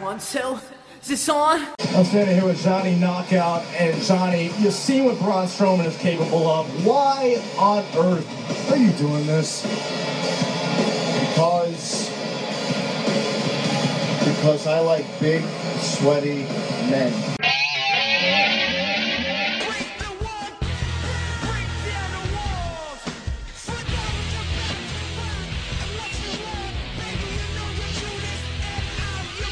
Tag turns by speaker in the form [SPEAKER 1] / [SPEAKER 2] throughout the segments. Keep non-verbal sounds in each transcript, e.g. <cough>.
[SPEAKER 1] one, so is this on?
[SPEAKER 2] I'm standing here with Johnny Knockout, and Johnny, you've seen what Braun Strowman is capable of. Why on earth are you doing this?
[SPEAKER 3] Because because I like big, sweaty men.
[SPEAKER 4] Break the wall, break down the walls. Fight down with your back to the ground. As much as love, baby, you know you do this, and I'm your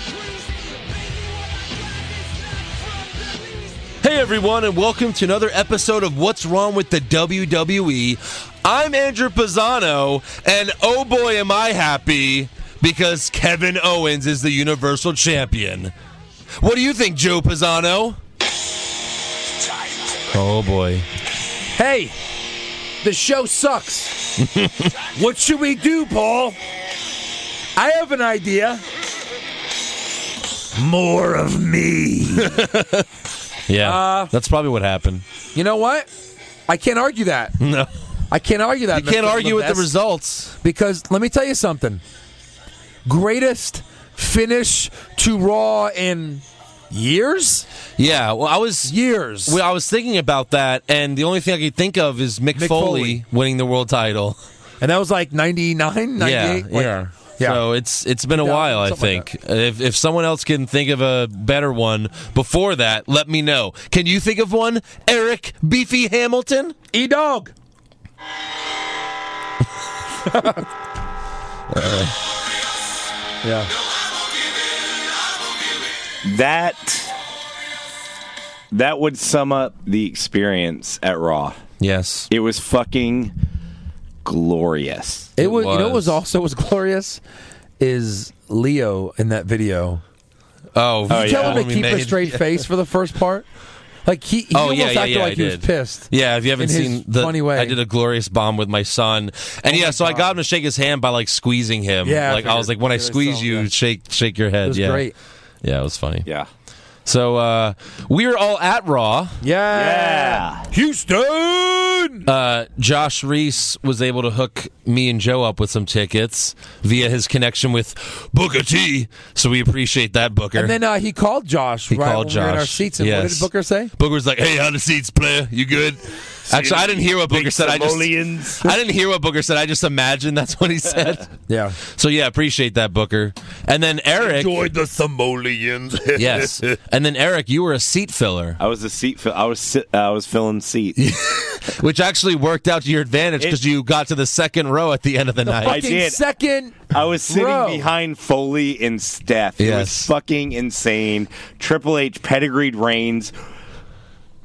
[SPEAKER 4] priest. Baby, what I got is not from the least.
[SPEAKER 5] Hey everyone, and welcome to another episode of What's Wrong with the WWE. I'm Andrew Pisano, and oh boy, am I happy because Kevin Owens is the Universal Champion. What do you think, Joe Pisano? Oh boy.
[SPEAKER 6] Hey, the show
[SPEAKER 5] <laughs>
[SPEAKER 6] sucks. what should we do, Paul? I have an idea. More of me.
[SPEAKER 5] Yeah,
[SPEAKER 6] Uh,
[SPEAKER 5] that's probably what <laughs> happened.
[SPEAKER 6] you know what? I can't argue that.
[SPEAKER 5] No,
[SPEAKER 6] I can't argue that.
[SPEAKER 5] you can't
[SPEAKER 6] Mr.
[SPEAKER 5] argue with the
[SPEAKER 6] Levesque,
[SPEAKER 5] results.
[SPEAKER 6] because let me tell you something. Greatest finish to Raw in years,
[SPEAKER 5] Yeah, well, I was
[SPEAKER 6] years.
[SPEAKER 5] Well, I was thinking about that, and the only thing I could think of is Mick,
[SPEAKER 6] Mick
[SPEAKER 5] Foley,
[SPEAKER 6] Foley.
[SPEAKER 5] winning the world title.
[SPEAKER 6] and that was like 99, 98.
[SPEAKER 5] Yeah,
[SPEAKER 6] like-
[SPEAKER 5] yeah.
[SPEAKER 6] yeah.
[SPEAKER 5] So it's it's been a
[SPEAKER 6] Yeah,
[SPEAKER 5] while, I
[SPEAKER 6] something like
[SPEAKER 5] think. if if someone else can think of a better one before that, let me know. Can you think of one, Eric Beefy Hamilton?
[SPEAKER 6] E Dog. yeah.
[SPEAKER 7] That that would sum up the experience at Raw.
[SPEAKER 5] Yes.
[SPEAKER 7] It was fucking glorious.
[SPEAKER 6] It was, You know what
[SPEAKER 5] was.
[SPEAKER 6] was also was glorious is Leo in that video.
[SPEAKER 5] Oh,
[SPEAKER 7] Oh,
[SPEAKER 6] Tell him
[SPEAKER 7] yeah.
[SPEAKER 6] to keep a
[SPEAKER 5] <laughs>
[SPEAKER 6] straight face for the first part. Like he, he
[SPEAKER 5] Oh
[SPEAKER 6] almost
[SPEAKER 5] yeah, yeah,
[SPEAKER 6] acted
[SPEAKER 5] yeah,
[SPEAKER 6] like
[SPEAKER 5] I
[SPEAKER 6] he
[SPEAKER 5] did.
[SPEAKER 6] was pissed.
[SPEAKER 5] Yeah, if you haven't
[SPEAKER 6] in his
[SPEAKER 5] seen the
[SPEAKER 6] funny way. Oh
[SPEAKER 5] I did a glorious bomb with my son, and yeah, so I got him to shake his hand by like squeezing him.
[SPEAKER 6] Yeah, I
[SPEAKER 5] like I was
[SPEAKER 6] figured-
[SPEAKER 5] like, when I
[SPEAKER 6] figured I
[SPEAKER 5] squeeze
[SPEAKER 6] saw,
[SPEAKER 5] you,
[SPEAKER 6] yeah.
[SPEAKER 5] shake shake your head.
[SPEAKER 6] It was
[SPEAKER 5] yeah,
[SPEAKER 6] great.
[SPEAKER 5] yeah, it was funny.
[SPEAKER 7] Yeah.
[SPEAKER 5] So uh, we are all at Raw.
[SPEAKER 6] Yeah.
[SPEAKER 5] Ah.
[SPEAKER 7] Yeah.
[SPEAKER 6] Houston.
[SPEAKER 5] Uh, Josh Reese was able to hook me and Joe up with some tickets via his connection with Booker T. So we appreciate that, Booker.
[SPEAKER 6] and then uh, he called Josh.
[SPEAKER 5] he
[SPEAKER 6] right
[SPEAKER 5] called
[SPEAKER 6] when we
[SPEAKER 5] Josh.
[SPEAKER 6] were in our seats. And what
[SPEAKER 5] Yes.
[SPEAKER 6] did Booker say?
[SPEAKER 5] Booker was like, "Hey, how the seats, player? You good?" Actually, I didn't hear what Booker said. I just
[SPEAKER 7] Simoleons.
[SPEAKER 5] I didn't hear what Booker said. I just imagined that's what he
[SPEAKER 6] <laughs>
[SPEAKER 5] said.
[SPEAKER 6] Yeah.
[SPEAKER 5] So yeah, appreciate that, Booker. And then Eric,
[SPEAKER 6] the Simoleons. <laughs>
[SPEAKER 5] yes. And then Eric, you were a seat filler,
[SPEAKER 7] I was a seat. Fill, I was sit, I was filling seats.
[SPEAKER 5] which actually worked out to your advantage because
[SPEAKER 7] It-
[SPEAKER 5] you got to the second row at the end of the night.
[SPEAKER 7] I did.
[SPEAKER 6] Second.
[SPEAKER 7] I was sitting
[SPEAKER 6] row.
[SPEAKER 7] behind Foley and Steph. It
[SPEAKER 5] Yes.
[SPEAKER 7] was fucking insane. Triple H pedigreed reigns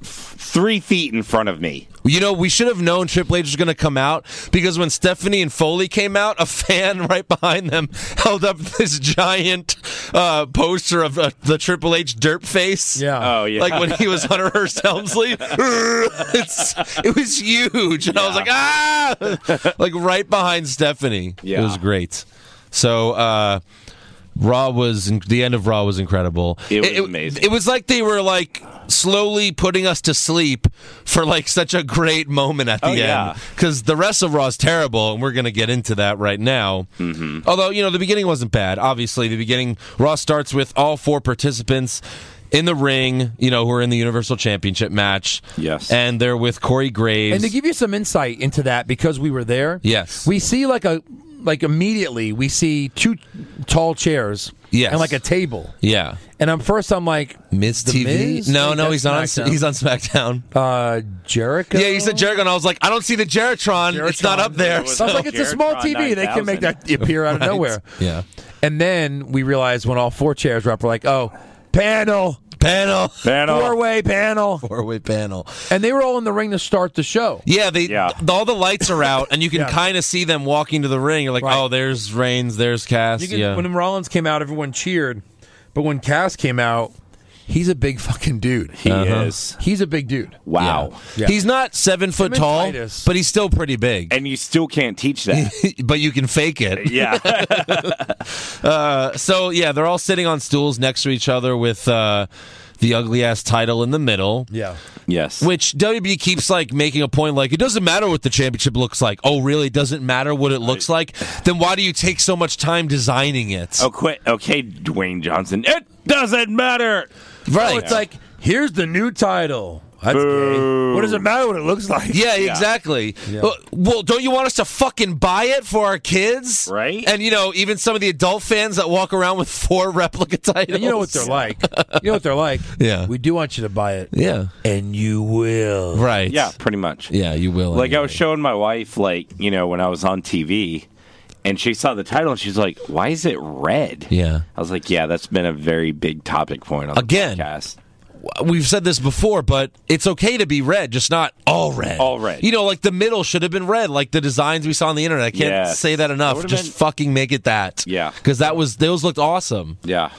[SPEAKER 7] f- three feet in front of me.
[SPEAKER 5] You know, we should have known Triple H was going to come out because when Stephanie and Foley came out, a <laughs> fan right behind them held up this giant uh, poster of uh, the Triple H derp face.
[SPEAKER 6] Yeah.
[SPEAKER 7] Oh yeah.
[SPEAKER 5] Like when he was Hunter Hearst Helmsley, <laughs> it's, it was huge, and I was like, ah, like right behind Stephanie.
[SPEAKER 7] Yeah.
[SPEAKER 5] It was great. So uh, Raw was the end of Raw was incredible.
[SPEAKER 7] It was amazing.
[SPEAKER 5] It was like they were like slowly putting us to sleep for like such a great moment at the
[SPEAKER 7] Oh,
[SPEAKER 5] end
[SPEAKER 7] yeah.
[SPEAKER 5] because the rest of Raw is terrible, and we're going to get into that right now. Mm-hmm. Although you know the beginning wasn't bad. Obviously, the beginning Raw starts with all four participants in the ring. You know who are in the Universal Championship match.
[SPEAKER 7] Yes.
[SPEAKER 5] and they're with Corey Graves.
[SPEAKER 6] And to give you some insight into that, because we were there,
[SPEAKER 5] Yes.
[SPEAKER 6] we see like a like immediately we see two tall chairs,
[SPEAKER 5] Yes.
[SPEAKER 6] and like a table.
[SPEAKER 5] yeah,
[SPEAKER 6] And I'm first, I'm like
[SPEAKER 5] Miz
[SPEAKER 6] The
[SPEAKER 5] TV.
[SPEAKER 6] Miz?
[SPEAKER 5] No,
[SPEAKER 6] Wait,
[SPEAKER 5] no,
[SPEAKER 6] that's
[SPEAKER 5] he's on.
[SPEAKER 6] SmackDown.
[SPEAKER 5] He's on SmackDown.
[SPEAKER 6] uh, Jericho.
[SPEAKER 5] Yeah, you said Jericho, and I was like, I don't see the Jeritron. It's not
[SPEAKER 6] Jeritron.
[SPEAKER 5] up there.
[SPEAKER 7] It was
[SPEAKER 5] So.
[SPEAKER 6] I was like, it's a small
[SPEAKER 7] Jericho on
[SPEAKER 6] TV. They can make that
[SPEAKER 5] <laughs>
[SPEAKER 6] appear out of nowhere.
[SPEAKER 5] Yeah.
[SPEAKER 6] And then we realized when all four chairs were up, we're like, oh, panel,
[SPEAKER 5] Panel. <laughs>
[SPEAKER 7] Panel.
[SPEAKER 6] four way panel,
[SPEAKER 5] Four-way panel.
[SPEAKER 6] and they were all in the ring to start the show.
[SPEAKER 5] Yeah, they
[SPEAKER 7] Yeah.
[SPEAKER 5] th- all the lights are out, and you can
[SPEAKER 6] <laughs> Yeah.
[SPEAKER 5] kind of see them walking to the ring. You're like,
[SPEAKER 6] Right.
[SPEAKER 5] oh, there's Reigns, there's Cass.
[SPEAKER 6] You can,
[SPEAKER 5] yeah,
[SPEAKER 6] When Rollins came out, everyone cheered, but when Cass came out, he's a big fucking dude.
[SPEAKER 7] He
[SPEAKER 5] Uh-huh.
[SPEAKER 7] is.
[SPEAKER 6] He's a big dude.
[SPEAKER 7] Wow.
[SPEAKER 6] Yeah.
[SPEAKER 5] he's not seven foot
[SPEAKER 6] and
[SPEAKER 5] tall,
[SPEAKER 6] Titus.
[SPEAKER 5] but he's still pretty big. <laughs>
[SPEAKER 7] And you still can't teach that.
[SPEAKER 5] but you can fake it. Uh,
[SPEAKER 7] yeah.
[SPEAKER 5] So yeah, they're all sitting on stools next to each other with uh, the ugly ass title in the middle.
[SPEAKER 6] Yeah.
[SPEAKER 7] <laughs> yes.
[SPEAKER 5] Which WB keeps like making a point like it doesn't matter what the championship looks like. Oh, really? It doesn't matter what it looks like. Then why do you take so much time designing it?
[SPEAKER 7] Oh, quit. Okay, Dwayne Johnson. It Doesn't matter.
[SPEAKER 6] Right. it's like, here's the new title. That's
[SPEAKER 7] Boo.
[SPEAKER 6] gay. What does it matter what it looks like?
[SPEAKER 5] Yeah, exactly. Uh, Well, don't you want us to fucking buy it for our kids?
[SPEAKER 7] Right.
[SPEAKER 5] And you know, even some of the adult fans that walk around with four replica titles.
[SPEAKER 6] And <laughs> you know what they're like. You know what they're like.
[SPEAKER 5] <laughs> Yeah.
[SPEAKER 6] We do want you to buy it.
[SPEAKER 5] Yeah.
[SPEAKER 6] And you will.
[SPEAKER 5] Right.
[SPEAKER 7] Yeah, pretty much.
[SPEAKER 5] Yeah, you will.
[SPEAKER 7] Like I
[SPEAKER 5] anyway.
[SPEAKER 7] was showing my wife, like you know, when I was on TV, and she saw the title, and she's like, "Why is it red?"
[SPEAKER 5] Yeah.
[SPEAKER 7] I was like, "Yeah, that's been a very big topic point on
[SPEAKER 5] Again.
[SPEAKER 7] the podcast."
[SPEAKER 5] We've said this before, but it's okay to be red, just not all red.
[SPEAKER 7] All red.
[SPEAKER 5] You know, like the middle should have been red, like the designs we saw on the internet. I can't
[SPEAKER 7] Yes.
[SPEAKER 5] say that enough.
[SPEAKER 7] would've
[SPEAKER 5] just
[SPEAKER 7] been-
[SPEAKER 5] fucking make it that.
[SPEAKER 7] Yeah.
[SPEAKER 5] Because that was those looked awesome.
[SPEAKER 7] Yeah,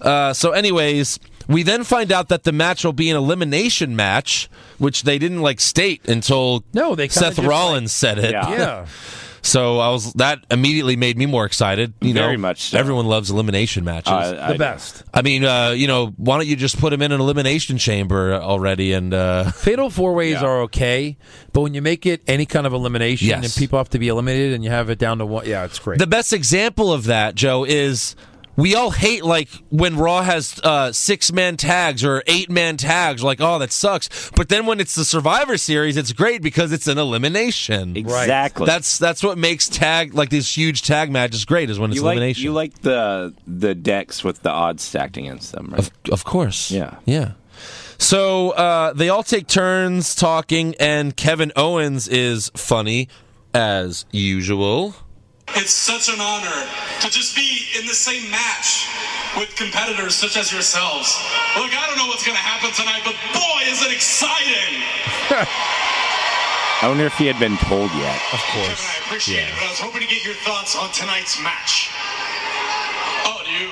[SPEAKER 5] Uh, so, anyways, we then find out that the match will be an elimination match, which they didn't like state until
[SPEAKER 6] No, they kinda
[SPEAKER 5] Seth
[SPEAKER 6] just,
[SPEAKER 5] Rollins said it.
[SPEAKER 7] Yeah.
[SPEAKER 6] Yeah.
[SPEAKER 5] So I was that immediately made me more excited. You
[SPEAKER 7] Very
[SPEAKER 5] know,
[SPEAKER 7] much so. Uh,
[SPEAKER 5] Everyone loves elimination matches.
[SPEAKER 7] I-
[SPEAKER 6] The
[SPEAKER 7] I-
[SPEAKER 6] best.
[SPEAKER 5] I mean, uh, you know, why don't you just put him in an elimination chamber already? And uh, <laughs>
[SPEAKER 6] Fatal four ways
[SPEAKER 7] Yeah.
[SPEAKER 6] are okay, but when you make it any kind of elimination
[SPEAKER 5] Yes.
[SPEAKER 6] and people have to be eliminated and you have it down to one, yeah, it's great.
[SPEAKER 5] the best example of that, Joe, is we all hate like when Raw has uh, six man tags or eight man tags. Like, oh, that sucks. But then when it's the Survivor Series, it's great because it's an elimination.
[SPEAKER 7] exactly.
[SPEAKER 5] That's that's what makes tag like these huge tag matches great is when it's
[SPEAKER 7] you like
[SPEAKER 5] elimination.
[SPEAKER 7] you like the the decks with the odds stacked against them. Right?
[SPEAKER 5] Of course.
[SPEAKER 7] Yeah.
[SPEAKER 5] Yeah. So uh, they all take turns talking, and Kevin Owens is funny as usual.
[SPEAKER 8] It's such an honor to just be in the same match with competitors such as yourselves. Look, I don't know what's going to happen tonight, but boy, is it exciting!
[SPEAKER 7] I wonder if he had been told yet.
[SPEAKER 8] Kevin, I appreciate it, but I was hoping to get your thoughts on tonight's match. Oh, do you?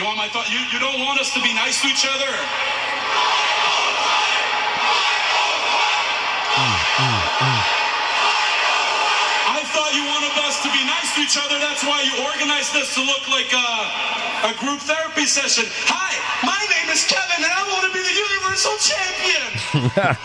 [SPEAKER 8] You want my thought? You, you don't want us to be nice to each other? I thought you wanted us to be nice to each other. That's why you organized this to look like a, a group therapy session. Hi, my name is Kevin, and I want to be the Universal Champion.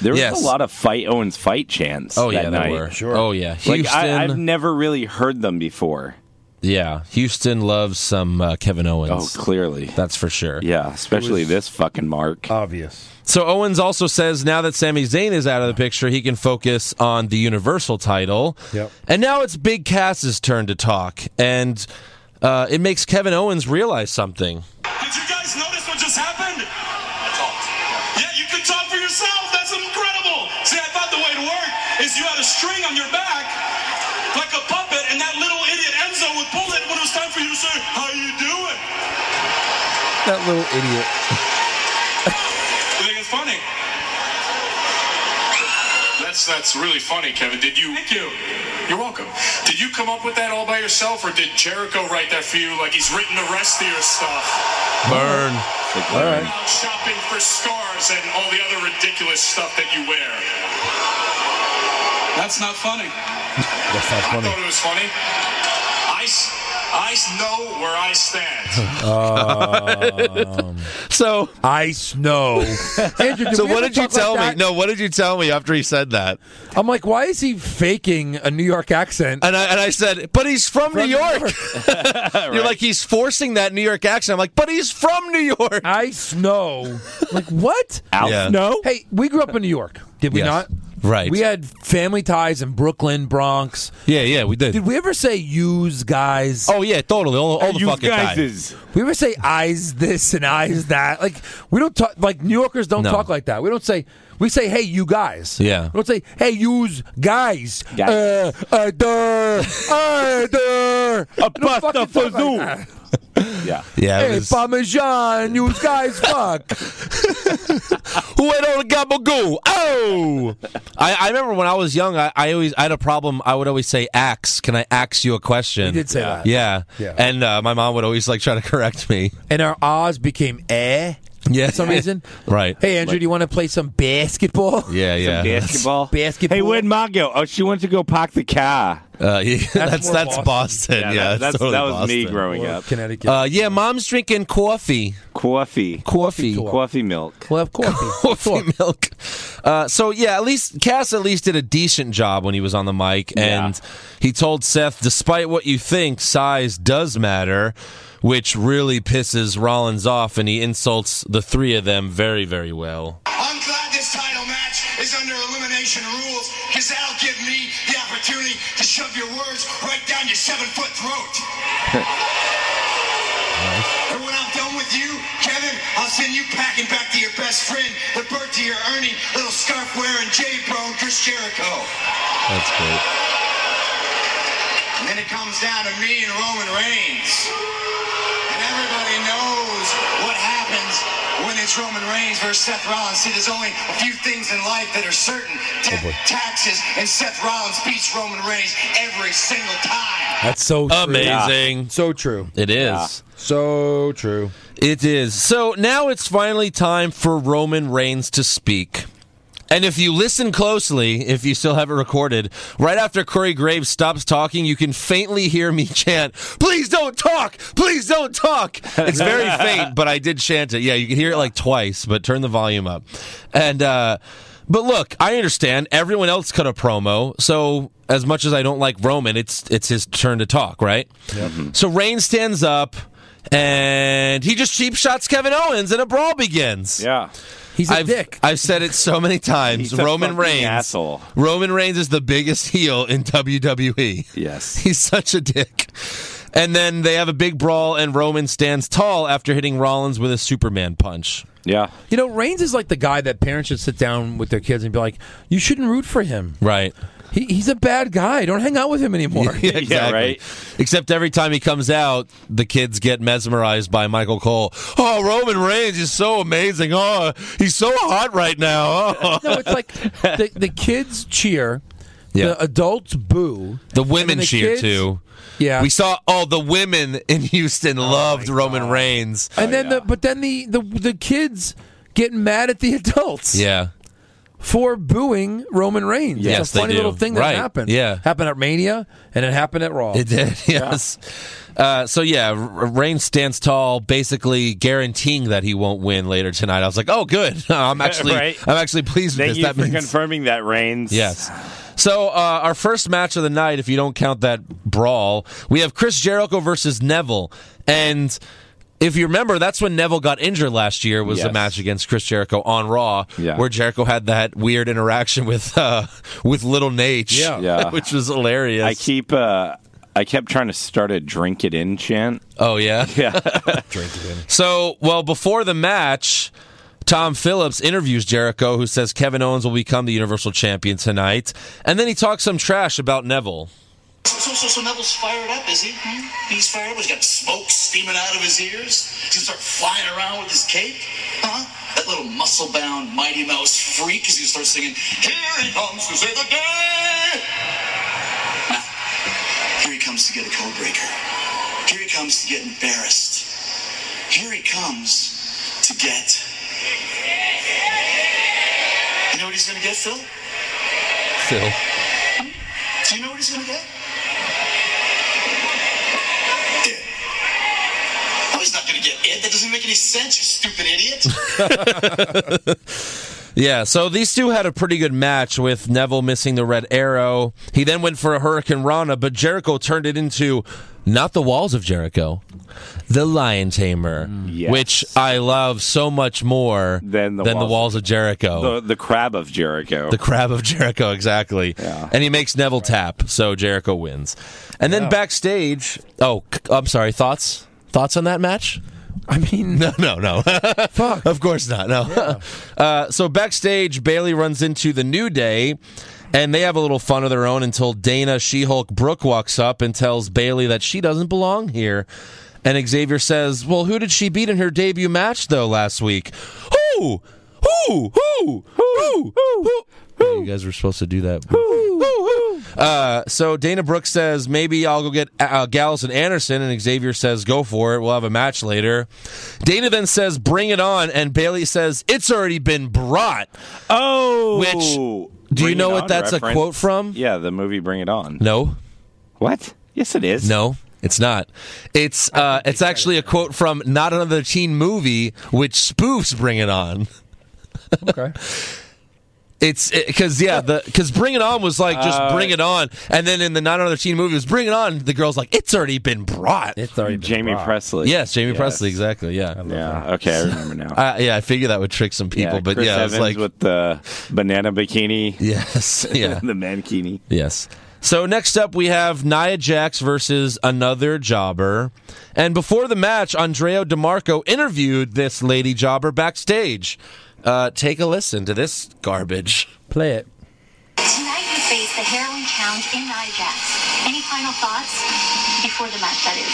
[SPEAKER 7] There was
[SPEAKER 5] Yes.
[SPEAKER 7] a lot of fight Owens fight chants.
[SPEAKER 5] Oh yeah,
[SPEAKER 7] that
[SPEAKER 5] there
[SPEAKER 7] night.
[SPEAKER 5] were. Oh yeah, Houston.
[SPEAKER 7] Like I, I've never really heard them before.
[SPEAKER 5] yeah, Houston loves some uh, Kevin
[SPEAKER 7] Oh,
[SPEAKER 5] Owens.
[SPEAKER 7] clearly.
[SPEAKER 5] That's for sure.
[SPEAKER 7] Yeah, especially this fucking mark.
[SPEAKER 5] Uh,
[SPEAKER 6] obvious.
[SPEAKER 5] So Owens also says now that Sami Zayn is out of the picture, he can focus on the Universal title.
[SPEAKER 6] Yep.
[SPEAKER 5] And now it's Big Cass's turn to talk, and uh, it makes Kevin Owens realize something.
[SPEAKER 8] Did you guys notice what just happened? Yeah, you can talk for yourself. That's incredible. See, I thought the way it worked is you had a string on your back, like a puppet, and that little idiot Enzo would pull it when it was time for you to say, "How you doing?"
[SPEAKER 6] That little idiot.
[SPEAKER 8] You think it's funny?
[SPEAKER 9] That's that's really funny, Kevin. Did you?
[SPEAKER 8] Thank you.
[SPEAKER 9] You're welcome. Did you come up with that all by yourself, or did Jericho write that for you? Like he's written the rest of your stuff.
[SPEAKER 5] Burn.
[SPEAKER 9] Out shopping for scars and all the other ridiculous stuff that you wear.
[SPEAKER 8] That's not funny.
[SPEAKER 6] That's not
[SPEAKER 9] I
[SPEAKER 6] funny.
[SPEAKER 9] thought it was funny. I s- I s- know where I stand.
[SPEAKER 5] So <laughs>
[SPEAKER 6] I snow. Andrew, did
[SPEAKER 5] So
[SPEAKER 6] we ever
[SPEAKER 5] what did you
[SPEAKER 6] talk like
[SPEAKER 5] tell me?
[SPEAKER 6] that?
[SPEAKER 5] No, what did you tell me after he said that?
[SPEAKER 6] I'm like, why is he faking a New York accent?
[SPEAKER 5] And I and I said, but he's from, New York. You're like he's forcing that New York accent. I'm like, but he's from New York.
[SPEAKER 6] I snow. like what?
[SPEAKER 7] Al
[SPEAKER 5] Yeah.
[SPEAKER 7] Snow?
[SPEAKER 6] Hey, we grew up in New York. Did we
[SPEAKER 5] Yes.
[SPEAKER 6] not?
[SPEAKER 5] Right.
[SPEAKER 6] We had family ties in Brooklyn, Bronx.
[SPEAKER 5] Yeah, yeah, we did.
[SPEAKER 6] Did we ever say "use guys"?
[SPEAKER 5] oh yeah, totally. All, all the
[SPEAKER 7] you
[SPEAKER 5] fucking
[SPEAKER 7] guys
[SPEAKER 5] time.
[SPEAKER 7] is
[SPEAKER 6] We ever say "eyes this" and "eyes that"? Like we don't talk. Like New Yorkers don't
[SPEAKER 5] No.
[SPEAKER 6] talk like that. We don't say. We say, "Hey, you guys."
[SPEAKER 5] Yeah.
[SPEAKER 6] We don't say, "Hey, yous guys."
[SPEAKER 7] Guys.
[SPEAKER 6] Uh, uh, duh, uh,
[SPEAKER 7] <laughs>
[SPEAKER 6] duh. We don't
[SPEAKER 7] pasta
[SPEAKER 6] fucking talk like
[SPEAKER 7] fazoo.
[SPEAKER 6] that.
[SPEAKER 7] yeah.
[SPEAKER 5] Yeah, it
[SPEAKER 6] Hey,
[SPEAKER 5] was,
[SPEAKER 6] Parmesan, yous guys, fuck.
[SPEAKER 5] who went on gabagoo? Oh, <laughs> I, I remember when I was young, I, I always I had a problem. I would always say, "Ax, can I ax you a question?"
[SPEAKER 6] You did say
[SPEAKER 5] yeah.
[SPEAKER 6] that.
[SPEAKER 5] Yeah,
[SPEAKER 6] Yeah.
[SPEAKER 5] and uh, my mom would always like try to correct me.
[SPEAKER 6] <laughs> And our ahs became eh
[SPEAKER 5] Yeah,
[SPEAKER 6] for some reason.
[SPEAKER 5] <laughs> right.
[SPEAKER 6] Hey, Andrew, do you want to play some basketball?
[SPEAKER 5] yeah, yeah.
[SPEAKER 7] Basketball.
[SPEAKER 6] Basketball.
[SPEAKER 7] Hey, where'd Ma go? Oh, she went to go park the car.
[SPEAKER 5] Uh, yeah, <laughs> that's
[SPEAKER 6] more
[SPEAKER 5] that's
[SPEAKER 6] Boston.
[SPEAKER 5] Boston. Yeah,
[SPEAKER 7] that-
[SPEAKER 5] that's
[SPEAKER 7] that's,
[SPEAKER 5] totally
[SPEAKER 7] that was me
[SPEAKER 5] Boston.
[SPEAKER 7] growing
[SPEAKER 6] Or
[SPEAKER 7] up.
[SPEAKER 6] Connecticut.
[SPEAKER 5] Uh, yeah, mom's drinking coffee.
[SPEAKER 7] Coffee,
[SPEAKER 5] Coffee.
[SPEAKER 6] Coffee.
[SPEAKER 7] coffee milk.
[SPEAKER 6] we'll have coffee.
[SPEAKER 5] Coffee milk. Uh, so yeah, at least Cass at least did a decent job when he was on the mic, and he told Seth, despite what you think, size does matter, which really pisses Rollins off, and he insults the three of them very, very well.
[SPEAKER 8] I'm glad this title match is under elimination rules because that'll give me the opportunity to shove your words right down your seven foot throat. and when I'm done with you, Kevin, I'll send you packing back to your best friend, the birth to your Ernie, little scarf wearing J Bone Chris Jericho.
[SPEAKER 5] That's great.
[SPEAKER 8] And then it comes down to me and Roman Reigns. And everybody knows what happens when it's Roman Reigns versus Seth Rollins. See, there's only a few things in life that are certain. Ta- taxes and Seth Rollins beats Roman Reigns every single time.
[SPEAKER 6] <laughs> That's so
[SPEAKER 7] Oh,
[SPEAKER 6] true.
[SPEAKER 5] Amazing.
[SPEAKER 6] So true.
[SPEAKER 5] It is.
[SPEAKER 6] So true.
[SPEAKER 5] It is. So now it's finally time for Roman Reigns to speak. And if you listen closely, if you still have it recorded, right after Corey Graves stops talking, you can faintly hear me <laughs> chant, Please don't talk! Please don't talk! It's very faint, but I did chant it. Yeah, you can hear it like twice, but turn the volume up. And, uh, but look, I understand everyone else cut a promo, so as much as I don't like Roman, it's it's his turn to talk, right? So Reigns stands up and he just cheap shots Kevin Owens and a brawl begins.
[SPEAKER 7] Yeah,
[SPEAKER 6] He's a
[SPEAKER 5] I've,
[SPEAKER 6] dick.
[SPEAKER 5] I've said it so many times.
[SPEAKER 7] He's a
[SPEAKER 5] Roman
[SPEAKER 7] fucking
[SPEAKER 5] Reigns.
[SPEAKER 7] asshole.
[SPEAKER 5] Roman Reigns is the biggest heel in WWE. <laughs>
[SPEAKER 7] Yes.
[SPEAKER 5] He's such a dick. And then they have a big brawl, and Roman stands tall after hitting Rollins with a Superman punch.
[SPEAKER 7] yeah.
[SPEAKER 6] you know, Reigns is like the guy that parents should sit down with their kids and be like, "You shouldn't root for him.
[SPEAKER 7] <laughs>
[SPEAKER 5] Right.
[SPEAKER 6] He, he's a bad guy. Don't hang out with him anymore."
[SPEAKER 5] <laughs> Yeah, exactly.
[SPEAKER 7] right.
[SPEAKER 5] Except every time he comes out, the kids get mesmerized by Michael Cole. Oh, Roman Reigns is so amazing. Oh, he's so hot right now. Oh.
[SPEAKER 6] No, it's like the, the kids cheer,
[SPEAKER 5] Yeah.
[SPEAKER 6] the adults boo,
[SPEAKER 5] The women
[SPEAKER 6] and the
[SPEAKER 5] cheer
[SPEAKER 6] kids-
[SPEAKER 5] too.
[SPEAKER 6] Yeah,
[SPEAKER 5] We saw all the women in Houston loved Roman Reigns.
[SPEAKER 6] and then the but then the, the the kids get mad at the <laughs> adults
[SPEAKER 5] Yeah.
[SPEAKER 6] for booing Roman Reigns.
[SPEAKER 5] Yes,
[SPEAKER 6] it's a
[SPEAKER 5] they
[SPEAKER 6] funny
[SPEAKER 5] do.
[SPEAKER 6] little thing that
[SPEAKER 5] Right.
[SPEAKER 6] happened.
[SPEAKER 5] Yeah.
[SPEAKER 6] happened at Mania, and it happened at Raw.
[SPEAKER 5] It did, <laughs> yes. Uh, so yeah, R- Reigns stands tall, basically guaranteeing that he won't win later tonight. I was like, oh, good. <laughs> I'm actually,
[SPEAKER 7] Right.
[SPEAKER 5] I'm actually pleased with
[SPEAKER 7] Thank
[SPEAKER 5] this.
[SPEAKER 7] you
[SPEAKER 5] that
[SPEAKER 7] for
[SPEAKER 5] means
[SPEAKER 7] confirming that, Reigns.
[SPEAKER 5] yes. So uh, our first match of the night, if you don't count that brawl, we have Chris Jericho versus Neville, and. If you remember, that's when Neville got injured last year. Was the
[SPEAKER 7] Yes.
[SPEAKER 5] match against Chris Jericho on Raw,
[SPEAKER 7] Yeah.
[SPEAKER 5] where Jericho had that weird interaction with uh, with Little Nate, <laughs>
[SPEAKER 6] Yeah.
[SPEAKER 7] Yeah.
[SPEAKER 5] which was hilarious.
[SPEAKER 7] I keep. Uh, I kept trying to start a drink it in chant.
[SPEAKER 5] oh yeah,
[SPEAKER 7] <laughs> Yeah.
[SPEAKER 5] <laughs> So, well, before the match, Tom Phillips interviews Jericho, who says Kevin Owens will become the Universal Champion tonight. And then he talks some trash about Neville.
[SPEAKER 8] So, so, so Neville's fired up, is he? Hmm? He's fired up. He's got smoke steaming out of his ears. He's gonna start flying around with his cape, huh? That little muscle-bound Mighty Mouse freak is gonna start singing, "Here he comes to save the day." Nah. Here he comes to get a code breaker. Here he comes to get embarrassed. Here he comes to get. You know what he's gonna get, Phil?
[SPEAKER 5] <laughs> Phil.
[SPEAKER 8] Do you know what he's gonna get? It. No, Oh, he's not gonna get it. That doesn't make any sense, you stupid idiot.
[SPEAKER 5] Yeah, so these two had a pretty good match with Neville missing the red arrow. He then went for a Hurricane Rana, but Jericho turned it into not the walls of Jericho, the Lion Tamer,
[SPEAKER 7] yes.
[SPEAKER 5] which I love so much more
[SPEAKER 7] Than the walls of-
[SPEAKER 5] of Jericho.
[SPEAKER 7] Uh, The, the crab of Jericho.
[SPEAKER 5] Oh. The crab of Jericho, exactly.
[SPEAKER 7] Yeah.
[SPEAKER 5] And he makes Neville tap, so Jericho wins. And then backstage, oh, c- I'm sorry. Thoughts? Thoughts on that match?
[SPEAKER 6] I mean,
[SPEAKER 5] No, no, no. <laughs>
[SPEAKER 6] fuck.
[SPEAKER 5] of course not. No. <laughs> uh, so backstage, Bailey runs into the New Day, and they have a little fun of their own until Dana She Hulk Brooke walks up and tells Bailey that she doesn't belong here. And Xavier says, "Well, who did she beat in her debut match though last week? Who? Who? Who? Who? Who? Who? You guys were supposed to do that. Uh, so Dana Brooks says maybe I'll go get uh, Gallus and Anderson, and Xavier says go for it. We'll have a match later. Dana then says bring it on, and Bailey says it's already been brought.
[SPEAKER 7] oh.
[SPEAKER 5] Which- Do you
[SPEAKER 7] Bring
[SPEAKER 5] know
[SPEAKER 7] It
[SPEAKER 5] what
[SPEAKER 7] On
[SPEAKER 5] that's a
[SPEAKER 7] reference.
[SPEAKER 5] quote from?
[SPEAKER 7] Yeah, the movie Bring It On.
[SPEAKER 5] No.
[SPEAKER 7] What? Yes, it is.
[SPEAKER 5] No, it's not. It's uh, it's actually a quote from Not Another Teen Movie, which spoofs Bring It On. <laughs>
[SPEAKER 6] Okay.
[SPEAKER 5] It's because yeah, the because Bring It On was like just
[SPEAKER 6] Uh,
[SPEAKER 5] Bring It On, and then in the Not Another Teen Movie it was Bring It On. The girl's like, it's already been brought.
[SPEAKER 6] It's already been
[SPEAKER 7] Jamie
[SPEAKER 6] rocked.
[SPEAKER 7] Presley.
[SPEAKER 5] yes, Jamie Presley, exactly. Yeah,
[SPEAKER 7] Yeah. Okay, I remember now.
[SPEAKER 5] <laughs> I, yeah. I figured that would trick some people, but
[SPEAKER 7] Chris
[SPEAKER 5] yeah,
[SPEAKER 7] Evans
[SPEAKER 5] it's like
[SPEAKER 7] with the banana bikini,
[SPEAKER 5] yes, <laughs>
[SPEAKER 7] <laughs>
[SPEAKER 5] yeah.
[SPEAKER 7] the mankini.
[SPEAKER 5] Yes. So next up, we have Nia Jax versus another jobber. And before the match, Andrea DeMarco interviewed this lady jobber backstage. Uh, take a listen to this garbage.
[SPEAKER 6] Play
[SPEAKER 5] <laughs>
[SPEAKER 6] it.
[SPEAKER 10] Tonight you face the heroin challenge in Nia Jax. Any final thoughts before the match? That is.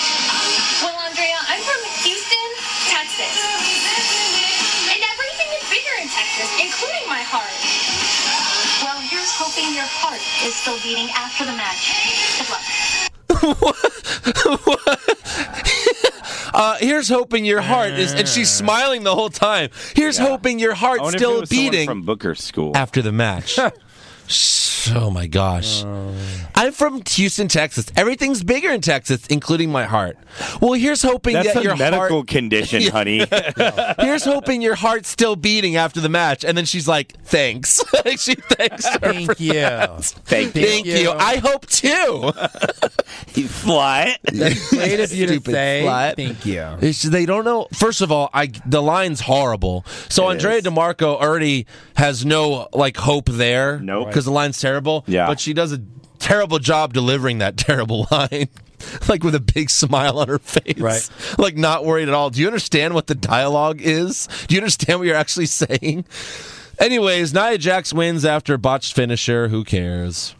[SPEAKER 10] Well, Andrea, I'm from Houston, Texas, and everything is bigger in Texas, including my heart. Well, here's hoping your heart is still beating after the match. Good luck.
[SPEAKER 5] Uh, here's hoping your heart is, and she's smiling the whole time. Here's hoping your
[SPEAKER 7] Ah. I
[SPEAKER 5] heart's
[SPEAKER 7] wonder if it
[SPEAKER 5] still
[SPEAKER 7] was someone
[SPEAKER 5] beating
[SPEAKER 7] from Booker School.
[SPEAKER 5] after the match. oh my gosh. I'm from Houston, Texas. Everything's bigger in Texas, including my heart. Well, here's hoping
[SPEAKER 7] That's
[SPEAKER 5] that
[SPEAKER 7] a
[SPEAKER 5] your heart.
[SPEAKER 7] medical condition, honey.
[SPEAKER 5] <laughs> Here's hoping your heart's still beating after the match. And then she's like, thanks. <laughs> Like, she thanks her.
[SPEAKER 6] Thank you.
[SPEAKER 7] Thank
[SPEAKER 5] <laughs>
[SPEAKER 7] you.
[SPEAKER 5] Thank you. I hope too.
[SPEAKER 7] You fly.
[SPEAKER 5] <laughs>
[SPEAKER 6] Played if you to
[SPEAKER 5] Stupid
[SPEAKER 6] say
[SPEAKER 5] slut.
[SPEAKER 6] thank you.
[SPEAKER 5] It's- they don't know. First of all, I the line's horrible. So
[SPEAKER 7] It
[SPEAKER 5] Andrea
[SPEAKER 7] is.
[SPEAKER 5] DeMarco already has no like hope there.
[SPEAKER 7] Nope.
[SPEAKER 5] Because the line's terrible.
[SPEAKER 7] Yeah.
[SPEAKER 5] But she does a terrible job delivering that <laughs> terrible line. Like with a big smile on her face.
[SPEAKER 6] Right.
[SPEAKER 5] Like not worried at all. Do you understand what the dialogue is? Do you understand what you're actually <laughs> saying? Anyways, Nia Jax wins after botched finisher. Who cares?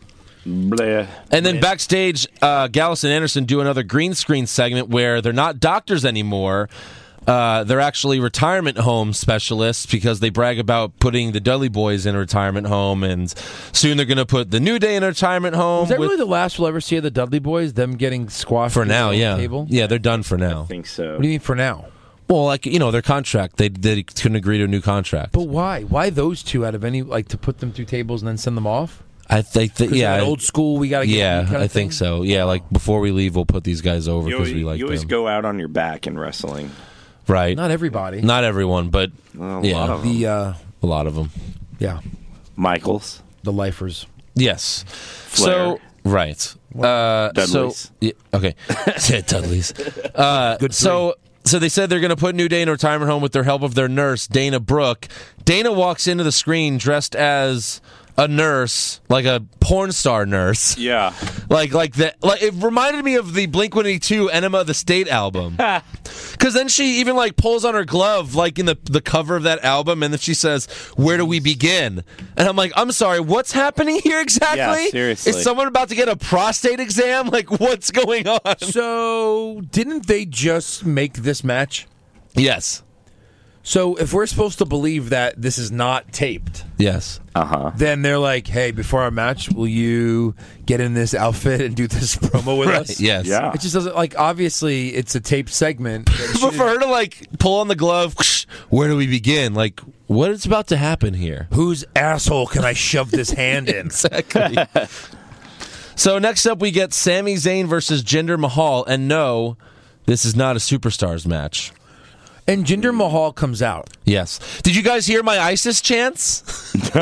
[SPEAKER 7] Bleh.
[SPEAKER 5] And then backstage, uh, Gallus and Anderson do another green screen segment where they're not doctors anymore. Uh, they're actually retirement home specialists because they brag about putting the Dudley Boys in a retirement home, and soon they're going to put the New Day in a retirement home.
[SPEAKER 6] Is that
[SPEAKER 5] with-
[SPEAKER 6] really the last we'll ever see of the Dudley Boys? Them getting squashed
[SPEAKER 5] for now, yeah,
[SPEAKER 6] Table?
[SPEAKER 5] yeah, they're done for now.
[SPEAKER 7] think so.
[SPEAKER 6] What do you mean for now?
[SPEAKER 5] Well, like you know, their contract, they they couldn't agree to a new contract.
[SPEAKER 6] But why? Why those two out of any like to put them through tables and then send them off?
[SPEAKER 5] I think, that,
[SPEAKER 6] 'Cause
[SPEAKER 5] yeah,
[SPEAKER 6] they're old school. We gotta get
[SPEAKER 5] yeah,
[SPEAKER 6] kind of
[SPEAKER 5] I think
[SPEAKER 6] thing?
[SPEAKER 5] so. Yeah, like before we leave, we'll put these guys over
[SPEAKER 7] You
[SPEAKER 5] because
[SPEAKER 7] always,
[SPEAKER 5] we like
[SPEAKER 7] you always
[SPEAKER 5] them,
[SPEAKER 7] go out on your back in wrestling.
[SPEAKER 5] right? Not,
[SPEAKER 6] Not everybody.
[SPEAKER 5] everyone, but
[SPEAKER 7] Well, a
[SPEAKER 5] yeah,
[SPEAKER 7] lot of them.
[SPEAKER 6] the uh,
[SPEAKER 5] a lot of them.
[SPEAKER 6] yeah,
[SPEAKER 7] Michaels.
[SPEAKER 6] the lifers.
[SPEAKER 5] Yes. So
[SPEAKER 7] Flair.
[SPEAKER 5] right. Uh,
[SPEAKER 7] Dudleys.
[SPEAKER 5] So yeah, okay. <laughs> Yeah, Dudleys. Uh, So so they said they're going to put New Day in a retirement home with their help of their nurse Dana Brooke. Dana walks into the screen dressed as a nurse, like a porn star nurse.
[SPEAKER 7] Yeah.
[SPEAKER 5] Like like that like it reminded me of the Blink 182 Enema of the State album. Cause then she even like pulls on her glove like in the the cover of that album and then she says, Where do we begin? And I'm like, I'm sorry, what's happening here exactly?
[SPEAKER 7] seriously.
[SPEAKER 5] Is someone about to get a prostate exam? <laughs> Like what's going on?
[SPEAKER 6] So didn't they just make this match?
[SPEAKER 5] Yes.
[SPEAKER 6] So if we're supposed to believe that this is not taped,
[SPEAKER 5] Yes.
[SPEAKER 7] Uh huh.
[SPEAKER 6] then they're like, "Hey, before our match, will you get in this outfit and do this <laughs> promo with us?"
[SPEAKER 5] Yes.
[SPEAKER 7] Yeah.
[SPEAKER 6] It just doesn't like obviously it's a taped segment. that
[SPEAKER 5] But
[SPEAKER 6] should-
[SPEAKER 5] for her to like pull on the glove, where do we begin? Like, what is about to happen here?
[SPEAKER 6] Whose asshole can I shove this hand in?
[SPEAKER 5] Exactly. <laughs> so next up, we get Sami Zayn versus Jinder Mahal, and no, this is not a superstars match.
[SPEAKER 6] And Jinder Mahal comes out.
[SPEAKER 5] Yes. Did you guys hear my ISIS chants?
[SPEAKER 7] <laughs>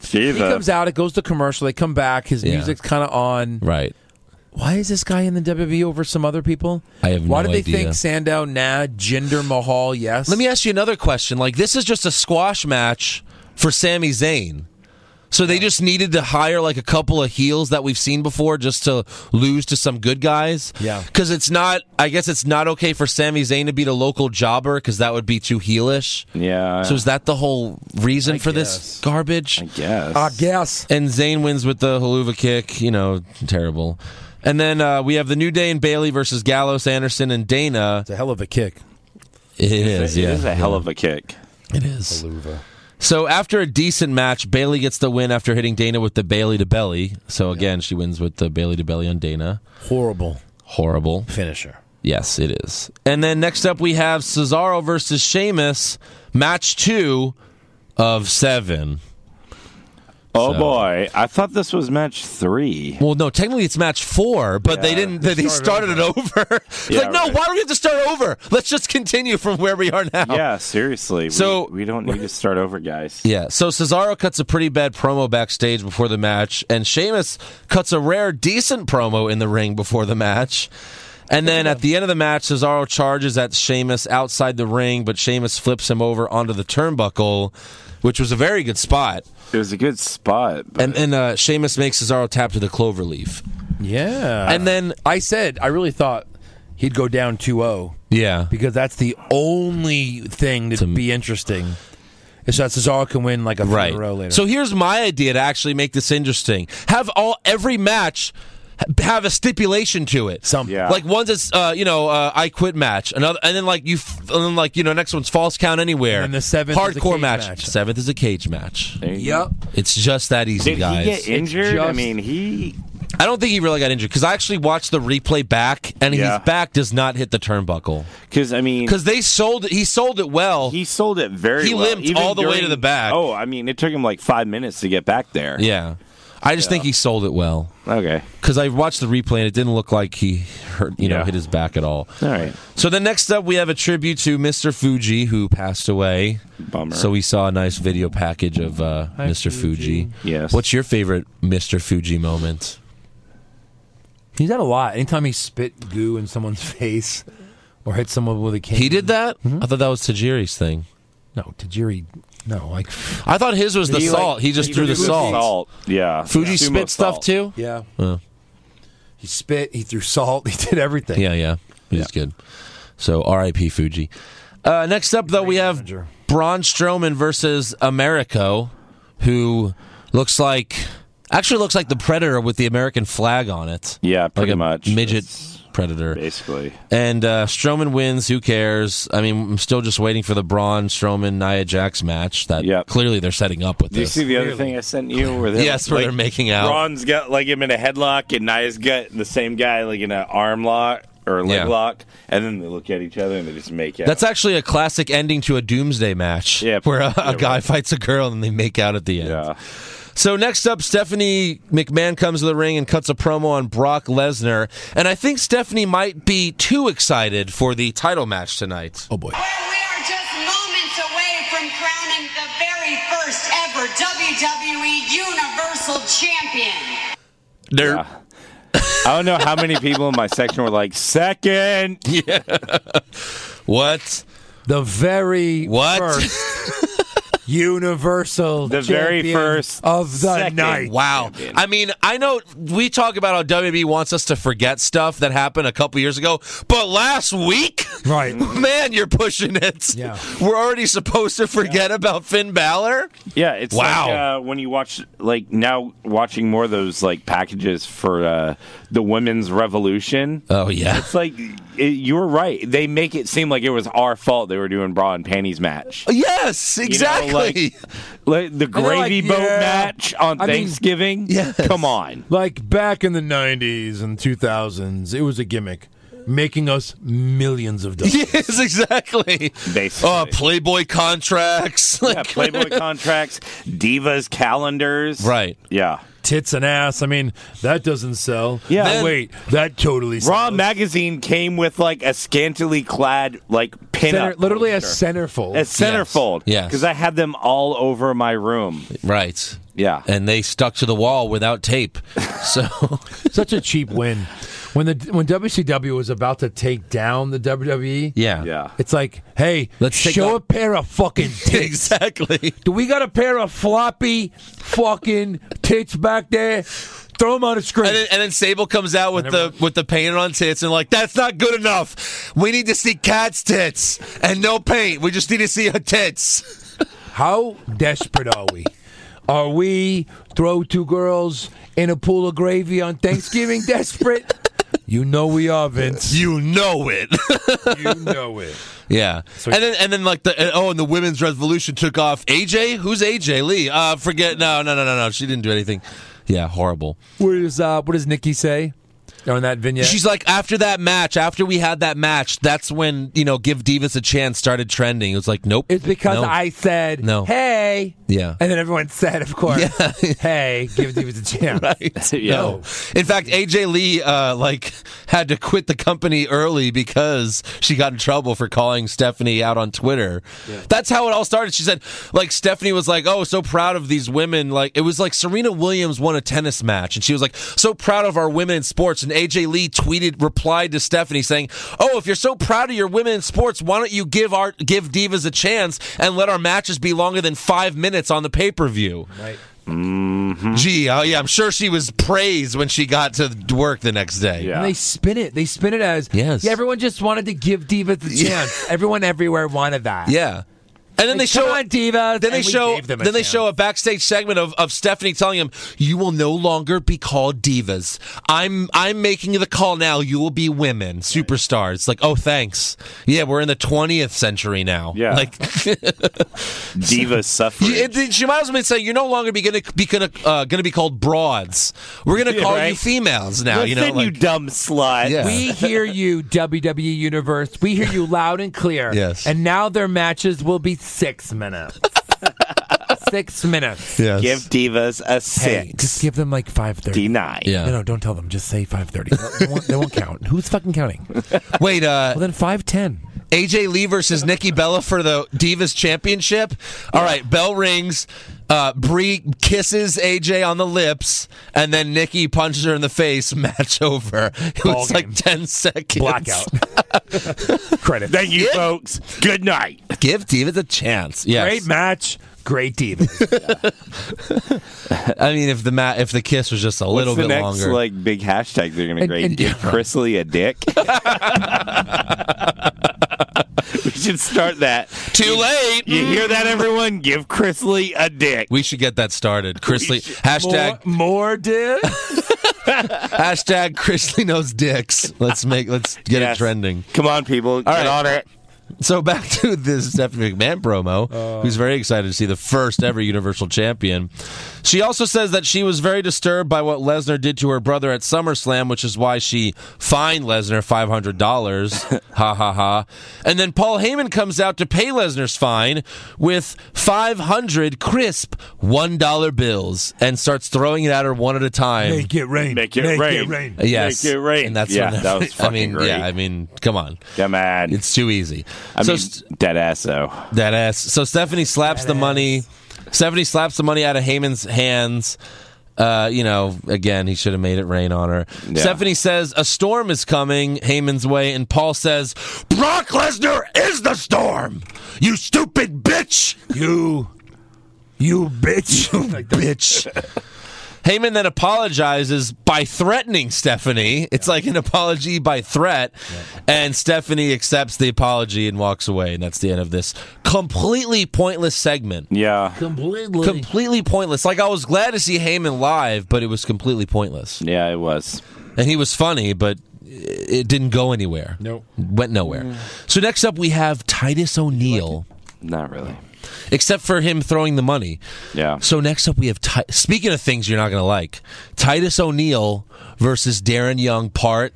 [SPEAKER 7] Jesus.
[SPEAKER 6] He comes out. It goes to commercial. They come back. His
[SPEAKER 5] Yeah.
[SPEAKER 6] music's kind of on.
[SPEAKER 5] Right.
[SPEAKER 6] Why is this guy in the WWE over some other people?
[SPEAKER 5] I have
[SPEAKER 6] Why
[SPEAKER 5] no
[SPEAKER 6] do they
[SPEAKER 5] idea.
[SPEAKER 6] think Sandow, nah, Jinder Mahal, yes?
[SPEAKER 5] Let me ask you another question. Like, this is just a squash match for Sami Zayn. So they just needed to hire like a couple of heels that we've seen before just to lose to some good guys.
[SPEAKER 6] Yeah.
[SPEAKER 5] Because it's not, I guess it's not okay for Sami Zayn to beat a local jobber because that would be too heelish.
[SPEAKER 7] Yeah.
[SPEAKER 5] So is that the whole reason for
[SPEAKER 6] guess.
[SPEAKER 5] this garbage?
[SPEAKER 7] I guess.
[SPEAKER 6] I guess.
[SPEAKER 5] And Zayn wins with the haluva kick. You know, terrible. And then uh, we have the New Day and Bailey versus Gallows, Anderson, and Dana.
[SPEAKER 6] It's a hell of a kick.
[SPEAKER 5] It
[SPEAKER 7] It
[SPEAKER 5] is,
[SPEAKER 7] is
[SPEAKER 5] yeah,
[SPEAKER 7] a hell of a kick.
[SPEAKER 5] it is. So after a decent match, Bailey gets the win after hitting Dana with the Bailey to belly. So again, she wins with the Bailey to belly on Dana.
[SPEAKER 6] Horrible
[SPEAKER 5] Horrible.
[SPEAKER 6] finisher.
[SPEAKER 5] Yes, it is. And then next up, we have Cesaro versus Sheamus, match two of seven.
[SPEAKER 7] Oh
[SPEAKER 5] So-
[SPEAKER 7] boy, I thought this was match three.
[SPEAKER 5] Well, no, technically it's match four, but they
[SPEAKER 7] Yeah,
[SPEAKER 5] didn't. They, started, it over. <laughs> It's
[SPEAKER 7] Yeah,
[SPEAKER 5] like, no,
[SPEAKER 7] right.
[SPEAKER 5] why do we have to start over? Let's just continue from where we are now.
[SPEAKER 7] Yeah, seriously.
[SPEAKER 5] Oh. So-
[SPEAKER 7] we, we don't need to start over, guys.
[SPEAKER 5] Yeah, so Cesaro cuts a pretty bad promo backstage before the match, and Sheamus cuts a rare, decent promo in the ring before the match. And then at the end of the match, Cesaro charges at Sheamus outside the ring, but Sheamus flips him over onto the turnbuckle, which was a very good spot.
[SPEAKER 7] It was a good spot. But
[SPEAKER 5] And then uh, Sheamus makes Cesaro tap to the clover leaf.
[SPEAKER 6] Yeah.
[SPEAKER 5] And then,
[SPEAKER 6] I said I really thought he'd go down 2-0
[SPEAKER 5] yeah,
[SPEAKER 6] because that's the only thing that'd be interesting. Is that Cesaro can win like a three in a row later.
[SPEAKER 5] So here's my idea to actually make this interesting: have all every match ha- have a stipulation to it.
[SPEAKER 6] Some- Yeah.
[SPEAKER 5] like one's it's uh, you know uh, I quit match, another, and then like you, f- and then like you know next one's false count anywhere.
[SPEAKER 6] And the seventh is a
[SPEAKER 5] hardcore
[SPEAKER 6] cage
[SPEAKER 5] match.
[SPEAKER 6] match.
[SPEAKER 5] Seventh is a cage match.
[SPEAKER 7] there you go.
[SPEAKER 6] Yep.
[SPEAKER 5] It's just that easy,
[SPEAKER 7] Did
[SPEAKER 5] guys.
[SPEAKER 7] he get injured? I
[SPEAKER 6] just-
[SPEAKER 7] mean, he.
[SPEAKER 5] I don't think he really got injured because I actually watched the replay back, and
[SPEAKER 7] Yeah.
[SPEAKER 5] his back does not hit the turnbuckle
[SPEAKER 7] Because I mean,
[SPEAKER 5] because they sold. He sold it well.
[SPEAKER 7] he sold it very.
[SPEAKER 5] He
[SPEAKER 7] well.
[SPEAKER 5] limped all the way to the back.
[SPEAKER 7] Oh, I mean, it took him like five minutes to get back there.
[SPEAKER 5] yeah, I just think he sold it well.
[SPEAKER 7] Okay.
[SPEAKER 5] because I watched the replay and it didn't look like he hurt, you know,
[SPEAKER 7] Yeah.
[SPEAKER 5] hit his back at all.
[SPEAKER 7] All right.
[SPEAKER 5] So then next up, we have a tribute to Mr. Fuji who passed away.
[SPEAKER 7] Bummer.
[SPEAKER 5] So we saw a nice video package of uh, Mr. Fuji.
[SPEAKER 7] Yes.
[SPEAKER 5] What's your favorite Mr. Fuji moment?
[SPEAKER 6] He's had a lot. Anytime he spit goo in someone's <laughs> face or hit someone with a cane.
[SPEAKER 5] He did that. I thought that was Tajiri's thing.
[SPEAKER 6] No, Tajiri. No, like
[SPEAKER 5] I thought his was the
[SPEAKER 6] He, like-
[SPEAKER 5] salt. he just
[SPEAKER 6] he
[SPEAKER 5] threw the
[SPEAKER 6] threw the
[SPEAKER 5] salt.
[SPEAKER 7] salt? Yeah.
[SPEAKER 5] Fuji
[SPEAKER 7] Sumo
[SPEAKER 5] spit stuff
[SPEAKER 7] salt.
[SPEAKER 5] too.
[SPEAKER 6] yeah. He spit. He threw salt. <laughs> He did everything.
[SPEAKER 5] Yeah, yeah. He's good. So R.I.P. Fuji. Uh, next up, though, we have
[SPEAKER 6] manager.
[SPEAKER 5] Braun Strowman versus Americo, who looks like actually looks like the Predator with the American flag on it.
[SPEAKER 7] Yeah, pretty
[SPEAKER 5] like a
[SPEAKER 7] much.
[SPEAKER 5] midget
[SPEAKER 7] It's
[SPEAKER 5] Predator.
[SPEAKER 7] Basically.
[SPEAKER 5] And uh, Strowman wins. Who cares? I mean, I'm still just waiting for the Braun Strowman Nia Jax match that
[SPEAKER 7] Yep.
[SPEAKER 5] clearly they're setting up with
[SPEAKER 7] Do you
[SPEAKER 5] this.
[SPEAKER 7] see the other thing I sent you? Where they
[SPEAKER 5] Yes, where they're making out.
[SPEAKER 7] Ron's got like him in a headlock, and Nia's got the same guy like in an arm lock or leg
[SPEAKER 5] Yeah.
[SPEAKER 7] lock, and then they look at each other and they just make out.
[SPEAKER 5] That's actually a classic ending to a Doomsday match,
[SPEAKER 7] Yeah,
[SPEAKER 5] where a,
[SPEAKER 7] yeah,
[SPEAKER 5] a guy
[SPEAKER 7] right.
[SPEAKER 5] fights a girl and they make out at the end.
[SPEAKER 7] yeah.
[SPEAKER 5] So next up, Stephanie McMahon comes to the ring and cuts a promo on Brock Lesnar, and I think Stephanie might be too excited for the title match tonight.
[SPEAKER 6] Oh boy.
[SPEAKER 11] Well, we are just moments away from crowning the very first ever WWE Universal Champion.
[SPEAKER 5] They're-
[SPEAKER 7] Yeah. I don't know how many people in my section were like second.
[SPEAKER 5] What?
[SPEAKER 6] The very
[SPEAKER 5] What?
[SPEAKER 6] first
[SPEAKER 5] <laughs>
[SPEAKER 6] universal
[SPEAKER 7] The very
[SPEAKER 6] champion
[SPEAKER 7] first
[SPEAKER 6] of the
[SPEAKER 7] second.
[SPEAKER 6] night.
[SPEAKER 5] Wow.
[SPEAKER 7] Champion.
[SPEAKER 5] I mean, I know we talk about how WWE wants us to forget stuff that happened a couple years ago, but last week, <laughs>
[SPEAKER 6] Right.
[SPEAKER 5] man, you're pushing it.
[SPEAKER 6] Yeah.
[SPEAKER 5] We're already supposed to forget about Finn Balor.
[SPEAKER 7] Yeah, it's
[SPEAKER 5] Wow.
[SPEAKER 7] like uh, when you watch like now watching more of those like packages for uh, the women's revolution.
[SPEAKER 5] Oh yeah.
[SPEAKER 7] It's like it, you were right. They make it seem like it was our fault they were doing bra and panties match.
[SPEAKER 5] Yes,
[SPEAKER 7] You know,
[SPEAKER 5] exactly.
[SPEAKER 7] <laughs> like, like the
[SPEAKER 6] they're like,
[SPEAKER 7] gravy boat
[SPEAKER 6] yeah.
[SPEAKER 7] match on
[SPEAKER 6] I mean,
[SPEAKER 7] Thanksgiving.
[SPEAKER 5] yes.
[SPEAKER 7] Come on.
[SPEAKER 6] Like back in the 90s and 2000s, it was a gimmick making us millions of dollars.
[SPEAKER 5] <laughs> Yes, exactly.
[SPEAKER 7] Basically.
[SPEAKER 5] Uh, Playboy contracts.
[SPEAKER 7] Yeah,
[SPEAKER 5] <laughs>
[SPEAKER 7] Playboy contracts, divas calendars.
[SPEAKER 5] Right.
[SPEAKER 7] Yeah.
[SPEAKER 6] Tits and ass. I mean, that doesn't sell.
[SPEAKER 7] Yeah.
[SPEAKER 6] But
[SPEAKER 7] Then-
[SPEAKER 6] wait, that totally sells.
[SPEAKER 7] Raw magazine came with like a scantily clad like
[SPEAKER 6] Center,
[SPEAKER 7] pinup.
[SPEAKER 6] literally a
[SPEAKER 7] poster.
[SPEAKER 6] centerfold.
[SPEAKER 7] a centerfold.
[SPEAKER 5] Yes.
[SPEAKER 7] Because I had them all over my room.
[SPEAKER 5] right.
[SPEAKER 7] Yeah.
[SPEAKER 5] And they stuck to the wall without tape. So
[SPEAKER 6] <laughs>
[SPEAKER 5] <laughs>
[SPEAKER 6] Such a cheap win. When the when WCW was about to take down the WWE,
[SPEAKER 5] yeah.
[SPEAKER 7] Yeah.
[SPEAKER 6] it's like, hey,
[SPEAKER 5] Let's take
[SPEAKER 6] show
[SPEAKER 5] the-
[SPEAKER 6] a pair of fucking
[SPEAKER 5] <laughs>
[SPEAKER 6] tits.
[SPEAKER 5] Exactly.
[SPEAKER 6] Do we got a pair of floppy fucking tits back there? Throw them on the screen.
[SPEAKER 5] And then, and then Sable comes out with the with the paint on tits and like that's not good enough. We need to see cat's tits and no paint. We just need to see her
[SPEAKER 6] <laughs>
[SPEAKER 5] tits.
[SPEAKER 6] How desperate are we? Are we throw two girls in a pool of gravy on Thanksgiving desperate? You know we are, Vince.
[SPEAKER 5] You know it. <laughs>
[SPEAKER 6] You know it.
[SPEAKER 5] yeah. and then and then like the and- oh and the women's revolution took off. AJ, who's AJ Lee? Uh, forget. No, no, no, no, no. She didn't do anything. Yeah, horrible.
[SPEAKER 6] What does uh, what does Nikki say? on that vignette.
[SPEAKER 5] She's like, after that match, after we had that match, that's when you know, give divas a chance started trending. It was like, nope. It's
[SPEAKER 6] because I said,
[SPEAKER 5] No.
[SPEAKER 6] hey.
[SPEAKER 5] Yeah.
[SPEAKER 6] And then everyone said, of course,
[SPEAKER 5] <laughs>
[SPEAKER 6] hey, give Divas a chance.
[SPEAKER 7] <laughs>
[SPEAKER 5] right.
[SPEAKER 6] Yeah.
[SPEAKER 5] No. In fact, AJ Lee uh, like had to quit the company early because she got in trouble for calling Stephanie out on Twitter. That's how it all started. She said, like Stephanie was like, "Oh, so proud of these women." Like it was like Serena Williams won a tennis match, and she was like, "So proud of our women in sports." And AJ Lee tweeted replied to Stephanie saying, "Oh, if you're so proud of your women in sports, why don't you give our give divas a chance and let our matches be longer than five minutes on the pay per view?"
[SPEAKER 6] Right.
[SPEAKER 5] Gee, oh yeah, I'm sure she was praised when she got to work the next day.
[SPEAKER 6] And they spin it. They spin it as
[SPEAKER 5] Yes.
[SPEAKER 6] Yeah, everyone just wanted to give divas the
[SPEAKER 5] Yeah.
[SPEAKER 6] chance. everyone everywhere wanted that.
[SPEAKER 5] Yeah. And then
[SPEAKER 6] Like,
[SPEAKER 5] they show
[SPEAKER 6] come on, divas.
[SPEAKER 5] Then they
[SPEAKER 6] and we
[SPEAKER 5] show.
[SPEAKER 6] gave them a
[SPEAKER 5] Then they
[SPEAKER 6] chance.
[SPEAKER 5] show a backstage segment of, of Stephanie telling him, "You will no longer be called divas. I'm I'm making the call now. You will be women superstars." Like, oh, thanks. Yeah, we're in the 20th century now.
[SPEAKER 7] Yeah. <laughs>
[SPEAKER 5] Like, <laughs>
[SPEAKER 7] Diva suffering.
[SPEAKER 5] you- it- she might as well be saying, "You're no longer be gonna be gonna uh, gonna be called broads. We're gonna
[SPEAKER 7] Yeah,
[SPEAKER 5] call you
[SPEAKER 7] right.
[SPEAKER 5] females now. you know,
[SPEAKER 7] Listen, you
[SPEAKER 5] like-
[SPEAKER 7] dumb slut.
[SPEAKER 5] Yeah. <laughs>
[SPEAKER 6] We hear you, WWE Universe. We hear you loud and clear.
[SPEAKER 5] Yes.
[SPEAKER 6] And now their matches will be
[SPEAKER 5] <laughs>
[SPEAKER 6] six minutes. six minutes.
[SPEAKER 5] Yes.
[SPEAKER 7] Give <laughs> divas a
[SPEAKER 6] Hey,
[SPEAKER 7] six.
[SPEAKER 6] just give them like five thirty.
[SPEAKER 7] Deny.
[SPEAKER 5] Yeah.
[SPEAKER 6] No, no, don't tell them. Just say five thirty. They won't, they won't count. <laughs> Who's fucking counting?
[SPEAKER 5] Wait, uh,
[SPEAKER 6] Well, then five ten.
[SPEAKER 5] AJ Lee versus Nikki Bella for the Divas Championship. All right, bell rings. Uh, Brie kisses AJ on the lips, and then Nikki punches her in the face. <laughs> Match over. It
[SPEAKER 6] Ball
[SPEAKER 5] was
[SPEAKER 6] game.
[SPEAKER 5] like ten seconds.
[SPEAKER 6] <laughs> Blackout. Credit.
[SPEAKER 7] Thank you, folks. Good night.
[SPEAKER 5] Give Divas a chance. Yes.
[SPEAKER 6] Great match. Great <laughs> divas.
[SPEAKER 5] I mean, if the ma- if the kiss was just a little
[SPEAKER 7] What's the
[SPEAKER 5] bit
[SPEAKER 7] next,
[SPEAKER 5] longer.
[SPEAKER 7] Like big hashtag they're gonna
[SPEAKER 6] And-
[SPEAKER 7] create.
[SPEAKER 6] and-
[SPEAKER 7] Give Chris Lee
[SPEAKER 5] <laughs>
[SPEAKER 7] a dick. we should start that.
[SPEAKER 5] Too late.
[SPEAKER 7] You hear that, everyone? Give Chris Lee a dick.
[SPEAKER 5] We should get that started. Chris Lee. Hashtag
[SPEAKER 6] More, more dude.
[SPEAKER 5] hashtag Chris Lee knows dicks. Let's make let's get
[SPEAKER 7] Yes.
[SPEAKER 5] it trending.
[SPEAKER 7] Come on, people. Get
[SPEAKER 5] right.
[SPEAKER 7] on it.
[SPEAKER 5] So back to this Stephanie McMahon promo,
[SPEAKER 7] Uh.
[SPEAKER 5] who's very excited to see the first ever Universal Champion. She also says that she was very disturbed by what Lesnar did to her brother at SummerSlam, which is why she fined Lesnar five hundred
[SPEAKER 7] <laughs>
[SPEAKER 5] dollars. ha ha ha! And then Paul Heyman comes out to pay Lesnar's fine with five hundred crisp one dollar bills and starts throwing it at her one at a time. Uh,
[SPEAKER 6] Make it rain.
[SPEAKER 7] Make it rain.
[SPEAKER 5] Yes,
[SPEAKER 7] Make it rain.
[SPEAKER 5] and that's
[SPEAKER 7] Yeah,
[SPEAKER 5] when-
[SPEAKER 7] that
[SPEAKER 5] <laughs>
[SPEAKER 7] was
[SPEAKER 5] I mean,
[SPEAKER 7] fucking great.
[SPEAKER 5] yeah, I mean, come on,
[SPEAKER 7] Come on.
[SPEAKER 5] it's too easy.
[SPEAKER 7] I
[SPEAKER 5] so
[SPEAKER 7] mean,
[SPEAKER 5] st-
[SPEAKER 7] dead ass though.
[SPEAKER 5] that ass. So Stephanie slaps the
[SPEAKER 6] ass.
[SPEAKER 5] money. Stephanie slaps the money out of Heyman's hands. Uh, you know, again, he should have made it rain on her.
[SPEAKER 7] Yeah.
[SPEAKER 5] Stephanie says a storm is coming Heyman's way, and Paul says, "Brock Lesnar is the storm. You stupid bitch,
[SPEAKER 6] You,
[SPEAKER 5] <laughs>
[SPEAKER 6] you bitch. like that.
[SPEAKER 5] bitch." Heyman then apologizes by threatening Stephanie. It's like an apology by threat, and Stephanie accepts the apology and walks away, and that's the end of this completely pointless segment.
[SPEAKER 7] Yeah.
[SPEAKER 6] Completely.
[SPEAKER 5] completely pointless. Like I was glad to see Heyman live, but it was completely pointless.
[SPEAKER 7] Yeah, it was.
[SPEAKER 5] And he was funny, but it didn't go anywhere.
[SPEAKER 6] Nope.
[SPEAKER 5] went nowhere. So next up we have Titus O'Neil,
[SPEAKER 7] Not really.
[SPEAKER 5] except for him throwing the money.
[SPEAKER 7] Yeah.
[SPEAKER 5] So next up we have Ti- speaking of things you're not going to like, Titus O'Neil versus Darren Young part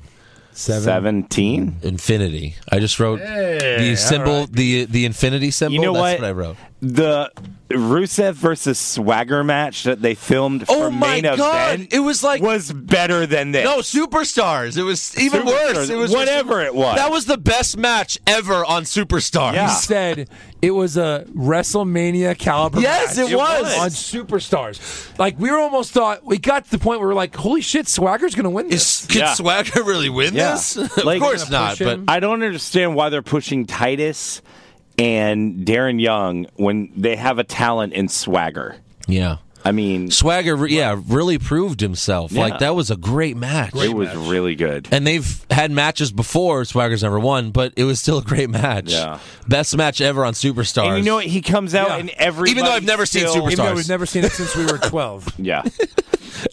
[SPEAKER 7] Seventeen.
[SPEAKER 5] infinity. I just wrote the symbol the the infinity symbol.
[SPEAKER 7] You know
[SPEAKER 5] That's
[SPEAKER 7] what?
[SPEAKER 5] what I wrote.
[SPEAKER 7] The Rusev versus Swagger match that they filmed
[SPEAKER 5] Oh
[SPEAKER 7] for
[SPEAKER 5] my
[SPEAKER 7] main
[SPEAKER 5] God!
[SPEAKER 7] event
[SPEAKER 5] It was like-
[SPEAKER 7] was better than this.
[SPEAKER 5] No, superstars. It was even
[SPEAKER 7] Superstars.
[SPEAKER 5] worse. It was
[SPEAKER 7] Whatever it was.
[SPEAKER 5] That was the best match ever on Superstars.
[SPEAKER 6] He
[SPEAKER 7] Yeah.
[SPEAKER 6] said it was a WrestleMania caliber.
[SPEAKER 5] Yes,
[SPEAKER 6] match
[SPEAKER 5] it was.
[SPEAKER 6] on Superstars. Like we were almost thought we got to the point where we are like, holy shit, Swagger's gonna win
[SPEAKER 5] Is,
[SPEAKER 6] this.
[SPEAKER 5] could
[SPEAKER 7] Yeah.
[SPEAKER 5] Swagger really win
[SPEAKER 7] Yeah.
[SPEAKER 5] this? <laughs>
[SPEAKER 7] Like-
[SPEAKER 5] of course
[SPEAKER 6] Gonna
[SPEAKER 5] not.
[SPEAKER 6] push
[SPEAKER 5] But
[SPEAKER 6] him.
[SPEAKER 7] I don't understand why they're pushing Titus and Darren Young when they have a talent in Swagger.
[SPEAKER 5] yeah,
[SPEAKER 7] I mean,
[SPEAKER 5] Swagger, re- yeah, really proved himself.
[SPEAKER 7] Yeah.
[SPEAKER 5] Like that was a great match.
[SPEAKER 7] it was really good.
[SPEAKER 5] and they've had matches before. Swagger's never won, but it was still a great match.
[SPEAKER 7] Yeah.
[SPEAKER 5] Best match ever on Superstars.
[SPEAKER 7] And you know what? He comes out
[SPEAKER 6] Yeah.
[SPEAKER 7] and every
[SPEAKER 5] Even though I've never seen Superstars.
[SPEAKER 6] Even though we've never seen it since we were twelve.
[SPEAKER 5] <laughs>
[SPEAKER 7] Yeah,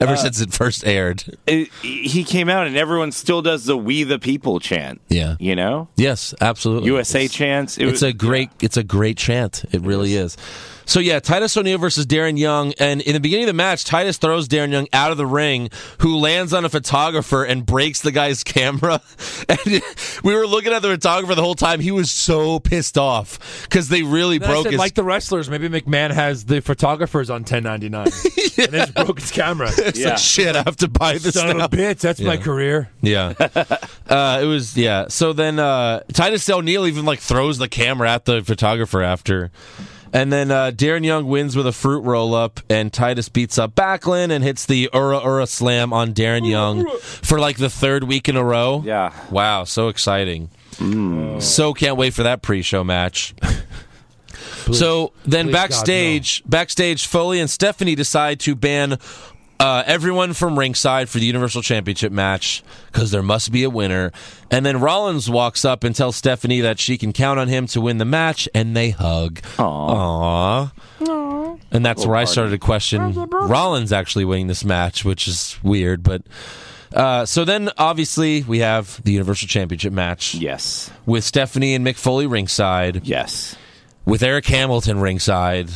[SPEAKER 5] Ever
[SPEAKER 6] uh,
[SPEAKER 5] since it first aired.
[SPEAKER 7] It- he came out and everyone still does the "We the People" chant.
[SPEAKER 5] Yeah.
[SPEAKER 7] you know,
[SPEAKER 5] Yes, absolutely.
[SPEAKER 7] USA chants. It
[SPEAKER 5] it's
[SPEAKER 7] was,
[SPEAKER 5] a great it's a great chant. It really is. So yeah, Titus O'Neil versus Darren Young, and in the beginning of the match, Titus throws Darren Young out of the ring, who lands on a photographer and breaks the guy's camera. <laughs> And we were looking at the photographer the whole time. He was so pissed off because they really
[SPEAKER 6] Then I
[SPEAKER 5] broke
[SPEAKER 6] said,
[SPEAKER 5] his.
[SPEAKER 6] like the wrestlers, maybe McMahon has the photographers
[SPEAKER 5] <laughs>
[SPEAKER 6] on 1099 and they just broke his camera.
[SPEAKER 5] It's like, <laughs> shit, I have to buy this
[SPEAKER 6] Son
[SPEAKER 5] now."
[SPEAKER 6] of a bitch, that's my
[SPEAKER 5] Yeah.
[SPEAKER 6] career.
[SPEAKER 5] Yeah. uh, it was, yeah. So then uh, Titus O'Neil even like throws the camera at the photographer after. And then uh, Darren Young wins with a fruit roll up, and Titus beats up Backlund and hits the Ura Ura slam on Darren Young for like the third week in a row. Yeah. Wow. So exciting. So can't wait for that pre show
[SPEAKER 6] <laughs>
[SPEAKER 5] match. so then
[SPEAKER 6] Please, God, no.
[SPEAKER 5] backstage, backstage, Foley and Stephanie decide to ban uh, everyone from ringside for the Universal Championship match because there must be a winner. And then Rollins walks up and tells Stephanie that she can count on him to win the match, and they hug. Aww. And that's where I started to question Rollins actually winning this match, which is weird, but. Uh, so then, obviously, we have the Universal Championship match. Yes. With Stephanie and Mick Foley ringside. Yes. With Eric Hamilton ringside.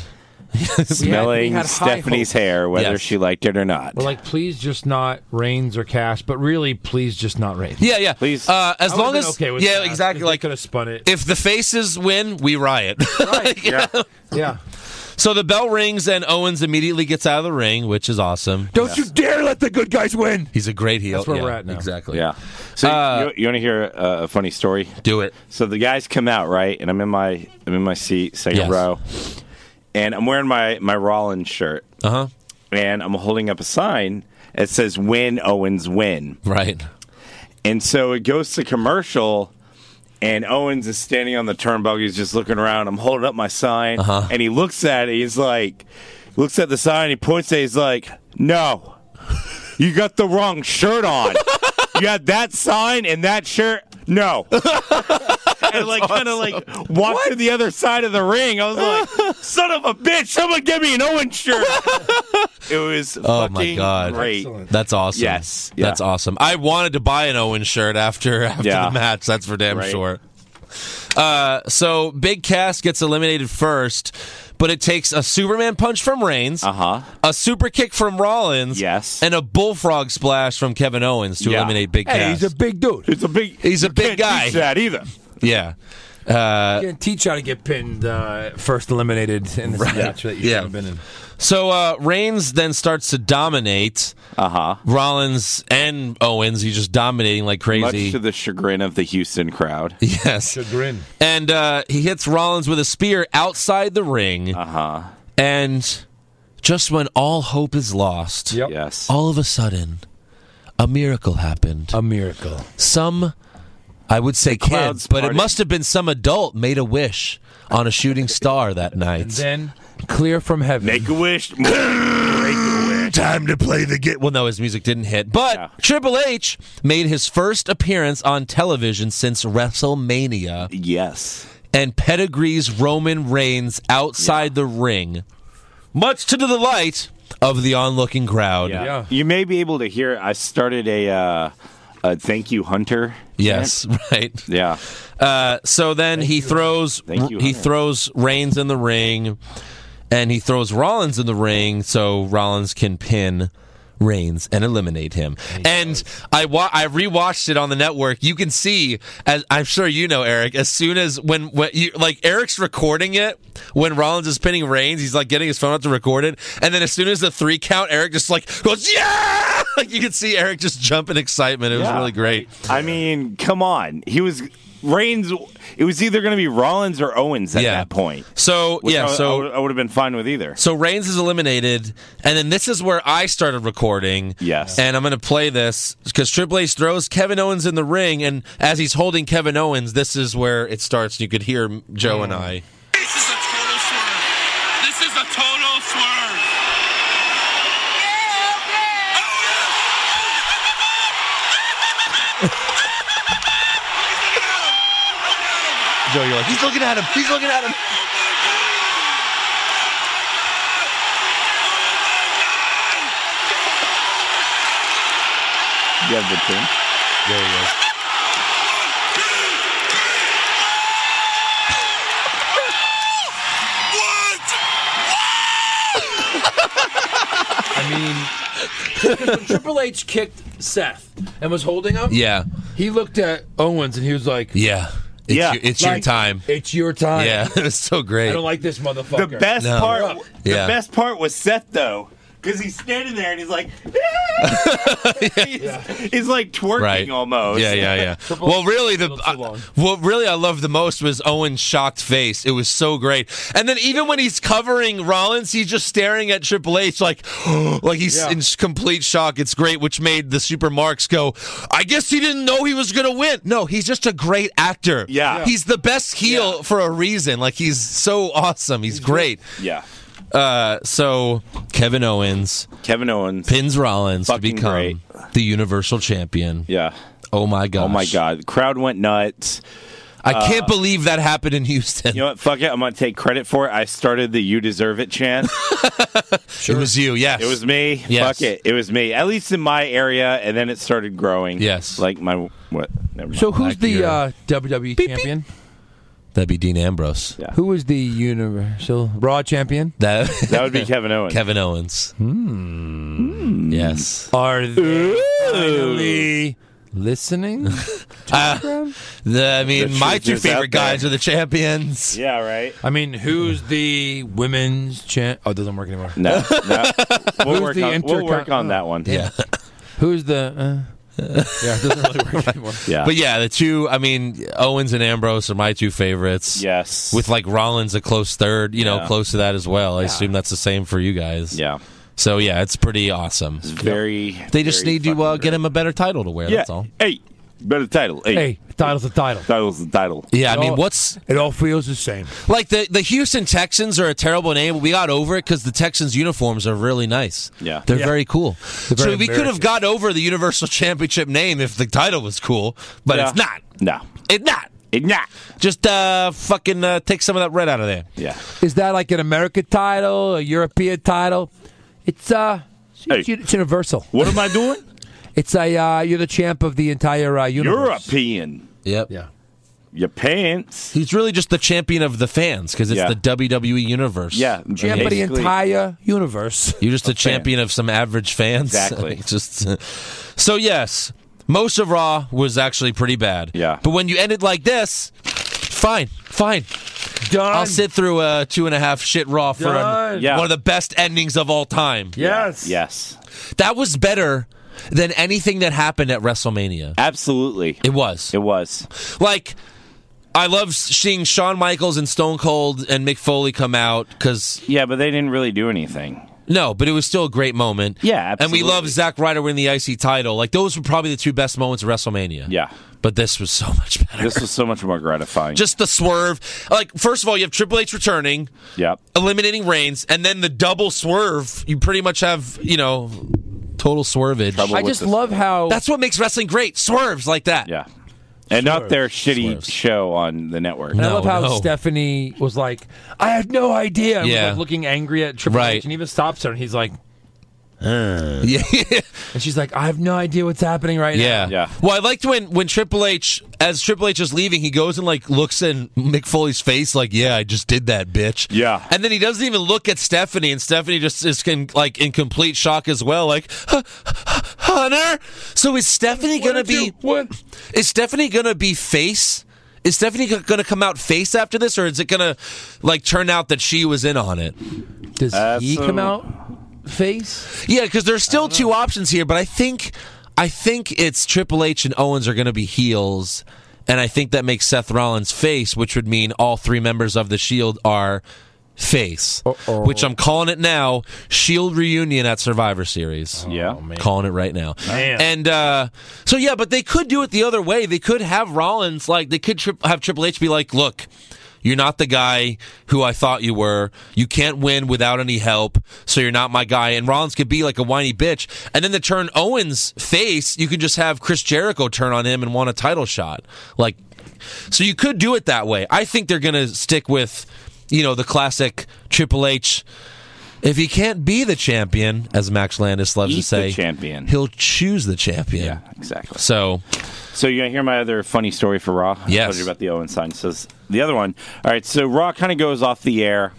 [SPEAKER 7] Smelling Stephanie's hair, whether
[SPEAKER 5] Yes.
[SPEAKER 7] she liked it or not.
[SPEAKER 6] We're like, please just not Reigns or Cash, but really, please just not Reigns.
[SPEAKER 5] Yeah, yeah. Please. Uh, as
[SPEAKER 6] I
[SPEAKER 5] long
[SPEAKER 6] would've
[SPEAKER 5] as
[SPEAKER 6] been okay with
[SPEAKER 5] yeah,
[SPEAKER 6] that.
[SPEAKER 5] exactly. Like
[SPEAKER 6] could have spun it.
[SPEAKER 5] If the faces win, we riot. <laughs> Right. yeah.
[SPEAKER 6] Yeah.
[SPEAKER 5] So the bell rings and Owens immediately gets out of the ring, which is awesome.
[SPEAKER 6] Don't you dare let the good guys win.
[SPEAKER 5] He's a great heel.
[SPEAKER 6] That's where
[SPEAKER 5] Yeah,
[SPEAKER 6] we're at now.
[SPEAKER 5] Exactly.
[SPEAKER 7] Yeah. So
[SPEAKER 5] uh,
[SPEAKER 7] you, you want to hear a, a funny story?
[SPEAKER 5] Do it.
[SPEAKER 7] So the guys come out right, and I'm in my I'm in my seat, second
[SPEAKER 5] Yes.
[SPEAKER 7] row, and I'm wearing my my Rollins shirt.
[SPEAKER 5] Uh huh.
[SPEAKER 7] And I'm holding up a sign that says "Win Owens Win."
[SPEAKER 5] Right.
[SPEAKER 7] And so it goes to commercial. And Owens is standing on the turnbuckle. He's just looking around. I'm holding up my sign,
[SPEAKER 5] Uh-huh.
[SPEAKER 7] and he looks at it. He's like, looks at the sign. He points at. it. He's like, "No, you got the wrong
[SPEAKER 5] <laughs>
[SPEAKER 7] shirt on. you had that sign and that shirt.
[SPEAKER 5] <laughs>
[SPEAKER 7] No." and like, kind of like walked to the other side of the ring. I
[SPEAKER 5] <laughs>
[SPEAKER 7] was like, "Son of a bitch! Someone give me an Owens shirt." it was
[SPEAKER 5] Oh
[SPEAKER 7] fucking
[SPEAKER 5] my god.
[SPEAKER 7] great.
[SPEAKER 5] That's awesome.
[SPEAKER 7] Yes.
[SPEAKER 5] That's awesome. I wanted to buy an Owen shirt after <laughs> after
[SPEAKER 7] Yeah.
[SPEAKER 5] the match. That's for damn
[SPEAKER 7] Right.
[SPEAKER 5] sure. Uh, so Big Cass gets eliminated first, but it takes a Superman punch from Reigns, uh-huh. a super kick from Rollins, yes, and a bullfrog splash from Kevin Owens to
[SPEAKER 6] Yeah.
[SPEAKER 5] eliminate Big
[SPEAKER 6] Hey,
[SPEAKER 5] Cass.
[SPEAKER 6] he's a big dude.
[SPEAKER 7] He's a big.
[SPEAKER 5] He's a big guy.
[SPEAKER 7] either.
[SPEAKER 5] Yeah. Uh,
[SPEAKER 6] can't teach how to get pinned uh, first eliminated in this
[SPEAKER 5] Right.
[SPEAKER 6] match that you've
[SPEAKER 5] Yeah.
[SPEAKER 6] been in.
[SPEAKER 5] So uh, Reigns then starts to dominate. Uh huh.
[SPEAKER 7] Uh-huh.
[SPEAKER 5] Rollins and Owens, he's just dominating like crazy.
[SPEAKER 7] Much to the chagrin of the Houston crowd.
[SPEAKER 5] Yes.
[SPEAKER 6] Chagrin.
[SPEAKER 5] And uh, he hits Rollins with a spear outside the ring. Uh
[SPEAKER 7] Uh-huh.
[SPEAKER 5] huh. And just when all hope is lost, yes. all of a sudden, a miracle happened. A
[SPEAKER 6] miracle.
[SPEAKER 5] Some, I would say
[SPEAKER 6] clouds
[SPEAKER 5] kids, but it
[SPEAKER 6] parted.
[SPEAKER 5] must have been some adult made a wish on a shooting star <laughs> that night.
[SPEAKER 6] And then clear from heaven. Make
[SPEAKER 7] a <laughs> wish.
[SPEAKER 5] Time to play the get. Well, no, his music didn't hit. But Triple H made his first appearance on television since WrestleMania.
[SPEAKER 7] Yes.
[SPEAKER 5] And pedigrees Roman Reigns outside the ring, much to the delight of the onlooking crowd.
[SPEAKER 7] You may be able to hear. I started a, uh, a thank you, Hunter.
[SPEAKER 5] Yes, <laughs> right.
[SPEAKER 7] Yeah.
[SPEAKER 5] Uh, so then he throws
[SPEAKER 7] you,
[SPEAKER 5] he
[SPEAKER 7] Hunter.
[SPEAKER 5] throws Reigns in the ring, and he throws Rollins in the ring so Rollins can pin Reigns and eliminate him. And I wa- I rewatched it on the network. You can see, as I'm sure you know, Eric. As soon as when when you like Eric's recording it when Rollins is pinning Reigns, he's like getting his phone out to record it, and then as soon as the three count, Eric just like goes yeah. <laughs> Like you could see Eric just jump in excitement. It was
[SPEAKER 7] Yeah.
[SPEAKER 5] really great.
[SPEAKER 7] I mean, come on. He was Reigns. It was either going to be Rollins or Owens at
[SPEAKER 5] Yeah.
[SPEAKER 7] that point.
[SPEAKER 5] So
[SPEAKER 7] Which
[SPEAKER 5] yeah,
[SPEAKER 7] I-
[SPEAKER 5] so-
[SPEAKER 7] I would- I would have been fine with either.
[SPEAKER 5] So Reigns is eliminated, and then this is where I started recording. Yes. And I'm going to play this because Triple H throws Kevin Owens in the ring, and as he's holding Kevin Owens, this is where it starts. You could hear Joe and I.
[SPEAKER 8] This is a total swerve. This is a total swerve.
[SPEAKER 5] Joe, you're like, he's looking at him. He's looking at him.
[SPEAKER 7] You have the pin.
[SPEAKER 5] There he is.
[SPEAKER 8] What?
[SPEAKER 12] 'Cause
[SPEAKER 6] <laughs>
[SPEAKER 12] when Triple H kicked Seth and was holding him,
[SPEAKER 5] Yeah.
[SPEAKER 6] He looked at Owens and he was like,
[SPEAKER 5] Yeah. It's
[SPEAKER 6] Yeah.
[SPEAKER 5] Your, it's your
[SPEAKER 6] Like-
[SPEAKER 5] time.
[SPEAKER 6] It's your time.
[SPEAKER 5] Yeah. <laughs> It was so great.
[SPEAKER 6] I don't like this
[SPEAKER 7] The
[SPEAKER 6] motherfucker.
[SPEAKER 7] best part, the
[SPEAKER 5] Yeah.
[SPEAKER 7] best part was Seth though, because he's standing there and he's like, <laughs> he's, he's like
[SPEAKER 5] <laughs>
[SPEAKER 7] twerking
[SPEAKER 5] Right.
[SPEAKER 7] almost.
[SPEAKER 5] Yeah, yeah, yeah. well, really, the I, what really I loved the most was Owen's shocked face. It was so great. And then even when he's covering Rollins, he's just staring at Triple H like, <gasps> like he's in complete shock. It's great, which made the super marks go. I guess he didn't know he was gonna win. No, he's just a great actor.
[SPEAKER 7] Yeah.
[SPEAKER 5] he's the best heel for a reason. Like he's so awesome. He's great.
[SPEAKER 7] yeah.
[SPEAKER 5] Uh, so Kevin Owens,
[SPEAKER 7] Kevin Owens
[SPEAKER 5] pins Rollins to become
[SPEAKER 7] great.
[SPEAKER 5] the Universal Champion.
[SPEAKER 7] Yeah.
[SPEAKER 5] Oh my god.
[SPEAKER 7] Oh my god, the crowd went nuts.
[SPEAKER 5] I can't believe that happened in Houston.
[SPEAKER 7] Uh, You know what? Fuck it. I'm gonna take credit for it. I started the "You Deserve It"
[SPEAKER 5] <laughs>
[SPEAKER 7] chant.
[SPEAKER 5] It was you. Yes.
[SPEAKER 7] It was me.
[SPEAKER 5] Yes.
[SPEAKER 7] Fuck it. It was me. At least in my area, and then it started growing.
[SPEAKER 5] Yes.
[SPEAKER 7] Like my what? Never mind.
[SPEAKER 6] So who's the uh, WWE champion?
[SPEAKER 5] That'd be Dean Ambrose.
[SPEAKER 7] Yeah.
[SPEAKER 6] Who is the Universal Raw champion?
[SPEAKER 5] That <laughs>
[SPEAKER 7] that would be Kevin Owens.
[SPEAKER 5] Kevin Owens.
[SPEAKER 6] Hmm.
[SPEAKER 5] Yes.
[SPEAKER 6] Are they finally listening?
[SPEAKER 5] Uh, the, I mean,
[SPEAKER 6] The
[SPEAKER 5] my
[SPEAKER 6] truth
[SPEAKER 5] two
[SPEAKER 6] is out
[SPEAKER 5] favorite guys
[SPEAKER 6] there.
[SPEAKER 5] are the champions.
[SPEAKER 7] Yeah, right.
[SPEAKER 6] <laughs> I mean, who's the women's champ? Oh, it doesn't work anymore.
[SPEAKER 5] <laughs>
[SPEAKER 7] No, no. We'll
[SPEAKER 6] Who's
[SPEAKER 7] work
[SPEAKER 6] the
[SPEAKER 7] on- we'll
[SPEAKER 6] intercon-
[SPEAKER 7] work on that
[SPEAKER 6] oh,
[SPEAKER 7] one.
[SPEAKER 6] damn. Who's the? Uh, yeah, it doesn't really <laughs> work anymore.
[SPEAKER 5] But yeah, the two, I mean, Owens and Ambrose are my two favorites.
[SPEAKER 7] Yes.
[SPEAKER 5] With like Rollins a close third, you know,
[SPEAKER 7] Yeah.
[SPEAKER 5] close to that as well. I assume that's the same for you guys.
[SPEAKER 7] Yeah.
[SPEAKER 5] So yeah, it's pretty awesome.
[SPEAKER 7] very.
[SPEAKER 5] They just
[SPEAKER 7] very
[SPEAKER 5] need to uh, get him a better title to wear.
[SPEAKER 7] Yeah.
[SPEAKER 5] That's all.
[SPEAKER 7] Hey, better title. Hey,
[SPEAKER 5] Hey,
[SPEAKER 6] title's a title.
[SPEAKER 7] Title's a title.
[SPEAKER 5] Yeah, I mean, what's
[SPEAKER 6] it all feels the same.
[SPEAKER 5] Like the the Houston Texans are a terrible name. We got over it because the Texans uniforms are really nice.
[SPEAKER 7] Yeah,
[SPEAKER 5] they're very cool.
[SPEAKER 6] They're very
[SPEAKER 5] so we could have got over the Universal <laughs> Championship name if the title was cool, but it's
[SPEAKER 7] Yeah.
[SPEAKER 5] not.
[SPEAKER 7] No,
[SPEAKER 5] it's not.
[SPEAKER 7] It's not.
[SPEAKER 5] Just uh, fucking uh, take some of that red out of there.
[SPEAKER 7] Yeah.
[SPEAKER 6] Is that like an American title, a European title? It's uh, it's, it's universal.
[SPEAKER 7] What am I doing?
[SPEAKER 6] it's a uh, you're the champ of the entire uh, universe.
[SPEAKER 7] European.
[SPEAKER 5] Yep.
[SPEAKER 6] Yeah.
[SPEAKER 7] Your pants.
[SPEAKER 5] He's really just the champion of the fans because it's
[SPEAKER 7] Yeah.
[SPEAKER 5] the WWE universe.
[SPEAKER 7] Yeah,
[SPEAKER 6] Champ of the entire
[SPEAKER 5] <laughs>
[SPEAKER 6] universe.
[SPEAKER 5] You're just a,
[SPEAKER 6] A fan.
[SPEAKER 5] champion of some average fans.
[SPEAKER 6] Exactly.
[SPEAKER 5] It's <laughs> just uh, so yes, most of Raw was actually pretty bad. Yeah. But when you ended like this, fine, fine.
[SPEAKER 6] Done.
[SPEAKER 5] I'll sit through a two and a half shit Raw for
[SPEAKER 7] Done.
[SPEAKER 5] an,
[SPEAKER 7] Yeah.
[SPEAKER 5] one of the best endings of all time.
[SPEAKER 6] Yes.
[SPEAKER 7] Yes.
[SPEAKER 5] That was better than anything that happened at WrestleMania.
[SPEAKER 7] Absolutely.
[SPEAKER 5] It was.
[SPEAKER 7] It was.
[SPEAKER 5] Like I love seeing Shawn Michaels and Stone Cold and Mick Foley come out because
[SPEAKER 7] yeah, but they didn't really do anything.
[SPEAKER 5] No, but it was still a great moment. Yeah,
[SPEAKER 7] absolutely.
[SPEAKER 5] And we love Zack Ryder winning the IC title. Like those were probably the two best moments of WrestleMania.
[SPEAKER 7] Yeah.
[SPEAKER 5] But this was so <laughs> much better.
[SPEAKER 7] This was so much more gratifying.
[SPEAKER 5] Just the swerve. Like first of all, you have Triple H returning,
[SPEAKER 7] Yep.
[SPEAKER 5] eliminating Reigns, and then the double swerve. You pretty much have you know total swervage.
[SPEAKER 6] I just love how
[SPEAKER 5] That's what makes wrestling great. Swerves like that.
[SPEAKER 7] Yeah. And not their shitty show on the network.
[SPEAKER 6] And I love how Stephanie was like, "I had no idea." And was,
[SPEAKER 7] Yeah.
[SPEAKER 6] like, looking angry at Triple
[SPEAKER 7] Right.
[SPEAKER 6] H, and even stops her, and he's like,
[SPEAKER 5] Yeah.
[SPEAKER 6] <laughs> and she's like, "I have no idea what's happening right
[SPEAKER 5] Yeah.
[SPEAKER 6] now."
[SPEAKER 5] Well, I liked when when Triple H, as Triple H is leaving, he goes and like looks in Mick Foley's face, like, "Yeah, I just did that, bitch."
[SPEAKER 7] Yeah.
[SPEAKER 5] And then he doesn't even look at Stephanie, and Stephanie just is in, like in complete shock as well, like, "Huh, huh, "Hunter, so is Stephanie gonna be
[SPEAKER 6] what?
[SPEAKER 5] Is Stephanie gonna be face?" Is Stephanie go- gonna come out face after this, or is it gonna like turn out that she was in on it?
[SPEAKER 6] Does he come out face?
[SPEAKER 5] Yeah, because there's still two options here, but I think I think it's Triple H and Owens are going to be heels, and I think that makes Seth Rollins face, which would mean all three members of the Shield are face, which I'm calling it now. Shield reunion at Survivor Series.
[SPEAKER 7] yeah,
[SPEAKER 5] calling it right now. And uh, so yeah, but they could do it the other way. They could have Rollins like they could tri- have Triple H be like, look. You're not the guy who I thought you were. You can't win without any help, so you're not my guy. And Rollins could be like a whiny bitch. And then to turn Owens face, you could just have Chris Jericho turn on him and want a title shot. Like so you could do it that way. I think they're gonna stick with, you know, the classic Triple H if he can't be the champion, as Max Landis loves to
[SPEAKER 7] He's the
[SPEAKER 5] say,
[SPEAKER 7] champion.
[SPEAKER 5] he'll choose the champion. Yeah,
[SPEAKER 7] exactly.
[SPEAKER 5] So,
[SPEAKER 7] So you gonna hear my other funny story for Raw? I told
[SPEAKER 5] Yes.
[SPEAKER 7] you about the Owen sign. So s- the other one. All right. So Raw kind of goes off the air,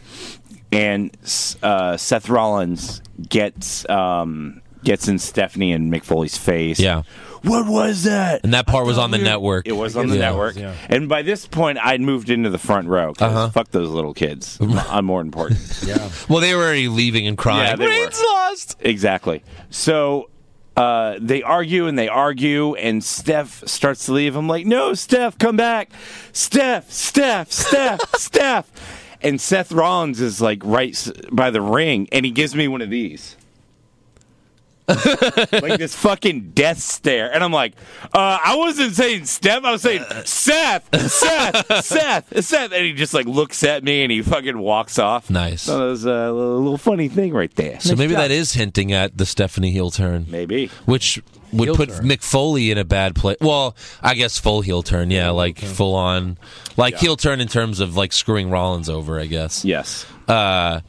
[SPEAKER 7] and s- uh, Seth Rollins gets um, gets in Stephanie and Mick Foley's face.
[SPEAKER 5] Yeah.
[SPEAKER 7] What was that?
[SPEAKER 5] And that part was on the network.
[SPEAKER 7] It was on the
[SPEAKER 5] Yeah.
[SPEAKER 7] network. And by this point, I'd moved into the front row. 'cause Fuck those little kids.
[SPEAKER 5] <laughs>
[SPEAKER 7] I'm more important.
[SPEAKER 5] Uh-huh. Yeah. Well, they were already leaving and crying.
[SPEAKER 7] Reed's
[SPEAKER 5] lost.
[SPEAKER 7] Exactly. So uh, they argue and they argue, and Steph starts to leave. I'm like, no, Steph, come back. Steph, Steph, Steph, <laughs> Steph. And Seth Rollins is like right s- by the ring, and he gives me one of these. <laughs> like this fucking death stare. And I'm like, uh, I wasn't saying Steph, I was saying Seth, Seth, <laughs> Seth, Seth. And he just like looks at me and he fucking walks off.
[SPEAKER 5] Nice.
[SPEAKER 7] So that was a little funny thing right there.
[SPEAKER 5] So maybe that is hinting at the Stephanie heel turn.
[SPEAKER 7] Maybe.
[SPEAKER 5] Which would
[SPEAKER 7] Heel
[SPEAKER 5] put
[SPEAKER 7] turn.
[SPEAKER 5] Mick Foley in a bad place. Well, I guess full heel turn, yeah, like full on like heel turn in terms of like screwing Rollins over, I guess.
[SPEAKER 7] Yes.
[SPEAKER 5] Uh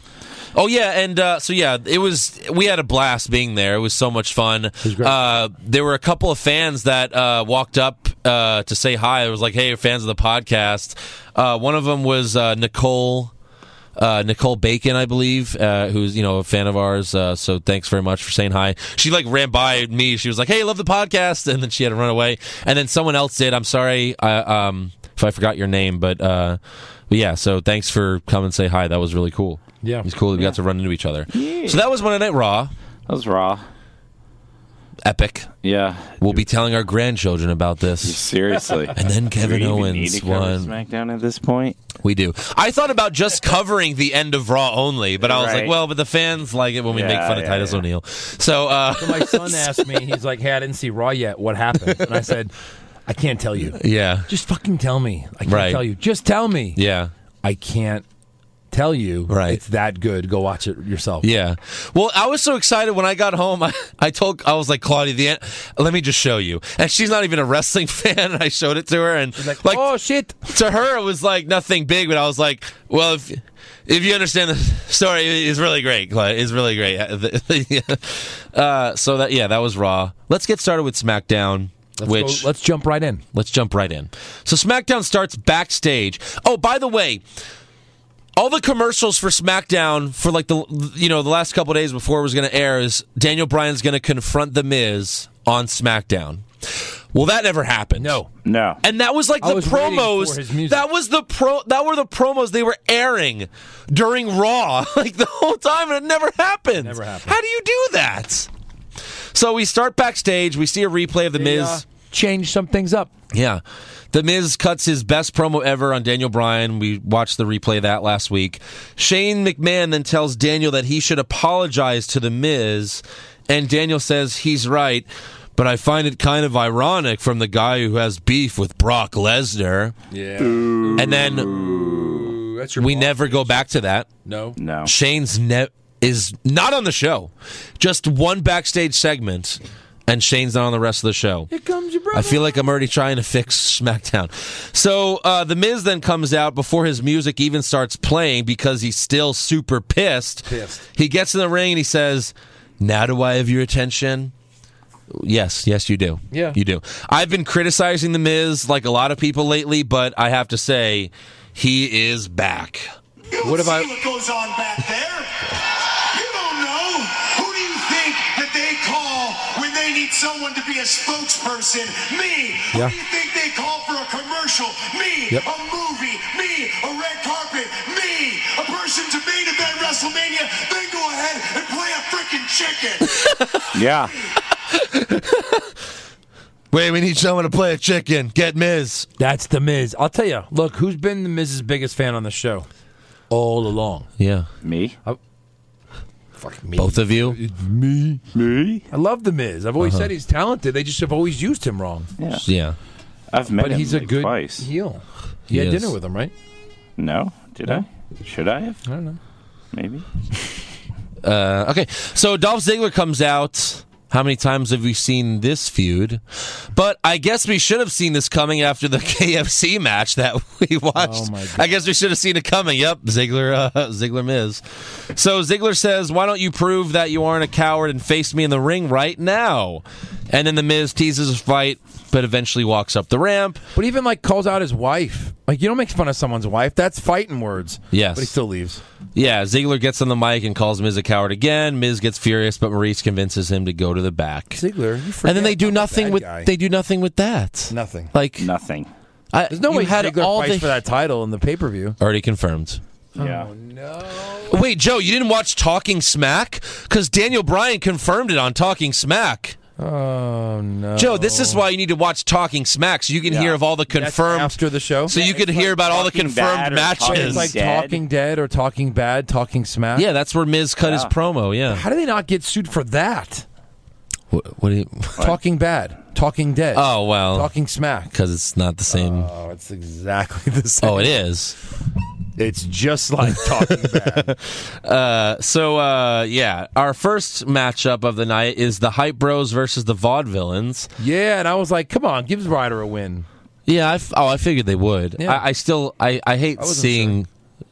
[SPEAKER 5] Oh yeah, and uh, so yeah, it was. We had a blast being there. It was so much fun. Uh, there were a couple of fans that uh, walked up uh, to say hi. It was like, "Hey, fans of the podcast." Uh, one of them was uh, Nicole uh, Nicole Bacon, I believe, uh, who's you know a fan of ours. Uh, so thanks very much for saying hi. She like ran by me. She was like, "Hey, love the podcast," <laughs> and then she had to run away. And then someone else did. I'm sorry I, um, if I forgot your name, but uh, but yeah. So thanks for coming and say hi. That was really cool.
[SPEAKER 6] Yeah.
[SPEAKER 5] it was cool. that We got to run into each other. So that was Monday Night Raw.
[SPEAKER 7] That was Raw.
[SPEAKER 5] Epic.
[SPEAKER 7] Yeah.
[SPEAKER 5] We'll be telling our grandchildren about this.
[SPEAKER 7] Seriously.
[SPEAKER 5] And then Kevin
[SPEAKER 7] <laughs> Do we even
[SPEAKER 5] Owens
[SPEAKER 7] need to cover
[SPEAKER 5] won.
[SPEAKER 7] SmackDown at this point.
[SPEAKER 5] We do. I thought about
[SPEAKER 6] <laughs>
[SPEAKER 5] just covering the end of Raw only, but I was
[SPEAKER 6] Right.
[SPEAKER 5] like, well, but the fans like it when we make
[SPEAKER 6] Yeah,
[SPEAKER 5] fun of
[SPEAKER 6] yeah,
[SPEAKER 5] Titus O'Neil. So, uh,
[SPEAKER 6] So my son asked me, he's like, "Hey, I didn't see Raw yet. What happened?" And I said, "I can't tell you.
[SPEAKER 5] <laughs> yeah,
[SPEAKER 6] Just fucking tell me. I can't
[SPEAKER 5] Right.
[SPEAKER 6] tell you. Just tell me.
[SPEAKER 5] yeah.
[SPEAKER 6] I can't tell you. Right. It's that good. Go watch it yourself.
[SPEAKER 5] Yeah. Well, I was so excited when I got home. I, I told I was like Claudia, the end, let me just show you. And she's not even a wrestling <laughs> fan. And I showed it to her, and like,
[SPEAKER 6] oh shit.
[SPEAKER 5] To her, it was like nothing big, but I was like, well, if if you understand the <laughs> story, it's really great. Claudia. It's really great. <laughs> uh, so that yeah, that was Raw. Let's get started with SmackDown.
[SPEAKER 6] Let's
[SPEAKER 5] which
[SPEAKER 6] go- let's jump right in.
[SPEAKER 5] Let's jump right in. So SmackDown starts backstage. Oh, by the way, all the commercials for SmackDown for like the you know the last couple days before it was going to air is Daniel Bryan's going to confront the Miz on SmackDown. Well, that never happened. No,
[SPEAKER 7] no.
[SPEAKER 5] And that was like
[SPEAKER 6] I
[SPEAKER 5] the
[SPEAKER 6] was waiting for his
[SPEAKER 5] promos.
[SPEAKER 6] music.
[SPEAKER 5] That was the pro. That were the promos they were airing during Raw, <laughs> like the whole time, and it never happened. Never happened. How do you do that? So we start backstage. We see a replay of the
[SPEAKER 6] They,
[SPEAKER 5] Miz.
[SPEAKER 6] uh, change some things up.
[SPEAKER 5] Yeah. The Miz cuts his best promo ever on Daniel Bryan. We watched the replay of that last week. Shane McMahon then tells Daniel that he should apologize to The Miz, and Daniel says he's right, but I find it kind of ironic from the guy who has beef with Brock Lesnar.
[SPEAKER 12] Yeah.
[SPEAKER 5] And then we never go back to that.
[SPEAKER 12] No.
[SPEAKER 7] No.
[SPEAKER 5] Shane's ne- is not on the show. Just one backstage segment, and Shane's not on the rest of the show. Here
[SPEAKER 6] comes your brother.
[SPEAKER 5] I feel like I'm already trying to fix SmackDown. So uh, the Miz then comes out before his music even starts playing because he's still super pissed.
[SPEAKER 12] Pissed.
[SPEAKER 5] He gets in the ring and he says, "Now do I have your attention?" Yes, yes, you do.
[SPEAKER 12] Yeah.
[SPEAKER 5] you do. I've been criticizing the Miz like a lot of people lately, but I have to say, he is back.
[SPEAKER 8] You don't see what goes on back there? You don't know. Who do you think that they call when they need someone to be a spokesperson? Me. Who
[SPEAKER 4] Yeah.
[SPEAKER 8] do you think they call for a commercial? Me.
[SPEAKER 4] Yep.
[SPEAKER 8] A movie. Me. A red carpet. Me. A person to main event WrestleMania. Then go ahead and play a freaking chicken.
[SPEAKER 7] Yeah.
[SPEAKER 5] Wait, we need someone to play a chicken. Get Miz.
[SPEAKER 6] That's the Miz. I'll tell you. Look, who's been the Miz's biggest fan on the show all along?
[SPEAKER 5] Yeah.
[SPEAKER 7] Me.
[SPEAKER 6] Fucking me.
[SPEAKER 5] Both of you.
[SPEAKER 6] Me.
[SPEAKER 7] Me.
[SPEAKER 6] I love the Miz. I've always
[SPEAKER 5] Uh-huh.
[SPEAKER 6] said he's talented. They just have always used him wrong.
[SPEAKER 7] Yeah.
[SPEAKER 5] Yeah.
[SPEAKER 7] I've met
[SPEAKER 6] But
[SPEAKER 7] him
[SPEAKER 6] he's a
[SPEAKER 7] like
[SPEAKER 6] good
[SPEAKER 7] twice.
[SPEAKER 6] heel.
[SPEAKER 7] He
[SPEAKER 6] You had
[SPEAKER 7] is.
[SPEAKER 6] dinner with him, right?
[SPEAKER 7] No. Did
[SPEAKER 6] No?
[SPEAKER 7] I? Should I have?
[SPEAKER 6] I don't know.
[SPEAKER 7] Maybe.
[SPEAKER 5] Uh, okay, so Dolph Ziggler comes out. How many times have we seen this feud? But I guess we should have seen this coming after the <laughs> KFC match that we <laughs> watched.
[SPEAKER 6] my
[SPEAKER 5] I guess we should have seen it coming. Yep, Ziggler, uh, <laughs> Ziggler Miz. So Ziggler says, "Why don't you prove that you aren't a coward and face me in the ring right now?" And then the Miz teases a fight. but eventually walks up the ramp.
[SPEAKER 6] But even like calls out his wife. Like you don't make fun of someone's wife. That's fighting words.
[SPEAKER 5] Yes.
[SPEAKER 6] But he still leaves.
[SPEAKER 5] Yeah, Ziggler gets on the mic and calls Miz a coward again. Miz gets furious, but Maurice convinces him to go to the back.
[SPEAKER 6] Ziggler. You
[SPEAKER 5] and then they do
[SPEAKER 6] about the
[SPEAKER 5] nothing
[SPEAKER 6] bad
[SPEAKER 5] with
[SPEAKER 6] guy.
[SPEAKER 5] they do nothing with that.
[SPEAKER 6] Nothing.
[SPEAKER 5] Like
[SPEAKER 7] nothing.
[SPEAKER 5] I,
[SPEAKER 6] There's no
[SPEAKER 5] you
[SPEAKER 6] way
[SPEAKER 5] had
[SPEAKER 6] Ziggler
[SPEAKER 5] all
[SPEAKER 6] fights
[SPEAKER 5] the
[SPEAKER 6] for that title in the pay per view.
[SPEAKER 5] already confirmed.
[SPEAKER 6] Oh,
[SPEAKER 7] Yeah.
[SPEAKER 5] Wait, Joe, you didn't watch Talking Smack because Daniel Bryan confirmed it on Talking Smack.
[SPEAKER 6] Oh no.
[SPEAKER 5] Joe, this is why you need to watch Talking Smack so you can
[SPEAKER 6] Yeah.
[SPEAKER 5] hear of all the
[SPEAKER 6] That's
[SPEAKER 5] confirmed
[SPEAKER 6] after the show.
[SPEAKER 5] So you could hear about all the
[SPEAKER 7] Talking Bad
[SPEAKER 5] confirmed
[SPEAKER 7] or
[SPEAKER 5] matches.
[SPEAKER 6] It's like talking dead or talking bad, talking smack.
[SPEAKER 5] yeah, that's where Miz cut his
[SPEAKER 6] Yeah.
[SPEAKER 5] promo. Yeah.
[SPEAKER 6] How do they not get sued for that?
[SPEAKER 5] What, what do you?
[SPEAKER 6] Talking bad, talking dead.
[SPEAKER 5] Oh well,
[SPEAKER 6] talking smack.
[SPEAKER 5] because it's not the same.
[SPEAKER 6] Oh, it's exactly <laughs> the same.
[SPEAKER 5] Oh, it is.
[SPEAKER 6] It's
[SPEAKER 5] <laughs>
[SPEAKER 6] just like talking bad.
[SPEAKER 5] Uh, so uh, yeah, our first matchup of the night is the Hype Bros versus the Vaudevillains.
[SPEAKER 6] yeah, and I was like, come on, give Ryder a win.
[SPEAKER 5] Yeah, I f- oh, I figured they would.
[SPEAKER 6] Yeah.
[SPEAKER 5] I, I still, I, I hate
[SPEAKER 6] wasn't
[SPEAKER 5] seeing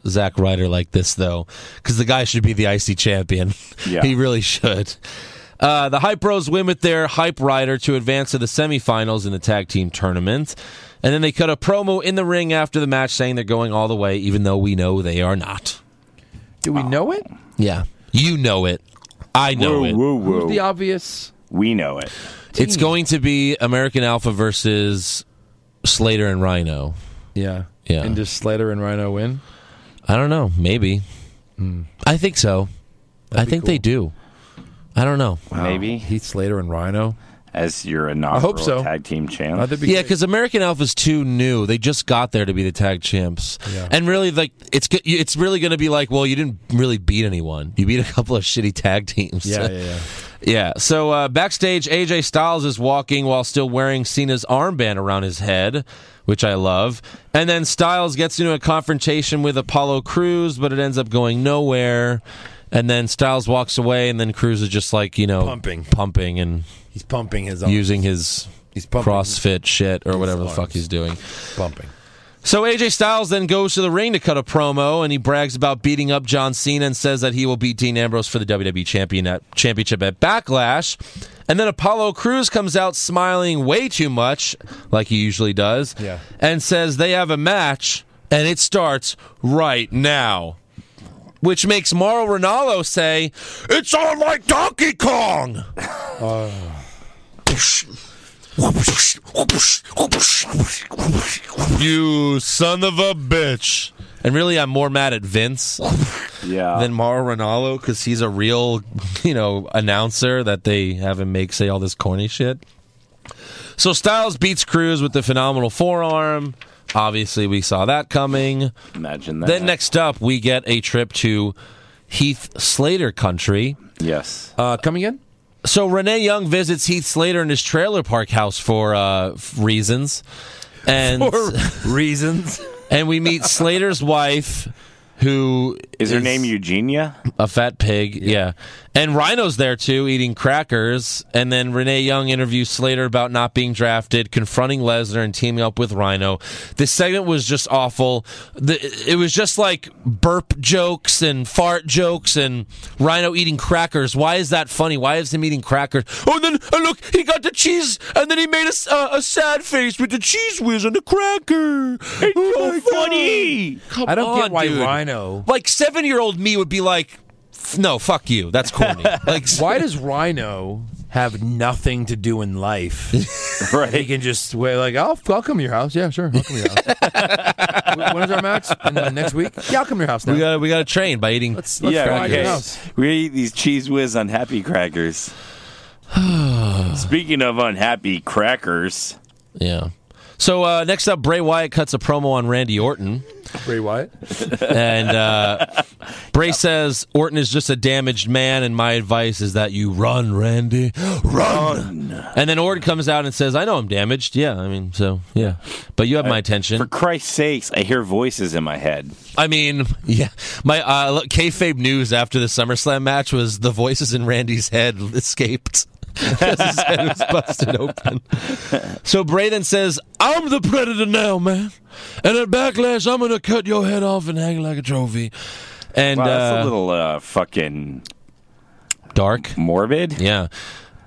[SPEAKER 5] Zack Ryder like this though, because the guy should be the IC champion. <laughs>
[SPEAKER 7] Yeah.
[SPEAKER 5] he really should. Uh, the Hype Bros win with their Hype Rider to advance to the semifinals in the tag team tournament, and then they cut a promo in the ring after the match saying they're going all the way, even though we know they are not.
[SPEAKER 6] Do
[SPEAKER 5] Oh.
[SPEAKER 6] we know it?
[SPEAKER 5] Yeah, you know it. I know
[SPEAKER 7] Woo,
[SPEAKER 5] it.
[SPEAKER 7] woo, woo.
[SPEAKER 6] The obvious.
[SPEAKER 7] Oh, we know it.
[SPEAKER 5] It's going to be American Alpha versus Slater and Rhino.
[SPEAKER 6] Yeah.
[SPEAKER 5] Yeah.
[SPEAKER 6] And does Slater and Rhino win?
[SPEAKER 5] I don't know. Maybe. I think so. I
[SPEAKER 6] Hmm. be
[SPEAKER 5] think they do.
[SPEAKER 6] cool.
[SPEAKER 5] I don't know.
[SPEAKER 6] Oh,
[SPEAKER 7] Maybe
[SPEAKER 6] Heath Slater and Rhino.
[SPEAKER 7] as your inaugural
[SPEAKER 6] so.
[SPEAKER 7] tag team champ.
[SPEAKER 6] Uh, that'd be
[SPEAKER 5] Yeah,
[SPEAKER 6] great.
[SPEAKER 5] because American Alpha's too new. They just got there to be the tag champs,
[SPEAKER 6] Yeah.
[SPEAKER 5] and really, like it's go- it's really going to be like, well, you didn't really beat anyone. You beat a couple of shitty tag teams.
[SPEAKER 6] yeah, yeah, yeah.
[SPEAKER 5] Yeah. So uh, backstage, AJ Styles is walking while still wearing Cena's armband around his head, which I love. And then Styles gets into a confrontation with Apollo Cruz, but it ends up going nowhere. And then Styles walks away, and then Cruz is just like you know
[SPEAKER 6] Pumping.
[SPEAKER 5] pumping, and
[SPEAKER 6] He's pumping his own.
[SPEAKER 5] using his
[SPEAKER 6] He's pumping.
[SPEAKER 5] CrossFit shit or whatever the fuck
[SPEAKER 6] arms.
[SPEAKER 5] he's doing.
[SPEAKER 6] Pumping.
[SPEAKER 5] So AJ Styles then goes to the ring to cut a promo, and he brags about beating up John Cena and says that he will beat Dean Ambrose for the WWE champion at, championship at Backlash. And then Apollo Cruz comes out smiling way too much, like he usually does,
[SPEAKER 6] Yeah.
[SPEAKER 5] and says they have a match, and it starts right now. Which makes Mauro Ronaldo say, It's on like Donkey Kong! You son of a bitch. And really, I'm more mad at Vince
[SPEAKER 7] yeah.
[SPEAKER 5] than Mauro Ronaldo because he's a real, you know, announcer that they have him make say all this corny shit. So Styles beats Cruz with the phenomenal forearm. Obviously, we saw that coming.
[SPEAKER 7] Imagine that.
[SPEAKER 5] Then next up, we get a trip to Heath Slater country.
[SPEAKER 7] Yes.
[SPEAKER 6] Uh, coming in?
[SPEAKER 5] So Renee Young visits Heath Slater in his trailer park house for uh, f- reasons, and
[SPEAKER 6] reasons.
[SPEAKER 5] <laughs> and we meet Slater's wife, who
[SPEAKER 7] Is her name Eugenia?
[SPEAKER 5] a fat pig. Yeah. And Rhino's there too, eating crackers. And then Renee Young interviews Slater about not being drafted, confronting Lesnar, and teaming up with Rhino. This segment was just awful. The, it was just like burp jokes and fart jokes and Rhino eating crackers. Why is that funny? Why is him eating crackers? Oh, and then oh, look, he got the cheese, and then he made a, s- uh, a sad face with the cheese whiz on the cracker. Oh It's
[SPEAKER 7] so funny.
[SPEAKER 5] Come
[SPEAKER 6] I don't get
[SPEAKER 5] on,
[SPEAKER 6] why
[SPEAKER 5] dude
[SPEAKER 6] Rhino.
[SPEAKER 5] like seven year old me would be like, "F- no, fuck you. That's
[SPEAKER 6] <laughs>
[SPEAKER 5] corny. like,
[SPEAKER 6] Why does Rhino have nothing to do in life? he
[SPEAKER 7] <laughs> Right.
[SPEAKER 6] can just wait, like, I'll, I'll come to your house. Yeah, sure. I'll come to your house. Wh- <laughs> when is our match? In, uh, next week? Yeah, I'll come to your house now.
[SPEAKER 5] we got we got to train by eating?
[SPEAKER 6] let's let's
[SPEAKER 7] Yeah,
[SPEAKER 6] try it
[SPEAKER 7] okay.
[SPEAKER 6] out.
[SPEAKER 7] We eat these cheese whiz unhappy crackers. Speaking of unhappy crackers,
[SPEAKER 5] yeah. So uh, next up, Bray Wyatt cuts a promo on Randy Orton,
[SPEAKER 6] Bray Wyatt.
[SPEAKER 5] and
[SPEAKER 6] <laughs>
[SPEAKER 5] uh, Bray says Orton is just a damaged man, and my advice is that you run, Randy, run. And then Orton comes out and says, "I know I'm damaged. Yeah, I mean, so yeah, but you have my attention.
[SPEAKER 7] for Christ's sakes, I hear voices in my head.
[SPEAKER 5] I mean, yeah. My uh, look, kayfabe news after the SummerSlam match was the voices in Randy's head escaped. <laughs> 'Cause his head was busted open. So Bray then says, "I'm the predator now, man, and at Backlash, I'm gonna cut your head off and hang it like a trophy." And
[SPEAKER 7] Wow, that's
[SPEAKER 5] uh,
[SPEAKER 7] a little uh, fucking
[SPEAKER 5] dark,
[SPEAKER 7] morbid.
[SPEAKER 5] yeah.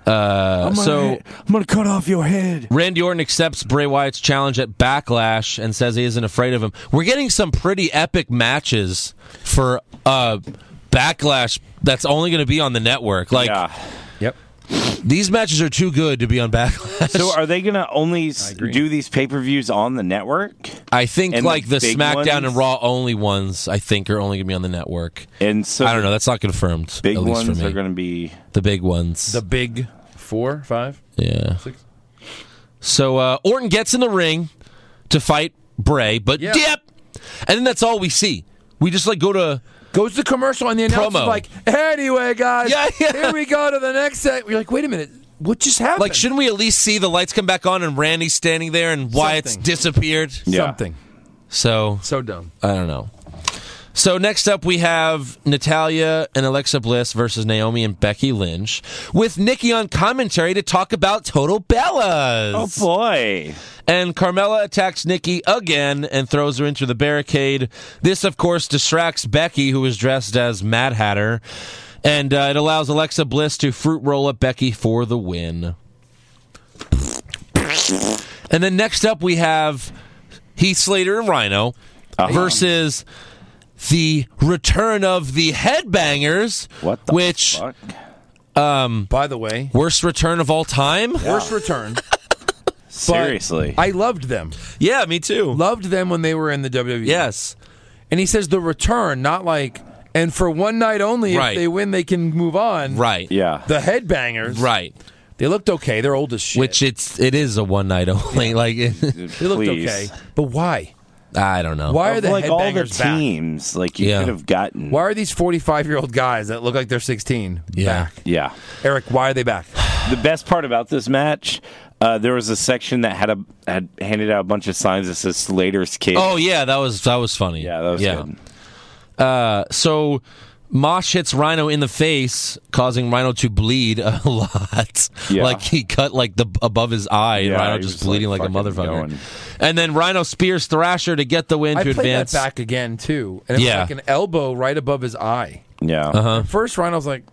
[SPEAKER 5] Uh,
[SPEAKER 7] I'm gonna
[SPEAKER 5] so
[SPEAKER 7] hit- I'm gonna cut off your head.
[SPEAKER 5] Randy Orton accepts Bray Wyatt's challenge at Backlash and says he isn't afraid of him. We're getting some pretty epic matches for uh, Backlash that's only going to be on the network. Like,
[SPEAKER 6] yep.
[SPEAKER 5] These matches are too good to be on <laughs> Backlash.
[SPEAKER 7] So are they gonna only s- do these pay per views on the network?
[SPEAKER 5] I think
[SPEAKER 7] And the
[SPEAKER 5] like the,
[SPEAKER 7] big
[SPEAKER 5] SmackDown
[SPEAKER 7] ones?
[SPEAKER 5] and Raw only ones I think are only going to be on the network.
[SPEAKER 7] And so
[SPEAKER 5] I don't know. That's not confirmed.
[SPEAKER 7] Big
[SPEAKER 5] at least for
[SPEAKER 7] ones
[SPEAKER 5] me.
[SPEAKER 7] are gonna be
[SPEAKER 5] the big ones.
[SPEAKER 13] The big four, five.
[SPEAKER 5] Yeah.
[SPEAKER 13] Six.
[SPEAKER 5] So uh, Orton gets in the ring to fight Bray, but dip, and then that's all we see. We just like go to
[SPEAKER 6] goes to commercial and the
[SPEAKER 5] promo.
[SPEAKER 6] announcer's like, anyway, guys,
[SPEAKER 5] Yeah, yeah.
[SPEAKER 6] here we go to the next set. You're like, wait a minute, what just happened?
[SPEAKER 5] like, shouldn't we at least see the lights come back on and Randy's standing there and Wyatt's disappeared?
[SPEAKER 6] Yeah. Something.
[SPEAKER 5] So
[SPEAKER 6] so dumb.
[SPEAKER 5] I don't know. So next up, we have Natalia and Alexa Bliss versus Naomi and Becky Lynch, with Nikki on commentary to talk about Total Bellas. Oh
[SPEAKER 7] boy!
[SPEAKER 5] And Carmella attacks Nikki again and throws her into the barricade. This, of course, distracts Becky, who is dressed as Mad Hatter, and uh, it allows Alexa Bliss to fruit roll up Becky for the win. And then next up, we have Heath Slater and Rhino Uh-huh. versus the return of the Headbangers. What the which, Um,
[SPEAKER 6] by the way,
[SPEAKER 5] worst return of all time.
[SPEAKER 6] Worst return. But
[SPEAKER 5] Seriously.
[SPEAKER 6] I loved them.
[SPEAKER 5] Yeah, me too.
[SPEAKER 6] Loved them when they were in the WWE.
[SPEAKER 5] Yes.
[SPEAKER 6] And he says the return, not like, and for one night only,
[SPEAKER 5] Right.
[SPEAKER 6] if they win, they can move on.
[SPEAKER 5] Right.
[SPEAKER 7] Yeah.
[SPEAKER 6] The headbangers.
[SPEAKER 5] Right.
[SPEAKER 6] They looked okay. They're old as shit.
[SPEAKER 5] Which it's it is a one night only. Like <laughs>
[SPEAKER 6] They looked okay. But why?
[SPEAKER 5] I don't know.
[SPEAKER 6] Why are the
[SPEAKER 7] like all the
[SPEAKER 6] headbangers back?
[SPEAKER 7] teams? Like you
[SPEAKER 5] Yeah.
[SPEAKER 7] could have gotten.
[SPEAKER 6] Why are these 45 year old guys that look like they're 16
[SPEAKER 5] Yeah.
[SPEAKER 6] back?
[SPEAKER 7] Yeah.
[SPEAKER 6] Eric, why are they back?
[SPEAKER 7] The best part about this match, uh, there was a section that had a had handed out a bunch of signs that says Slater's kid.
[SPEAKER 5] Oh yeah, that was that was funny. Yeah, that was Uh, so Mosh hits Rhino in the face, causing Rhino to bleed a <laughs> lot.
[SPEAKER 7] Yeah.
[SPEAKER 5] Like he cut like the above his eye, and
[SPEAKER 7] Yeah,
[SPEAKER 5] Rhino
[SPEAKER 7] he
[SPEAKER 5] just
[SPEAKER 7] was,
[SPEAKER 5] bleeding like,
[SPEAKER 7] like,
[SPEAKER 5] a
[SPEAKER 7] fucking
[SPEAKER 5] motherfucker.
[SPEAKER 7] going.
[SPEAKER 5] And then Rhino spears Thrasher to get the win
[SPEAKER 6] I
[SPEAKER 5] to
[SPEAKER 6] played
[SPEAKER 5] advance.
[SPEAKER 6] that back again, too. And it
[SPEAKER 5] Yeah.
[SPEAKER 6] was like an elbow right above his eye.
[SPEAKER 7] Yeah.
[SPEAKER 5] Uh-huh.
[SPEAKER 6] At First, Rhino's like,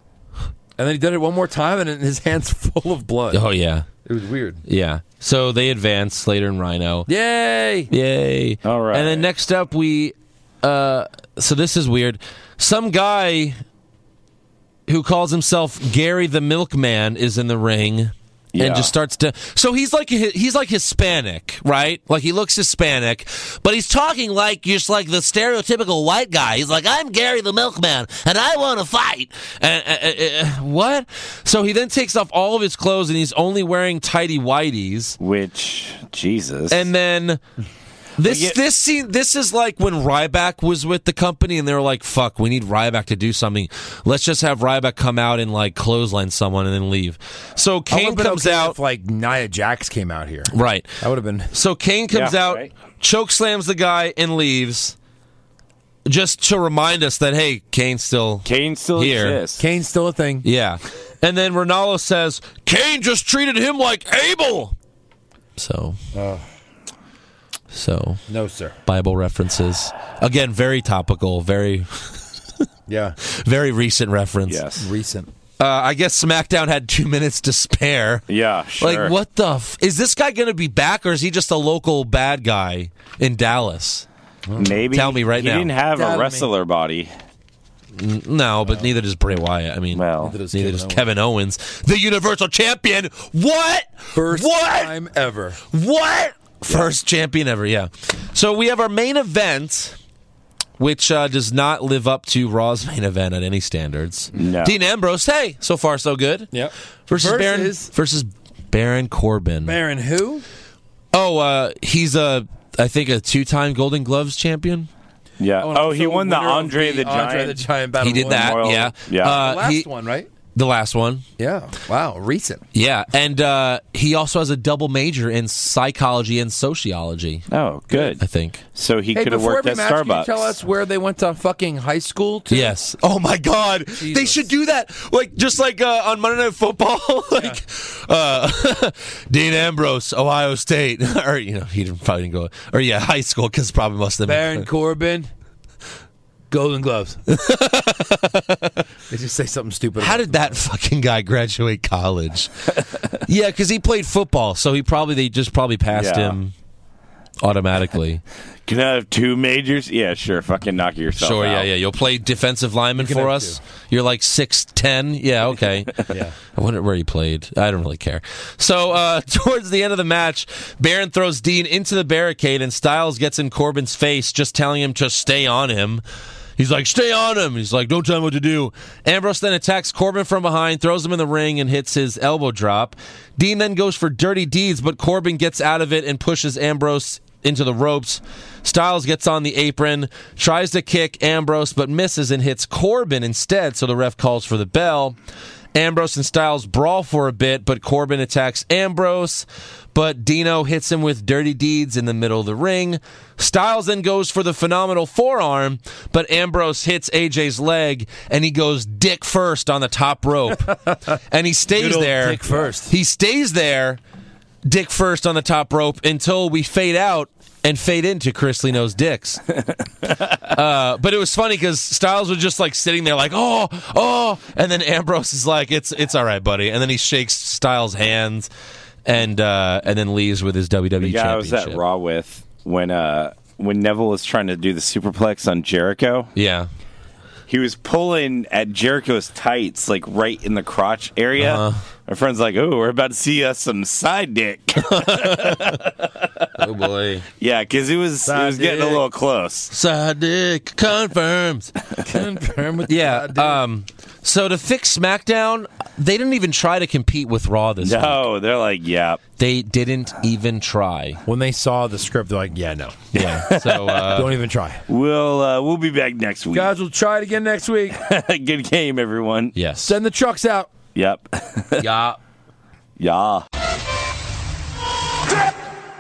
[SPEAKER 6] and then he did it one more time, and his <laughs> hand's full of blood.
[SPEAKER 5] Oh yeah,
[SPEAKER 6] It was weird.
[SPEAKER 5] yeah. So they advance Slater and Rhino.
[SPEAKER 6] Yay!
[SPEAKER 5] Yay! All
[SPEAKER 7] right.
[SPEAKER 5] And then next up, we. Uh, so this is weird. Some guy who calls himself Gary the Milkman is in the ring.
[SPEAKER 7] Yeah.
[SPEAKER 5] And just starts to. So he's like he's like Hispanic, right? Like he looks Hispanic, but he's talking like just like the stereotypical white guy. He's like, "I'm Gary the Milkman, and I want to fight." And, uh, uh, uh, what? So he then takes off all of his clothes, and he's only wearing tidy whities.
[SPEAKER 7] Which Jesus.
[SPEAKER 5] And then this this scene this is like when Ryback was with the company and they were like, "Fuck, we need Ryback to do something. Let's just have Ryback come out and like clothesline someone and then leave." So
[SPEAKER 6] I
[SPEAKER 5] Kane
[SPEAKER 6] would've been
[SPEAKER 5] comes
[SPEAKER 6] okay
[SPEAKER 5] out,
[SPEAKER 6] if, like Nia Jax came out here.
[SPEAKER 5] right?
[SPEAKER 6] That would have been
[SPEAKER 5] So Kane comes
[SPEAKER 6] Yeah,
[SPEAKER 5] out,
[SPEAKER 6] right.
[SPEAKER 5] choke slams the guy and leaves. Just to remind us that hey, Kane's still
[SPEAKER 7] Kane's still
[SPEAKER 5] here.
[SPEAKER 6] Kane's still a thing.
[SPEAKER 5] Yeah. And then Ronaldo says, Kane just treated him like Abel. So. So.
[SPEAKER 6] No, sir.
[SPEAKER 5] Bible references. Again, very topical, very,
[SPEAKER 6] Yeah.
[SPEAKER 5] very recent reference.
[SPEAKER 6] Recent.
[SPEAKER 5] Uh, I guess SmackDown had two minutes to spare.
[SPEAKER 7] Yeah,
[SPEAKER 5] Like, what the? F- is this guy going to be back or is he just a local bad guy in Dallas?
[SPEAKER 7] Maybe.
[SPEAKER 5] Tell me right
[SPEAKER 7] he
[SPEAKER 5] now.
[SPEAKER 7] didn't have a wrestler body.
[SPEAKER 5] N- No, but neither does Bray Wyatt. I mean, neither does, Kevin, Owens. the Universal Champion. What?
[SPEAKER 6] First
[SPEAKER 5] what?
[SPEAKER 6] time ever.
[SPEAKER 5] What? First champion ever. Yeah. So we have our main event, which uh, does not live up to Raw's <laughs> main event at any standards.
[SPEAKER 7] No.
[SPEAKER 5] Dean Ambrose. Hey, so far so good.
[SPEAKER 6] Yep.
[SPEAKER 5] Versus, Baron
[SPEAKER 6] Versus-
[SPEAKER 5] versus Baron Corbin.
[SPEAKER 6] Baron who?
[SPEAKER 5] Oh, uh, he's a I think a two-time Golden Gloves champion.
[SPEAKER 7] Yeah.
[SPEAKER 6] Oh, and
[SPEAKER 7] Oh, he
[SPEAKER 6] also
[SPEAKER 7] won the
[SPEAKER 6] winner of
[SPEAKER 7] Andre
[SPEAKER 6] the
[SPEAKER 7] the, Giant.
[SPEAKER 6] Andre the Giant Battle
[SPEAKER 5] He did that.
[SPEAKER 6] Royal.
[SPEAKER 5] Yeah.
[SPEAKER 6] Yeah.
[SPEAKER 5] Uh,
[SPEAKER 6] The last
[SPEAKER 5] he-
[SPEAKER 6] one, right?
[SPEAKER 5] The last one.
[SPEAKER 6] Yeah. Wow. Recent.
[SPEAKER 5] Yeah, and uh, he also has a double major in psychology and sociology.
[SPEAKER 7] Oh, good.
[SPEAKER 5] I think
[SPEAKER 7] so. He
[SPEAKER 6] hey,
[SPEAKER 7] could have
[SPEAKER 6] before
[SPEAKER 7] worked
[SPEAKER 6] every
[SPEAKER 7] at
[SPEAKER 6] match, Can you
[SPEAKER 7] Starbucks.
[SPEAKER 6] tell us where they went to fucking high school? To?
[SPEAKER 5] Yes. Oh my God, they should do that. Like just like uh, on Monday Night Football, <laughs> like uh, <laughs> Dean Ambrose, Ohio State, <laughs> or you know he didn't, probably didn't go, or yeah, high school because probably most of them.
[SPEAKER 6] Baron Corbin. Golden <laughs> Gloves. they just say something stupid.
[SPEAKER 5] How did that fucking guy graduate college? <laughs> yeah, because he played football, so he probably they just probably passed
[SPEAKER 7] Yeah.
[SPEAKER 5] him
[SPEAKER 7] <laughs>
[SPEAKER 5] automatically.
[SPEAKER 7] Can I have two majors? Yeah, sure. Fucking knock yourself
[SPEAKER 5] sure,
[SPEAKER 7] out.
[SPEAKER 5] yeah, yeah. You'll play defensive lineman
[SPEAKER 7] You can
[SPEAKER 5] for
[SPEAKER 7] have
[SPEAKER 5] us. You're like six ten. Yeah, okay.
[SPEAKER 7] <laughs> Yeah.
[SPEAKER 5] I wonder where he played. I don't really care. So uh, <laughs> towards the end of the match, Baron throws Dean into the barricade, and Styles gets in Corbin's face, just telling him to stay on him. He's like, stay on him. He's like, don't tell him what to do. Ambrose then attacks Corbin from behind, throws him in the ring, and hits his elbow drop. Dean then goes for dirty deeds, but Corbin gets out of it and pushes Ambrose into the ropes. Styles gets on the apron, tries to kick Ambrose, but misses and hits Corbin instead, so the ref calls for the bell. Ambrose and Styles brawl for a bit, but Corbin attacks Ambrose, but Dino hits him with dirty deeds in the middle of the ring. Styles then goes for the phenomenal forearm, but Ambrose hits AJ's leg and he goes dick first on the top
[SPEAKER 6] <laughs>
[SPEAKER 5] rope. and he stays
[SPEAKER 6] Good old
[SPEAKER 5] there.
[SPEAKER 6] dick first.
[SPEAKER 5] He stays there dick first on the top rope until we fade out and fade into Chris Lino's
[SPEAKER 7] <laughs>
[SPEAKER 5] dicks. uh, but it was funny because Styles was just like sitting there, like oh, oh, and then Ambrose is like, "It's it's all right, buddy," and then he shakes Styles' hands and uh, and then leaves with his WWE
[SPEAKER 7] The guy I was
[SPEAKER 5] championship.
[SPEAKER 7] at Raw with when uh when Neville was trying to do the superplex on Jericho.
[SPEAKER 5] Yeah.
[SPEAKER 7] He was pulling at Jericho's tights, like right in the crotch area. My friend's like, "Oh, we're about to see uh, some side dick."
[SPEAKER 5] oh <laughs> boy!
[SPEAKER 7] Yeah, because it was it was getting a little close.
[SPEAKER 5] Side dick confirms. Confirm
[SPEAKER 6] <laughs>
[SPEAKER 5] with yeah.
[SPEAKER 6] uh,
[SPEAKER 5] Um, so to fix SmackDown, they didn't even try to compete with Raw this week.
[SPEAKER 7] No, they're like, yeah.
[SPEAKER 5] They didn't even
[SPEAKER 7] <laughs>
[SPEAKER 5] try.
[SPEAKER 6] When they saw the script, they're like, yeah, no.
[SPEAKER 5] Yeah. So uh,
[SPEAKER 6] Don't even try.
[SPEAKER 7] We'll uh, we'll be back next week.
[SPEAKER 6] Guys, we'll try it again next week.
[SPEAKER 7] <laughs> Good game, everyone.
[SPEAKER 5] Yes.
[SPEAKER 6] Send the trucks out.
[SPEAKER 7] Yep. <laughs>
[SPEAKER 5] yeah.
[SPEAKER 7] Yeah.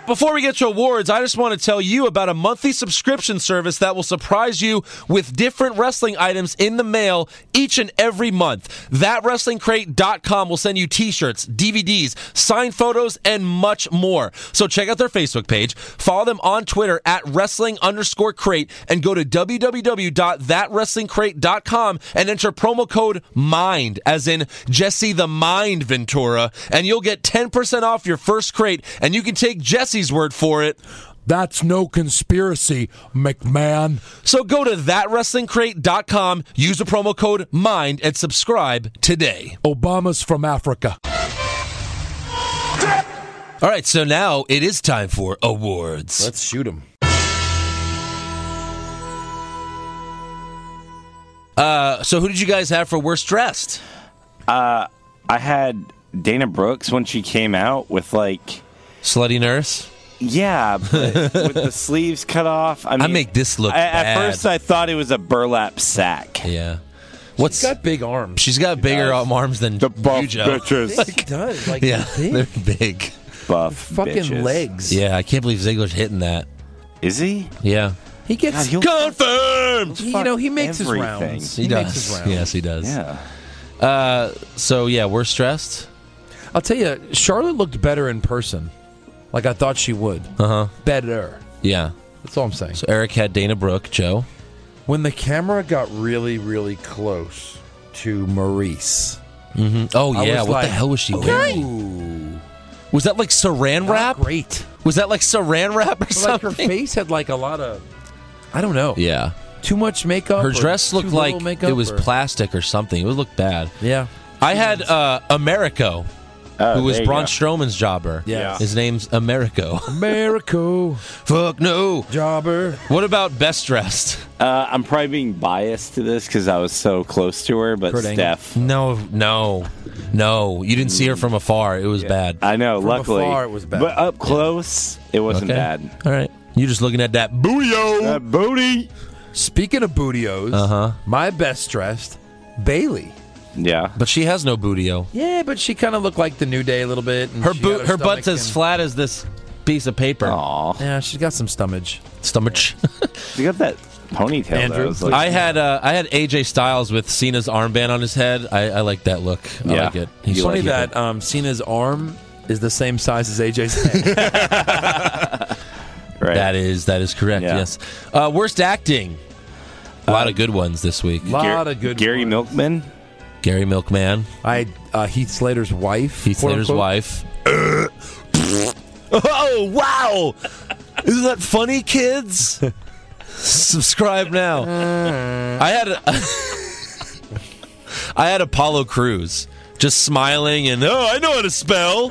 [SPEAKER 5] Before we get to awards, I just want to tell you about a monthly subscription service that will surprise you with different wrestling items in the mail each and every month. ThatWrestlingCrate.com will send you t shirts, DVDs, signed photos, and much more. So check out their Facebook page, follow them on Twitter at wrestling underscore crate, and go to www.thatwrestlingcrate.com and enter promo code MIND, as in Jesse the Mind Ventura, and you'll get 10% off your first crate, and you can take Jesse's word for it.
[SPEAKER 6] That's no conspiracy, McMahon.
[SPEAKER 5] So go to thatwrestlingcrate.com, use the promo code MIND, and subscribe today.
[SPEAKER 6] Obama's from Africa.
[SPEAKER 5] All right, so now it is time for awards.
[SPEAKER 6] Let's shoot them.
[SPEAKER 5] Uh, so who did you guys have for worst dressed?
[SPEAKER 7] Uh, I had Dana Brooks when she came out with like
[SPEAKER 5] slutty nurse.
[SPEAKER 6] <laughs>
[SPEAKER 7] Yeah, but with the sleeves cut off. I, mean,
[SPEAKER 5] make this look
[SPEAKER 7] I- At
[SPEAKER 5] bad.
[SPEAKER 7] first, I thought it was a burlap sack.
[SPEAKER 5] Yeah. What's
[SPEAKER 6] got big arms?
[SPEAKER 5] She's got bigger arms than the
[SPEAKER 7] buff
[SPEAKER 5] you, Joe.
[SPEAKER 7] bitches.
[SPEAKER 6] She does.
[SPEAKER 5] <laughs>
[SPEAKER 6] Like,
[SPEAKER 5] yeah,
[SPEAKER 6] <laughs> big.
[SPEAKER 5] they're big.
[SPEAKER 6] <laughs>
[SPEAKER 7] Buff
[SPEAKER 6] fucking bitches. legs.
[SPEAKER 5] Yeah, I can't believe Ziggler's hitting that.
[SPEAKER 7] Is he?
[SPEAKER 5] Yeah.
[SPEAKER 6] He
[SPEAKER 7] God,
[SPEAKER 6] gets.
[SPEAKER 7] he'll-
[SPEAKER 5] Confirmed.
[SPEAKER 6] you know, he makes
[SPEAKER 7] everything.
[SPEAKER 6] his rounds.
[SPEAKER 5] He,
[SPEAKER 6] makes his
[SPEAKER 5] does.
[SPEAKER 6] rounds.
[SPEAKER 5] Yes, he does.
[SPEAKER 7] Yeah.
[SPEAKER 5] Uh, so yeah, we're stressed.
[SPEAKER 6] I'll tell you, Charlotte looked better in person. Like I thought she would.
[SPEAKER 5] Uh huh.
[SPEAKER 6] Better.
[SPEAKER 5] Yeah.
[SPEAKER 6] That's all I'm saying.
[SPEAKER 5] So Eric had Dana Brooke, Joe.
[SPEAKER 6] When the camera got really, really close to Maurice.
[SPEAKER 5] Mm-hmm. Oh
[SPEAKER 6] I
[SPEAKER 5] yeah,
[SPEAKER 6] was
[SPEAKER 5] what
[SPEAKER 6] like,
[SPEAKER 5] the hell was she
[SPEAKER 6] "Ooh,
[SPEAKER 5] wearing? Was that like saran
[SPEAKER 6] not
[SPEAKER 5] wrap?
[SPEAKER 6] Great.
[SPEAKER 5] Was that like saran wrap or
[SPEAKER 6] But, like her
[SPEAKER 5] something?
[SPEAKER 6] face had like a lot of, I don't know,
[SPEAKER 5] yeah.
[SPEAKER 6] too much makeup.
[SPEAKER 5] Her
[SPEAKER 6] or
[SPEAKER 5] dress
[SPEAKER 6] too
[SPEAKER 5] looked
[SPEAKER 6] little
[SPEAKER 5] like
[SPEAKER 6] makeup
[SPEAKER 5] it was
[SPEAKER 6] or-
[SPEAKER 5] plastic or something. It would look bad.
[SPEAKER 6] Yeah.
[SPEAKER 5] I had uh, Americo,
[SPEAKER 7] Oh,
[SPEAKER 5] who was
[SPEAKER 7] there you
[SPEAKER 5] Braun
[SPEAKER 7] go.
[SPEAKER 5] Strowman's jobber.
[SPEAKER 6] Yes.
[SPEAKER 5] His name's Americo. <laughs>
[SPEAKER 6] America,
[SPEAKER 5] Fuck no.
[SPEAKER 6] jobber.
[SPEAKER 5] What about best dressed?
[SPEAKER 7] Uh, I'm probably being biased to this because I was so close to her, but
[SPEAKER 6] Kurt Angle.
[SPEAKER 7] Steph.
[SPEAKER 5] No, no, no. You didn't see her from afar. It was bad.
[SPEAKER 7] I know,
[SPEAKER 6] From
[SPEAKER 7] luckily.
[SPEAKER 6] afar, it was bad.
[SPEAKER 7] But up close, it wasn't
[SPEAKER 5] Okay.
[SPEAKER 7] bad.
[SPEAKER 5] All right. You're just looking at that booyo.
[SPEAKER 7] That Uh, booty.
[SPEAKER 6] Speaking of bootios,
[SPEAKER 5] Uh-huh.
[SPEAKER 6] my best dressed, Bailey.
[SPEAKER 7] Yeah.
[SPEAKER 5] But she has no bootio.
[SPEAKER 6] Yeah, but she kind of looked like the New Day a little bit. and
[SPEAKER 5] Her
[SPEAKER 6] she
[SPEAKER 5] boot,
[SPEAKER 6] got
[SPEAKER 5] her butt's
[SPEAKER 6] stomach
[SPEAKER 5] as
[SPEAKER 6] and-
[SPEAKER 5] flat as this piece of paper.
[SPEAKER 7] Aw.
[SPEAKER 6] Yeah, she's got some stomach.
[SPEAKER 5] Stomach. <laughs>
[SPEAKER 7] You got that ponytail,
[SPEAKER 6] Andrew,
[SPEAKER 7] though. It's like-
[SPEAKER 5] I had uh, I had AJ Styles with Cena's armband on his head. I, I like that look. I
[SPEAKER 7] Yeah.
[SPEAKER 5] like it.
[SPEAKER 7] You
[SPEAKER 6] It's
[SPEAKER 5] should
[SPEAKER 6] funny
[SPEAKER 5] keep it.
[SPEAKER 6] that um, Cena's arm is the same size as AJ's head.
[SPEAKER 7] right.
[SPEAKER 5] That is that is correct.
[SPEAKER 7] Yeah.
[SPEAKER 5] Yes. Uh, worst acting. A lot of good ones this week.
[SPEAKER 6] <laughs> Lot Gar- of good
[SPEAKER 5] Gary
[SPEAKER 7] Milkman.
[SPEAKER 5] Gary Milkman.
[SPEAKER 6] I uh, Heath Slater's wife.
[SPEAKER 5] Heath
[SPEAKER 6] quote
[SPEAKER 5] Slater's
[SPEAKER 6] unquote.
[SPEAKER 5] wife. <laughs> oh wow! Isn't that funny, kids? Subscribe now. I had a, <laughs> I had Apollo Cruz just smiling and oh I know how to spell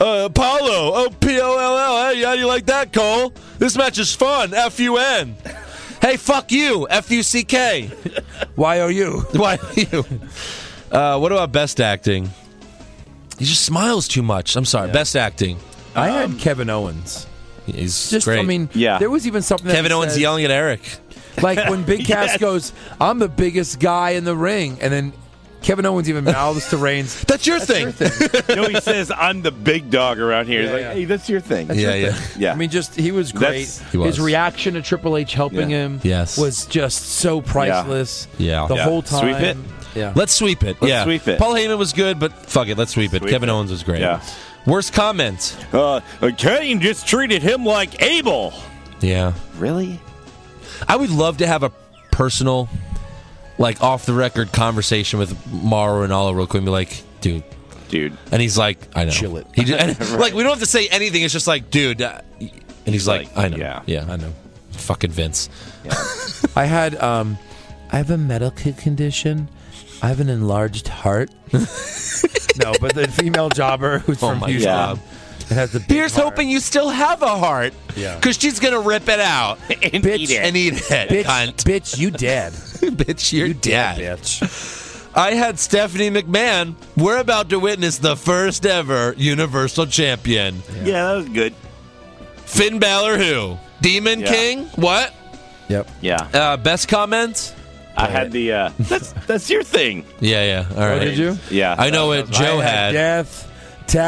[SPEAKER 5] uh, Apollo O P O L L. Hey, how do you like that, Cole? This match is fun. F U N. Hey, fuck you. F U C K.
[SPEAKER 6] Why are you?
[SPEAKER 5] <laughs> Why are you? Uh, what about best acting? He just smiles too much. I'm sorry. Best acting.
[SPEAKER 6] I had Kevin Owens.
[SPEAKER 5] He's
[SPEAKER 6] Um, Just,
[SPEAKER 5] great.
[SPEAKER 6] I mean, there was even something. That
[SPEAKER 5] Kevin
[SPEAKER 6] he
[SPEAKER 5] Owens
[SPEAKER 6] said-
[SPEAKER 5] yelling at Eric.
[SPEAKER 6] Like
[SPEAKER 5] <laughs>
[SPEAKER 6] when Big Cass goes, "I'm the biggest guy in the ring," and then Kevin Owens even mouths
[SPEAKER 5] <laughs>
[SPEAKER 6] to Reigns,
[SPEAKER 5] "That's your thing."
[SPEAKER 7] no, he says I'm the big dog around here. He's
[SPEAKER 6] Yeah,
[SPEAKER 7] like,
[SPEAKER 6] yeah.
[SPEAKER 7] hey, that's your thing.
[SPEAKER 6] That's your thing.
[SPEAKER 7] yeah.
[SPEAKER 6] I mean, just he was great.
[SPEAKER 7] That's-
[SPEAKER 5] He was.
[SPEAKER 6] His reaction to Triple H helping
[SPEAKER 5] Yeah.
[SPEAKER 6] him,
[SPEAKER 5] Yes.
[SPEAKER 6] was just so priceless.
[SPEAKER 5] Yeah.
[SPEAKER 6] the
[SPEAKER 5] Yeah.
[SPEAKER 6] whole time.
[SPEAKER 5] Sweep it.
[SPEAKER 6] Yeah,
[SPEAKER 5] Let's sweep it.
[SPEAKER 6] Let's
[SPEAKER 5] yeah.
[SPEAKER 6] sweep it.
[SPEAKER 5] Paul Heyman was good, but fuck it, let's sweep it.
[SPEAKER 7] Sweep
[SPEAKER 5] Kevin
[SPEAKER 7] it.
[SPEAKER 5] Owens was great.
[SPEAKER 7] Yeah.
[SPEAKER 5] Worst comment.
[SPEAKER 7] Uh, Kane just treated him like Abel.
[SPEAKER 5] Yeah.
[SPEAKER 7] Really?
[SPEAKER 5] I would love to have a personal, like off the record conversation with Morrow and Oliver real quick and be like, dude.
[SPEAKER 7] <laughs> Dude.
[SPEAKER 5] And he's like, I know.
[SPEAKER 6] Chill it.
[SPEAKER 5] He <laughs> just, and,
[SPEAKER 6] Right.
[SPEAKER 5] Like, we don't have to say anything. It's just like, dude. uh, and he's, like, I know. Yeah. I know. Fucking Vince.
[SPEAKER 6] I had um I have a medical condition. I have an
[SPEAKER 5] <laughs>
[SPEAKER 6] enlarged heart. no, but the female jobber who's
[SPEAKER 5] Oh
[SPEAKER 6] from
[SPEAKER 5] my
[SPEAKER 6] Houston
[SPEAKER 5] God.
[SPEAKER 6] and has the big
[SPEAKER 5] Here's hoping you still have a heart.
[SPEAKER 6] Yeah.
[SPEAKER 5] Because she's going to rip it out
[SPEAKER 7] and
[SPEAKER 6] Bitch. eat it.
[SPEAKER 5] And eat it.
[SPEAKER 6] Bitch,
[SPEAKER 5] cunt.
[SPEAKER 6] bitch, you dead.
[SPEAKER 5] <laughs> bitch, you're dead. Bitch. I had Stephanie McMahon. We're about to witness the first ever Universal Champion.
[SPEAKER 7] Yeah, that was good.
[SPEAKER 5] Finn Balor, who? Demon
[SPEAKER 7] Yeah.
[SPEAKER 5] King? What?
[SPEAKER 6] Yep.
[SPEAKER 7] Yeah.
[SPEAKER 5] Uh, best comment?
[SPEAKER 7] I had the uh, <laughs> that's that's your thing.
[SPEAKER 5] Yeah, yeah. All right.
[SPEAKER 6] did you?
[SPEAKER 7] Yeah.
[SPEAKER 5] I know what Joe
[SPEAKER 6] I
[SPEAKER 5] had.
[SPEAKER 6] death,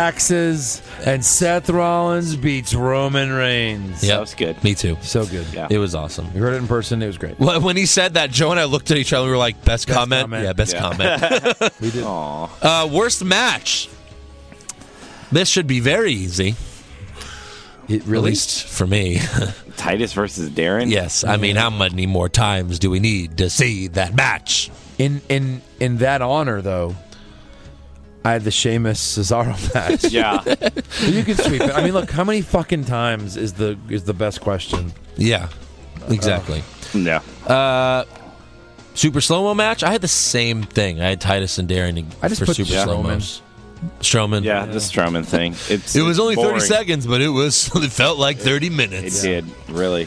[SPEAKER 6] taxes, and Seth Rollins beats Roman Reigns.
[SPEAKER 5] Yep.
[SPEAKER 7] was good.
[SPEAKER 5] Me too.
[SPEAKER 6] So good.
[SPEAKER 7] Yeah.
[SPEAKER 5] It was awesome.
[SPEAKER 6] You heard it in person, it was great.
[SPEAKER 5] Well, When he said that, Joe and I looked at each other. We were like, "Best, comment?
[SPEAKER 6] comment.
[SPEAKER 5] yeah, best
[SPEAKER 6] Yeah.
[SPEAKER 7] <laughs>
[SPEAKER 5] comment."
[SPEAKER 6] We did.
[SPEAKER 5] uh, worst match. This should be very easy,
[SPEAKER 6] It
[SPEAKER 5] at
[SPEAKER 6] really
[SPEAKER 5] least for me. <laughs>
[SPEAKER 7] Titus versus Darren.
[SPEAKER 5] yes, I mean, how many more times do we need to see that match?
[SPEAKER 6] in in in that honor though. I had the Sheamus Cesaro <laughs> match.
[SPEAKER 7] <laughs> Yeah.
[SPEAKER 6] But you can sweep it. I mean, look, how many fucking times is the is the best question?
[SPEAKER 5] Yeah, exactly.
[SPEAKER 7] no.
[SPEAKER 5] Super slow mo match. I had the same thing. I had Titus and Darren
[SPEAKER 6] I just
[SPEAKER 5] for
[SPEAKER 6] put
[SPEAKER 5] super
[SPEAKER 6] Strowman.
[SPEAKER 5] slow mos. Strowman.
[SPEAKER 7] Yeah, the Strowman thing. It's
[SPEAKER 5] It was only
[SPEAKER 7] boring.
[SPEAKER 5] thirty seconds, but it was <laughs> it felt like thirty
[SPEAKER 7] It
[SPEAKER 5] minutes.
[SPEAKER 7] did really.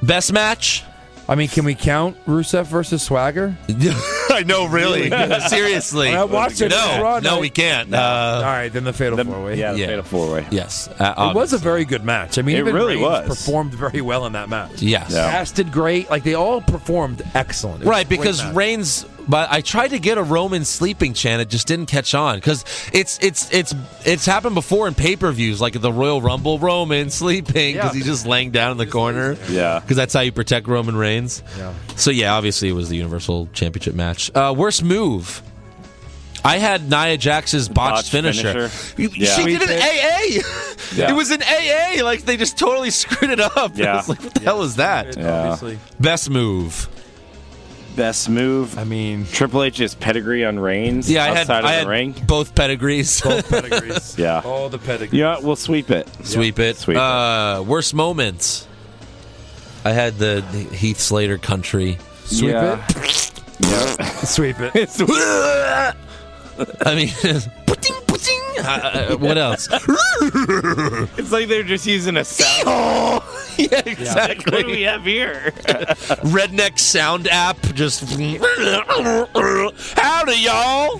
[SPEAKER 5] Best match.
[SPEAKER 6] I mean, can we count Rusev versus Swagger?
[SPEAKER 5] <laughs> I know, really. <laughs> Seriously.
[SPEAKER 6] I watched it on
[SPEAKER 5] No,
[SPEAKER 6] Raw
[SPEAKER 5] no,
[SPEAKER 6] night.
[SPEAKER 5] we can't. Uh,
[SPEAKER 6] All right, then the Fatal
[SPEAKER 7] The-
[SPEAKER 6] Four Way.
[SPEAKER 7] yeah, the
[SPEAKER 5] Yeah.
[SPEAKER 7] fatal four way.
[SPEAKER 5] yes. Uh,
[SPEAKER 6] It was
[SPEAKER 5] obviously.
[SPEAKER 6] a very good match. I mean,
[SPEAKER 7] It
[SPEAKER 6] even
[SPEAKER 7] really
[SPEAKER 6] Reigns
[SPEAKER 7] was.
[SPEAKER 6] performed very well in that match.
[SPEAKER 5] Yes.
[SPEAKER 7] Yeah.
[SPEAKER 6] Casted great. Like they all performed excellent. It was
[SPEAKER 5] Right,
[SPEAKER 6] a great
[SPEAKER 5] because
[SPEAKER 6] match.
[SPEAKER 5] Reigns. But I tried to get a Roman sleeping chant. It just didn't catch on because it's it's it's it's happened before in pay per views, like at the Royal Rumble. Roman sleeping because
[SPEAKER 6] Yeah.
[SPEAKER 5] he's just laying down in the corner.
[SPEAKER 7] Yeah.
[SPEAKER 5] because that's how you protect Roman Reigns.
[SPEAKER 6] Yeah.
[SPEAKER 5] So yeah, obviously it was the Universal Championship match. Uh, worst move. I had Nia Jax's botched,
[SPEAKER 7] botched
[SPEAKER 5] finisher.
[SPEAKER 7] finisher.
[SPEAKER 5] You-
[SPEAKER 7] Yeah.
[SPEAKER 5] She did an
[SPEAKER 6] Sweet
[SPEAKER 5] AA.
[SPEAKER 7] Yeah.
[SPEAKER 5] It was an AA. Like they just totally <laughs> screwed it up. I <laughs>
[SPEAKER 7] Yeah.
[SPEAKER 5] was like, what the hell is that?
[SPEAKER 7] Yeah.
[SPEAKER 6] obviously.
[SPEAKER 5] Best move.
[SPEAKER 7] Best move.
[SPEAKER 6] I mean,
[SPEAKER 7] Triple H's pedigree on Reigns.
[SPEAKER 5] Yeah, I had,
[SPEAKER 7] outside of
[SPEAKER 5] I
[SPEAKER 7] the
[SPEAKER 5] had
[SPEAKER 7] ring.
[SPEAKER 5] both pedigrees.
[SPEAKER 6] both pedigrees.
[SPEAKER 7] <laughs> Yeah.
[SPEAKER 6] all the pedigrees.
[SPEAKER 7] You know what? We'll sweep it.
[SPEAKER 5] <laughs> Sweep it.
[SPEAKER 7] Sweep it.
[SPEAKER 5] uh, Worst moments. I had the the Heath Slater country.
[SPEAKER 6] Sweep
[SPEAKER 7] Yeah. <laughs>
[SPEAKER 6] it. <laughs> Sweep it.
[SPEAKER 5] I mean, <laughs> puting, puting. Uh, uh, what else? <laughs>
[SPEAKER 7] It's like they're just using a sound. <laughs>
[SPEAKER 5] yeah,
[SPEAKER 7] Like, what do we
[SPEAKER 5] exactly.
[SPEAKER 7] have here?
[SPEAKER 5] Redneck sound app. Just howdy, y'all.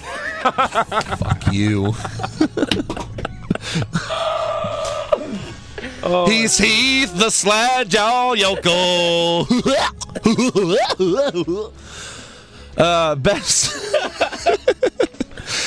[SPEAKER 5] Fuck you. He's Heath the Slad Y'all Yokel. uh, best. <laughs>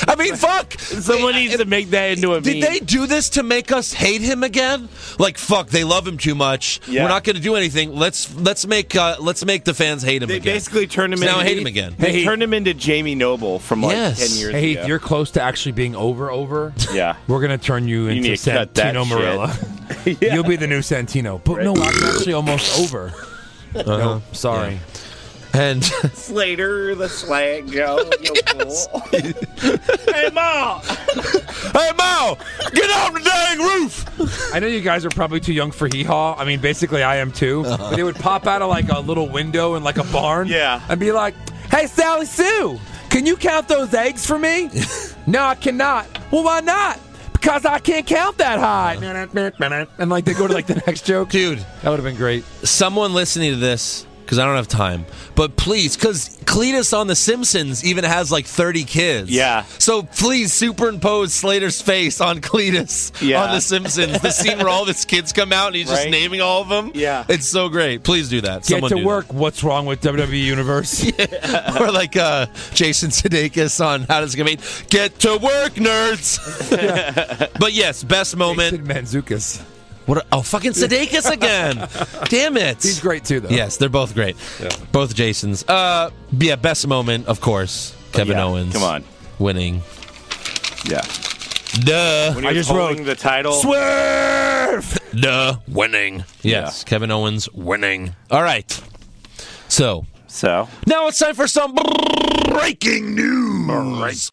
[SPEAKER 5] I mean, fuck.
[SPEAKER 7] Someone needs to make that into a
[SPEAKER 5] Did
[SPEAKER 7] meme.
[SPEAKER 5] they do this to make us hate him again? Like fuck, they love him too much.
[SPEAKER 7] Yeah.
[SPEAKER 5] We're not going to do anything. Let's let's make uh, let's make the fans hate him
[SPEAKER 7] They
[SPEAKER 5] again.
[SPEAKER 7] basically turned him
[SPEAKER 5] So now
[SPEAKER 7] into
[SPEAKER 5] I hate him again.
[SPEAKER 7] They
[SPEAKER 6] Hey.
[SPEAKER 7] turned him into Jamie Noble from like
[SPEAKER 5] Yes.
[SPEAKER 7] ten years
[SPEAKER 6] Hey,
[SPEAKER 7] ago.
[SPEAKER 6] if you're close to actually being over, over.
[SPEAKER 7] yeah.
[SPEAKER 6] We're gonna turn
[SPEAKER 7] <laughs>
[SPEAKER 6] you into
[SPEAKER 7] need to cut that
[SPEAKER 6] Santino
[SPEAKER 7] shit.
[SPEAKER 6] Marilla. <laughs>
[SPEAKER 7] <laughs> Uh-huh.
[SPEAKER 6] You'll be the new Santino. But no, I'm actually almost over. No, sorry.
[SPEAKER 7] <laughs>
[SPEAKER 5] and <laughs>
[SPEAKER 3] Slater the Slag Joe. you fool. hey, Ma!
[SPEAKER 5] Hey, Mo, get off the dang roof!
[SPEAKER 6] <laughs> I know you guys are probably too young for hee haw. I mean, basically, I am too.
[SPEAKER 7] Uh-huh.
[SPEAKER 6] But they would pop out of like a little window in like a barn. Yeah. And be like, hey, Sally Sue, can you count those eggs for
[SPEAKER 7] <laughs>
[SPEAKER 6] me? no, I cannot. Well, why not? Because I can't count that high.
[SPEAKER 7] Uh-huh.
[SPEAKER 6] And like they go to like the next joke.
[SPEAKER 5] Dude.
[SPEAKER 6] That would have been great.
[SPEAKER 5] Someone listening to this, because I don't have time, but please, because Cletus on The Simpsons even has like 30 kids.
[SPEAKER 7] Yeah.
[SPEAKER 5] So please superimpose Slater's face on Cletus
[SPEAKER 7] Yeah.
[SPEAKER 5] on The Simpsons. The scene where all of his kids come out and he's just
[SPEAKER 7] Right.
[SPEAKER 5] naming all of them.
[SPEAKER 7] Yeah.
[SPEAKER 5] It's so great. Please do that.
[SPEAKER 6] Get
[SPEAKER 5] Someone
[SPEAKER 6] to
[SPEAKER 5] do that.
[SPEAKER 6] work. What's wrong with
[SPEAKER 5] <laughs>
[SPEAKER 6] WWE Universe?
[SPEAKER 5] or like uh, Jason Sudeikis on How Does It Get Made? Get to work, nerds. <laughs> but yes, best moment. Jason
[SPEAKER 6] Manzukis.
[SPEAKER 5] What? A, oh, fucking Sudeikis <laughs> again! Damn it. He's
[SPEAKER 6] great too, though.
[SPEAKER 5] Yes, they're both great. Both Jasons. Uh, yeah, best moment, of course. Kevin
[SPEAKER 7] yeah,
[SPEAKER 5] Owens.
[SPEAKER 7] come on.
[SPEAKER 5] winning.
[SPEAKER 7] Yeah.
[SPEAKER 5] Duh.
[SPEAKER 7] When he was holding the title.
[SPEAKER 5] Swerve. Duh. Winning. Yes, Kevin Owens winning. All right. So.
[SPEAKER 7] So.
[SPEAKER 5] Now it's time for some breaking news.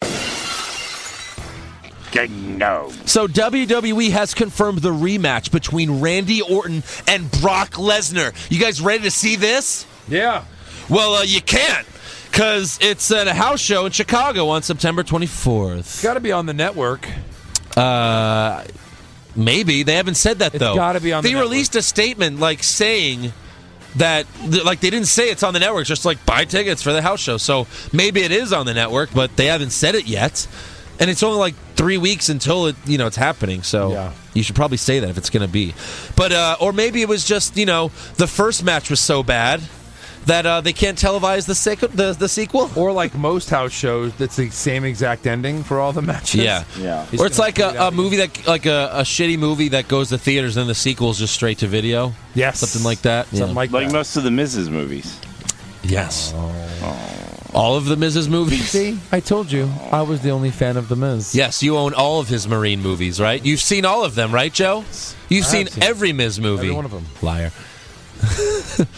[SPEAKER 7] No.
[SPEAKER 5] So WWE has confirmed the rematch between Randy Orton and Brock Lesnar. You guys ready to see this?
[SPEAKER 6] Yeah.
[SPEAKER 5] Well, uh, you can't because it's at a house show in Chicago on September 24th.
[SPEAKER 6] Got to be on the network.
[SPEAKER 5] Uh, maybe they haven't said that
[SPEAKER 6] It's
[SPEAKER 5] though.
[SPEAKER 6] gotta be on the
[SPEAKER 5] They
[SPEAKER 6] network.
[SPEAKER 5] released a statement like saying that th- like they didn't say it's on the network. Just like buy tickets for the house show. So maybe it is on the network, but they haven't said it yet. And it's only like three weeks until it you know it's happening. So you should probably say that if it's going to be. But uh, or maybe it was just you know the first match was so bad. That uh, they can't televise the, sec- the the sequel,
[SPEAKER 6] or like most house shows, that's the same exact ending for all the matches.
[SPEAKER 5] Yeah, Or it's like a, um, a movie that, like a, a shitty movie that goes to theaters, and the sequel's just straight to video.
[SPEAKER 6] Yes,
[SPEAKER 5] something like that.
[SPEAKER 7] Something
[SPEAKER 5] Yeah.
[SPEAKER 7] like, most of the Mrs. movies.
[SPEAKER 5] Yes. All of the Mrs. movies.
[SPEAKER 6] See, I told you I was the only fan of the Miz.
[SPEAKER 5] Yes, you own all of his Marine movies, right? You've seen all of them, right, Joe? You've
[SPEAKER 6] I
[SPEAKER 5] seen,
[SPEAKER 6] have seen
[SPEAKER 5] every Ms. movie.
[SPEAKER 6] Every one of 'em.
[SPEAKER 5] Liar.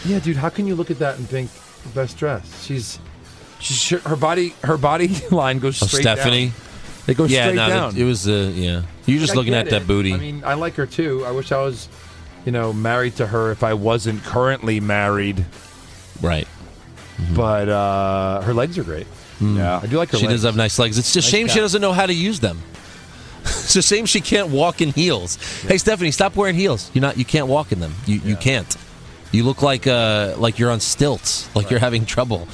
[SPEAKER 6] Yeah, dude, how can you look at that and think best dress? She's, she's her body, her body <laughs> line goes
[SPEAKER 5] Oh,
[SPEAKER 6] straight.
[SPEAKER 5] Stephanie.
[SPEAKER 6] down. They go
[SPEAKER 5] yeah,
[SPEAKER 6] straight
[SPEAKER 5] no,
[SPEAKER 6] down.
[SPEAKER 5] It was, uh, yeah. You're just
[SPEAKER 6] I
[SPEAKER 5] looking
[SPEAKER 6] get
[SPEAKER 5] at that
[SPEAKER 6] it.
[SPEAKER 5] booty.
[SPEAKER 6] I mean, I like her too. I wish I was, you know, married to her if I wasn't currently married.
[SPEAKER 5] Right.
[SPEAKER 6] But uh, her legs are great. Yeah, I do like her.
[SPEAKER 5] Mm-hmm. she
[SPEAKER 6] legs.
[SPEAKER 5] does have nice legs. It's a
[SPEAKER 6] Nice
[SPEAKER 5] shame she
[SPEAKER 6] guy.
[SPEAKER 5] doesn't know how to use them. <laughs> it's a shame she can't walk in heels. Hey, Stephanie, stop wearing heels. You're not. You can't walk in them. You you can't. You look like uh like you're on stilts. Like you're having trouble.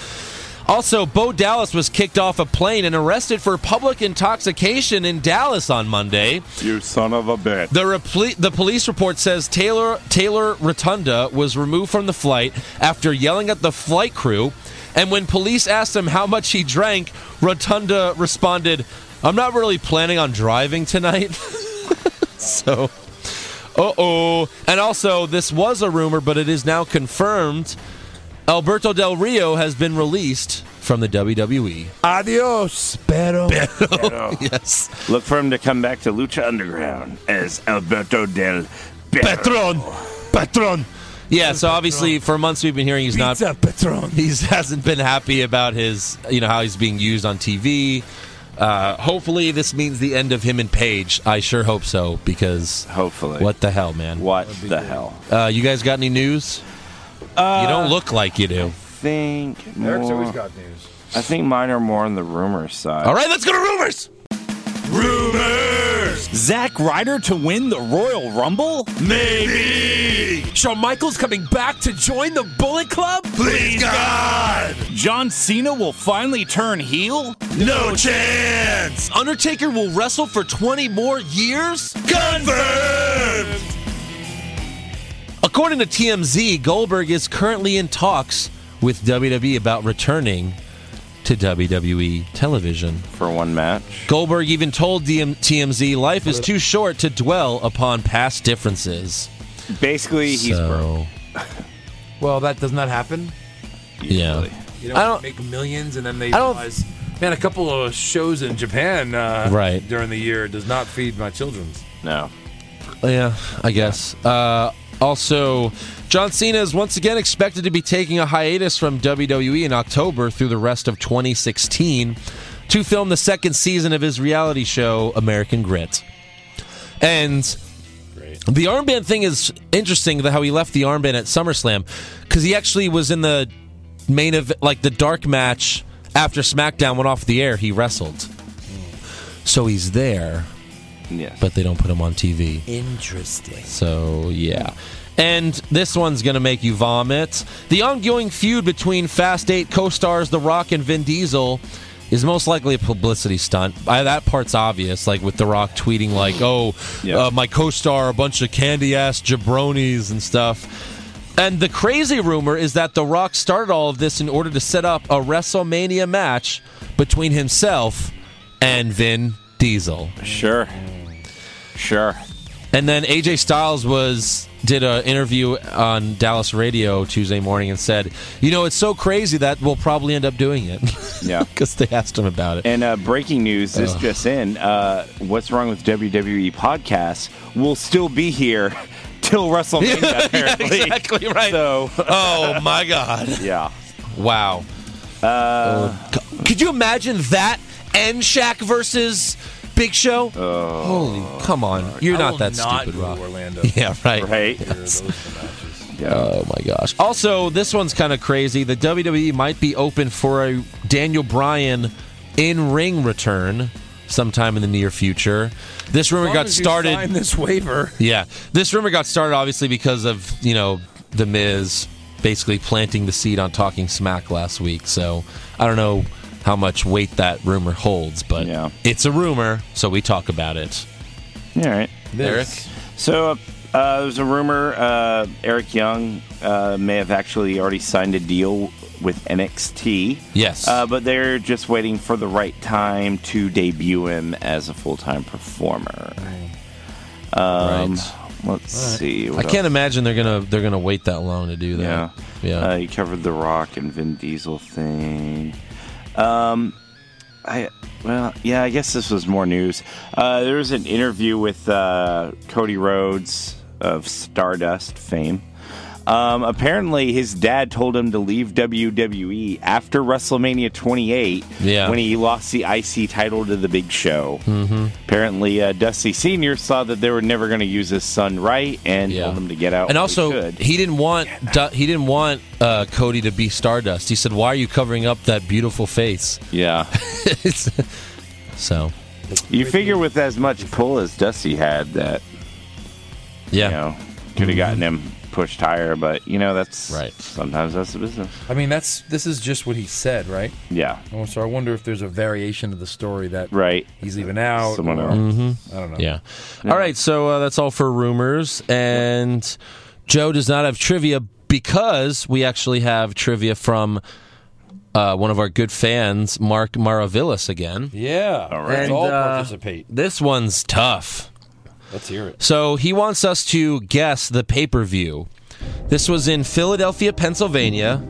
[SPEAKER 5] Also, Bo Dallas was kicked off a plane and arrested for public intoxication in Dallas on Monday.
[SPEAKER 7] You son of a bitch.
[SPEAKER 5] The, repli- the police report says Taylor Taylor Rotunda was removed from the flight after yelling at the flight crew, and when police asked him how much he drank, Rotunda responded, "I'm not really planning on driving tonight." <laughs> so, uh oh. And also, this was a rumor, but it is now confirmed. Alberto Del Rio has been released from the E. WWE.
[SPEAKER 6] Adios,
[SPEAKER 5] <laughs>
[SPEAKER 6] pero.
[SPEAKER 5] yes.
[SPEAKER 7] Look for him to come back to Lucha Underground as Alberto del
[SPEAKER 5] Patron. Patron. Yeah, so obviously for months we've been hearing he's not <laughs>
[SPEAKER 6] Patron.
[SPEAKER 5] He hasn't been happy about his, you know, how he's being used on TV. Uh, hopefully this means the end of him and Paige. I sure hope so because hopefully. What the hell, man?
[SPEAKER 7] What the hell?
[SPEAKER 5] Uh, you guys got any news?
[SPEAKER 7] Uh,
[SPEAKER 5] you don't look like you do.
[SPEAKER 7] think
[SPEAKER 5] Eric's
[SPEAKER 7] more-
[SPEAKER 5] always got news.
[SPEAKER 7] I think mine are more on the rumor side.
[SPEAKER 5] All right, let's go to rumors.
[SPEAKER 14] Rumors! Zack Ryder to win the Royal Rumble? Maybe! Shawn Michaels coming back to join the Bullet Club? Please, God! John Cena will finally turn heel? No chance!
[SPEAKER 5] Undertaker will wrestle for 20 more years? Confirmed! According to TMZ, Goldberg is currently in talks with WWE about returning to WWE television.
[SPEAKER 7] For one match.
[SPEAKER 5] Goldberg even told DM- TMZ life is too short to dwell upon past differences.
[SPEAKER 7] Basically,
[SPEAKER 6] he's
[SPEAKER 5] broke.
[SPEAKER 6] Well, that does not happen.
[SPEAKER 5] Yeah.
[SPEAKER 6] You
[SPEAKER 5] I
[SPEAKER 6] know,
[SPEAKER 5] don't-
[SPEAKER 6] make millions and then they
[SPEAKER 5] I don't-
[SPEAKER 6] realize, man, a couple of shows in Japan uh,
[SPEAKER 5] Right.
[SPEAKER 6] during the year does not feed my children's.
[SPEAKER 7] No.
[SPEAKER 5] Yeah, I guess. Uh, Also, John Cena is once again expected to be taking a hiatus from WWE in October through the rest of 2016 to film the second season of his reality show, American Grit. And the armband thing is interesting, the- how he left the armband at SummerSlam, because he actually was in the main event, like the dark match after SmackDown went off the air, he wrestled. So he's there.
[SPEAKER 3] Yeah.
[SPEAKER 5] But they don't put him on TV.
[SPEAKER 15] Interesting.
[SPEAKER 5] So, yeah. And this one's going to make you vomit. The ongoing feud between Fast 8 co stars The Rock and Vin Diesel is most likely a publicity stunt. I, that part's obvious, like with The Rock tweeting, like, oh, uh, my co star, a bunch of candy ass jabronis and stuff. And the crazy rumor is that The Rock started all of this in order to set up a WrestleMania match between himself and Vin Diesel.
[SPEAKER 7] Sure. Sure.
[SPEAKER 5] And then AJ Styles was did an interview on Dallas radio Tuesday morning and said, "You know, it's so crazy that we'll probably end up doing it." <laughs>
[SPEAKER 7] Yeah.
[SPEAKER 5] Because they asked him about it.
[SPEAKER 7] And uh, breaking news, this
[SPEAKER 5] Ugh.
[SPEAKER 7] just in, uh, what's wrong with WWE podcasts will still be here <laughs> till
[SPEAKER 5] <laughs>
[SPEAKER 7] WrestleMania,
[SPEAKER 5] Yeah,
[SPEAKER 7] apparently.
[SPEAKER 5] exactly right.
[SPEAKER 7] <laughs>
[SPEAKER 5] So, oh my god.
[SPEAKER 7] Yeah.
[SPEAKER 5] Wow. Oh,
[SPEAKER 7] Uh,
[SPEAKER 5] Could you imagine that and Shaq versus Big Show? Holy, come on! You're
[SPEAKER 12] I
[SPEAKER 5] not
[SPEAKER 12] will
[SPEAKER 5] that
[SPEAKER 12] not
[SPEAKER 5] stupid,
[SPEAKER 12] go to
[SPEAKER 5] Rock.
[SPEAKER 12] Orlando.
[SPEAKER 5] <laughs> Yeah, right.
[SPEAKER 7] Right.
[SPEAKER 5] Yes. Oh my gosh! Also, this one's kind of crazy. The WWE might be open for a Daniel Bryan in-ring return sometime in the near future. This rumor
[SPEAKER 6] As long
[SPEAKER 5] got
[SPEAKER 6] as you
[SPEAKER 5] started.
[SPEAKER 6] sign this waiver.
[SPEAKER 5] Yeah, this rumor got started obviously because of you know the Miz basically planting the seed on talking smack last week. So I don't know how much weight that rumor holds, but it's a rumor, so we talk about it.
[SPEAKER 7] All right.
[SPEAKER 5] Eric?
[SPEAKER 7] So uh, uh, there's a rumor uh, Eric Young uh, may have actually already signed a deal with NXT.
[SPEAKER 5] Yes.
[SPEAKER 7] Uh, but they're just waiting for the right time to debut him as a full time performer. Um, Let's see.
[SPEAKER 5] I
[SPEAKER 7] what
[SPEAKER 5] can't imagine they're gonna they're gonna wait that long to do that.
[SPEAKER 7] Yeah.
[SPEAKER 5] Yeah.
[SPEAKER 7] Uh, you covered the Rock and Vin Diesel thing. Um, I well, yeah, I guess this was more news. Uh, there was an interview with uh, Cody Rhodes of Stardust fame. Um, apparently, his dad told him to leave WWE after WrestleMania 28
[SPEAKER 5] Yeah.
[SPEAKER 7] when he lost the IC title to The Big Show.
[SPEAKER 5] Mhm.
[SPEAKER 7] Apparently, uh, Dusty Senior saw that they were never going to use his son right and told him to get out.
[SPEAKER 5] And
[SPEAKER 7] when he
[SPEAKER 5] also, <laughs>
[SPEAKER 7] could.
[SPEAKER 5] he didn't want Du- he didn't want uh, Cody to be Stardust. He said, "Why are you covering up that beautiful face?" <laughs>
[SPEAKER 7] Yeah.
[SPEAKER 5] so,
[SPEAKER 7] You figure with as much pull as Dusty had that,
[SPEAKER 5] yeah,
[SPEAKER 7] you know, could have gotten him pushed higher. But you know, that's right. Sometimes that's the business.
[SPEAKER 12] I mean, that's this is just what he said, right?
[SPEAKER 7] Yeah.
[SPEAKER 12] Oh, so I wonder if there's a variation of the story that
[SPEAKER 7] right
[SPEAKER 12] he's leaving out.
[SPEAKER 7] Someone
[SPEAKER 12] or-
[SPEAKER 7] else.
[SPEAKER 5] Mhm.
[SPEAKER 12] I don't know.
[SPEAKER 5] Yeah. All right, so uh, that's all for rumors. And Joe does not have trivia because we actually have trivia from uh, one of our good fans, Mark Maravillas, again.
[SPEAKER 12] Yeah. All Let's all
[SPEAKER 6] uh,
[SPEAKER 12] participate.
[SPEAKER 5] This one's tough.
[SPEAKER 12] Let's hear it.
[SPEAKER 5] So he wants us to guess the pay per view. This was in Philadelphia, Pennsylvania.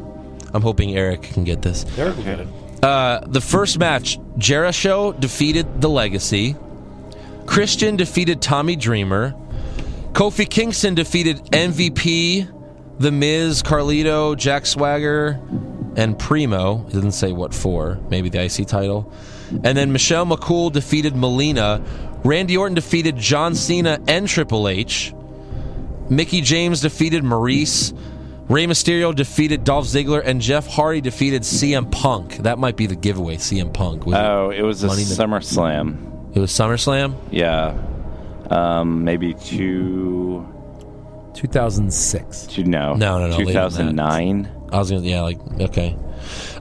[SPEAKER 5] I'm hoping Eric can get this.
[SPEAKER 12] Eric will get it.
[SPEAKER 5] Uh, the first match, Jericho defeated The Legacy. Christian defeated Tommy Dreamer. Kofi Kingston defeated MVP, The Miz, Carlito, Jack Swagger, and Primo. It doesn't say what for. Maybe the IC title. And then Michelle McCool defeated Melina. Randy Orton defeated John Cena and Triple H. Mickey James defeated Maurice. Rey Mysterio defeated Dolph Ziggler, and Jeff Hardy defeated CM Punk. That might be the giveaway. CM Punk. Was
[SPEAKER 7] Oh, it was a
[SPEAKER 5] Money in the-
[SPEAKER 7] SummerSlam.
[SPEAKER 5] It was SummerSlam.
[SPEAKER 7] Yeah, um, maybe two.
[SPEAKER 12] 2006.
[SPEAKER 7] Two, no,
[SPEAKER 5] No, no, no. later than that.
[SPEAKER 7] 2009.
[SPEAKER 5] I was gonna, yeah, like okay.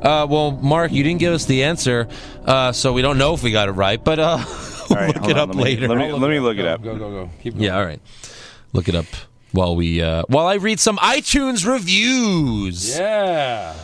[SPEAKER 5] Uh, well, Mark, you didn't give us the answer, uh, so we don't know if we got it right. But uh, <laughs> we'll look
[SPEAKER 7] hold
[SPEAKER 5] it
[SPEAKER 7] on,
[SPEAKER 5] up
[SPEAKER 7] let me-
[SPEAKER 5] later.
[SPEAKER 7] let me- let me look it up.
[SPEAKER 12] Go, go, go. Keep
[SPEAKER 5] Yeah, all right. Look it up while we uh, while I read some iTunes reviews.
[SPEAKER 12] Yeah.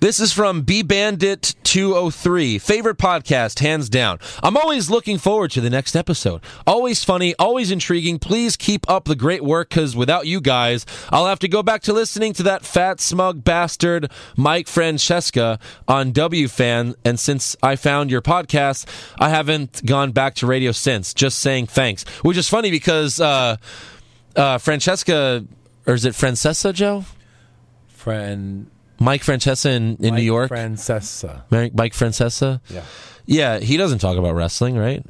[SPEAKER 5] This is from B Bandit 203. Favorite podcast, hands down. I'm always looking forward to the next episode. Always funny, always intriguing. Please keep up the great work because without you guys, I'll have to go back to listening to that fat, smug bastard, Mike Francesca, on WFAN. And since I found your podcast, I haven't gone back to radio since. Just saying thanks. Which is funny because. Uh, uh, Francesca or is it Francesa Joe?
[SPEAKER 6] Friend
[SPEAKER 5] Mike Francesa in, in New York.
[SPEAKER 6] Francesa.
[SPEAKER 5] Mike Mike Francesa.
[SPEAKER 6] Yeah.
[SPEAKER 5] Yeah, he doesn't talk about wrestling, right?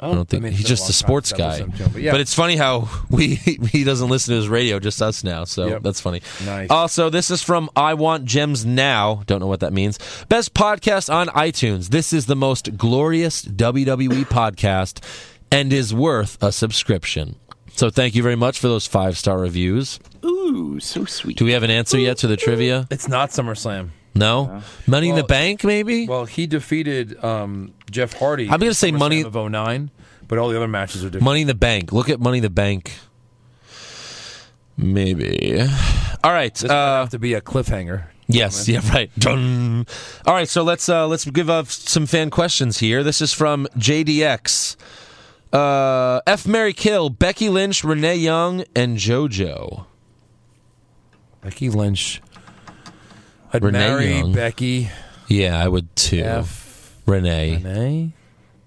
[SPEAKER 6] I
[SPEAKER 5] I
[SPEAKER 6] don't-
[SPEAKER 5] don't, think
[SPEAKER 6] Oh, I mean, it's
[SPEAKER 5] he's
[SPEAKER 6] been a
[SPEAKER 5] just
[SPEAKER 6] long
[SPEAKER 5] a
[SPEAKER 6] time
[SPEAKER 5] sports
[SPEAKER 6] since I
[SPEAKER 5] guy.
[SPEAKER 6] listened to him, but
[SPEAKER 5] but,
[SPEAKER 6] yeah.
[SPEAKER 5] it's funny how <laughs> we he doesn't listen to his radio, just us now. So
[SPEAKER 6] Yep.
[SPEAKER 5] that's funny.
[SPEAKER 6] Nice.
[SPEAKER 5] Also, this is from I Want Gems Now. Don't know what that means. Best podcast on iTunes. This is the most glorious WWE podcast and is worth a subscription. So thank you very much for those five star reviews.
[SPEAKER 6] Ooh, so sweet.
[SPEAKER 5] Do we have an answer yet to the trivia?
[SPEAKER 6] It's not SummerSlam.
[SPEAKER 5] No. Money in the Bank, maybe.
[SPEAKER 6] Well, he defeated um, Jeff Hardy.
[SPEAKER 5] I'm gonna say
[SPEAKER 6] SummerSlam
[SPEAKER 5] Money-
[SPEAKER 6] of 09, but all the other matches are different.
[SPEAKER 5] Money in the Bank. Look at Money in the Bank. Maybe. All right. This uh, have
[SPEAKER 6] to be a cliffhanger.
[SPEAKER 5] Yes. Yeah. Right. Dun. All right. So let's uh, let's give up some fan questions here. This is from JDX. Uh, F. Mary Kill, Becky Lynch, Renee Young, and JoJo.
[SPEAKER 6] Becky Lynch. I'd
[SPEAKER 5] Renee
[SPEAKER 6] marry
[SPEAKER 5] Young.
[SPEAKER 6] Becky.
[SPEAKER 5] Yeah, I would too. Renee.
[SPEAKER 6] Renee.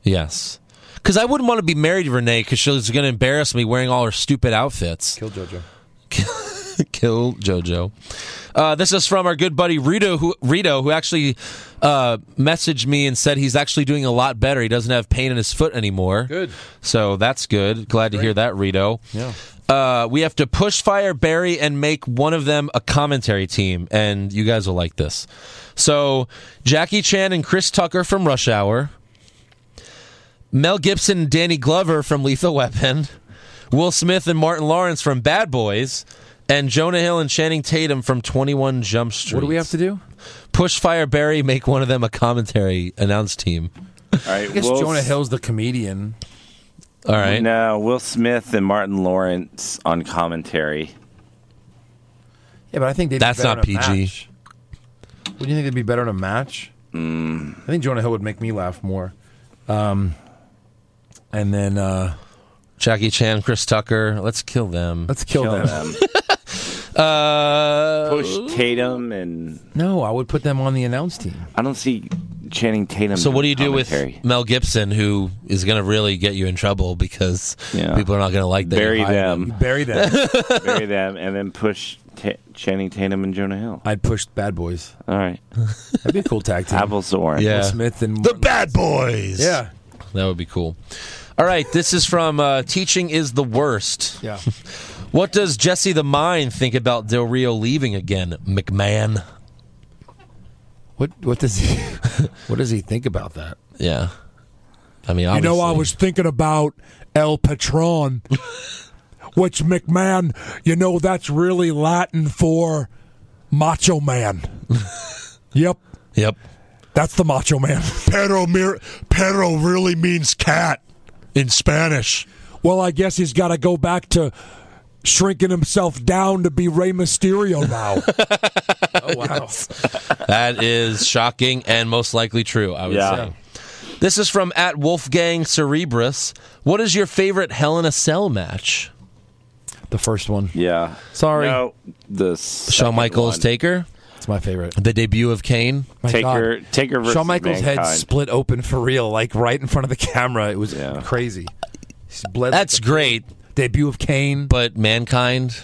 [SPEAKER 5] Yes. Because I wouldn't want to be married to Renee because she's going to embarrass me wearing all her stupid outfits.
[SPEAKER 6] Kill JoJo.
[SPEAKER 5] <laughs> Kill JoJo. Uh, this is from our good buddy Rito, who, Rito, who actually uh, messaged me and said he's actually doing a lot better. He doesn't have pain in his foot anymore.
[SPEAKER 6] Good.
[SPEAKER 5] So that's good. Glad to hear that, Rito.
[SPEAKER 6] Yeah.
[SPEAKER 5] Uh, we have to push fire Barry and make one of them a commentary team, and you guys will like this. So Jackie Chan and Chris Tucker from Rush Hour. Mel Gibson and Danny Glover from Lethal Weapon, Will Smith and Martin Lawrence from Bad Boys, and Jonah Hill and Channing Tatum from 21 Jump Street. What do we have to
[SPEAKER 6] do?
[SPEAKER 5] Push Fire Barry, make one of them a commentary announce team.
[SPEAKER 7] All right,
[SPEAKER 6] I guess
[SPEAKER 7] Will
[SPEAKER 6] Jonah Hill's the comedian.
[SPEAKER 5] All right.
[SPEAKER 7] No, Will Smith and Martin Lawrence on commentary.
[SPEAKER 6] Yeah, but I think they'd
[SPEAKER 7] That's
[SPEAKER 6] be better
[SPEAKER 7] not
[SPEAKER 6] in a
[SPEAKER 7] PG.
[SPEAKER 6] Match. Would you think they'd be better in a match? Mm. I think Jonah Hill would make me laugh more. Um, and then uh,
[SPEAKER 5] Jackie Chan, Chris Tucker, let's kill them.
[SPEAKER 6] Let's kill, them.
[SPEAKER 5] uh,
[SPEAKER 7] Push Tatum and
[SPEAKER 6] <laughs> no, I would put them on the announce team.
[SPEAKER 7] I don't see Channing Tatum.
[SPEAKER 5] So what do you do
[SPEAKER 7] doing
[SPEAKER 5] with <laughs>
[SPEAKER 7] commentary.
[SPEAKER 5] Mel Gibson, who is going to really get you in trouble because people are not going to like that? you
[SPEAKER 7] bury
[SPEAKER 5] hired
[SPEAKER 7] them?
[SPEAKER 5] him.
[SPEAKER 6] Bury them. <laughs>
[SPEAKER 7] bury them, and then push Ta Channing Tatum and Jonah Hill.
[SPEAKER 6] I'd push Bad Boys.
[SPEAKER 7] All right,
[SPEAKER 6] that'd be a cool tag team.
[SPEAKER 7] Apples to orange.
[SPEAKER 5] Yeah.
[SPEAKER 6] Will Smith and
[SPEAKER 5] The Bad Boys.
[SPEAKER 6] Yeah.
[SPEAKER 5] That would be cool. All right, this is from uh, Teaching is the Worst.
[SPEAKER 6] Yeah.
[SPEAKER 5] what does Jesse the Mind think about Del Rio leaving again, McMahon?
[SPEAKER 6] What what does he <laughs> what does he think about that?
[SPEAKER 5] Yeah. I mean,
[SPEAKER 16] You
[SPEAKER 5] obviously.
[SPEAKER 16] know, I was thinking about El <laughs> Patron, which McMahon, you know, that's really Latin for Macho <laughs> Man. yep.
[SPEAKER 5] Yep.
[SPEAKER 16] That's the Macho Man. <laughs> Pero, mir- pero really means cat in Spanish. Well, I guess he's got to go back to shrinking himself down to be Rey Mysterio <laughs> now.
[SPEAKER 6] Oh wow.
[SPEAKER 5] that is shocking and most likely true, I would
[SPEAKER 16] Yeah.
[SPEAKER 5] say. This is from at Wolfgang Cerebrus. What is your favorite Hell in a Cell match?
[SPEAKER 6] The first one.
[SPEAKER 7] Yeah.
[SPEAKER 5] Sorry.
[SPEAKER 7] No, the
[SPEAKER 5] Shawn Michaels
[SPEAKER 7] one.
[SPEAKER 5] Taker.
[SPEAKER 6] It's my favorite.
[SPEAKER 5] The debut of Kane.
[SPEAKER 6] My
[SPEAKER 7] Taker-
[SPEAKER 6] God.
[SPEAKER 7] Taker versus
[SPEAKER 6] Shawn Michaels' head
[SPEAKER 7] Mankind.
[SPEAKER 6] split open for real, like right in front of the camera. It was crazy. He's bled like
[SPEAKER 5] That's great.
[SPEAKER 6] Debut of Kane.
[SPEAKER 5] But mankind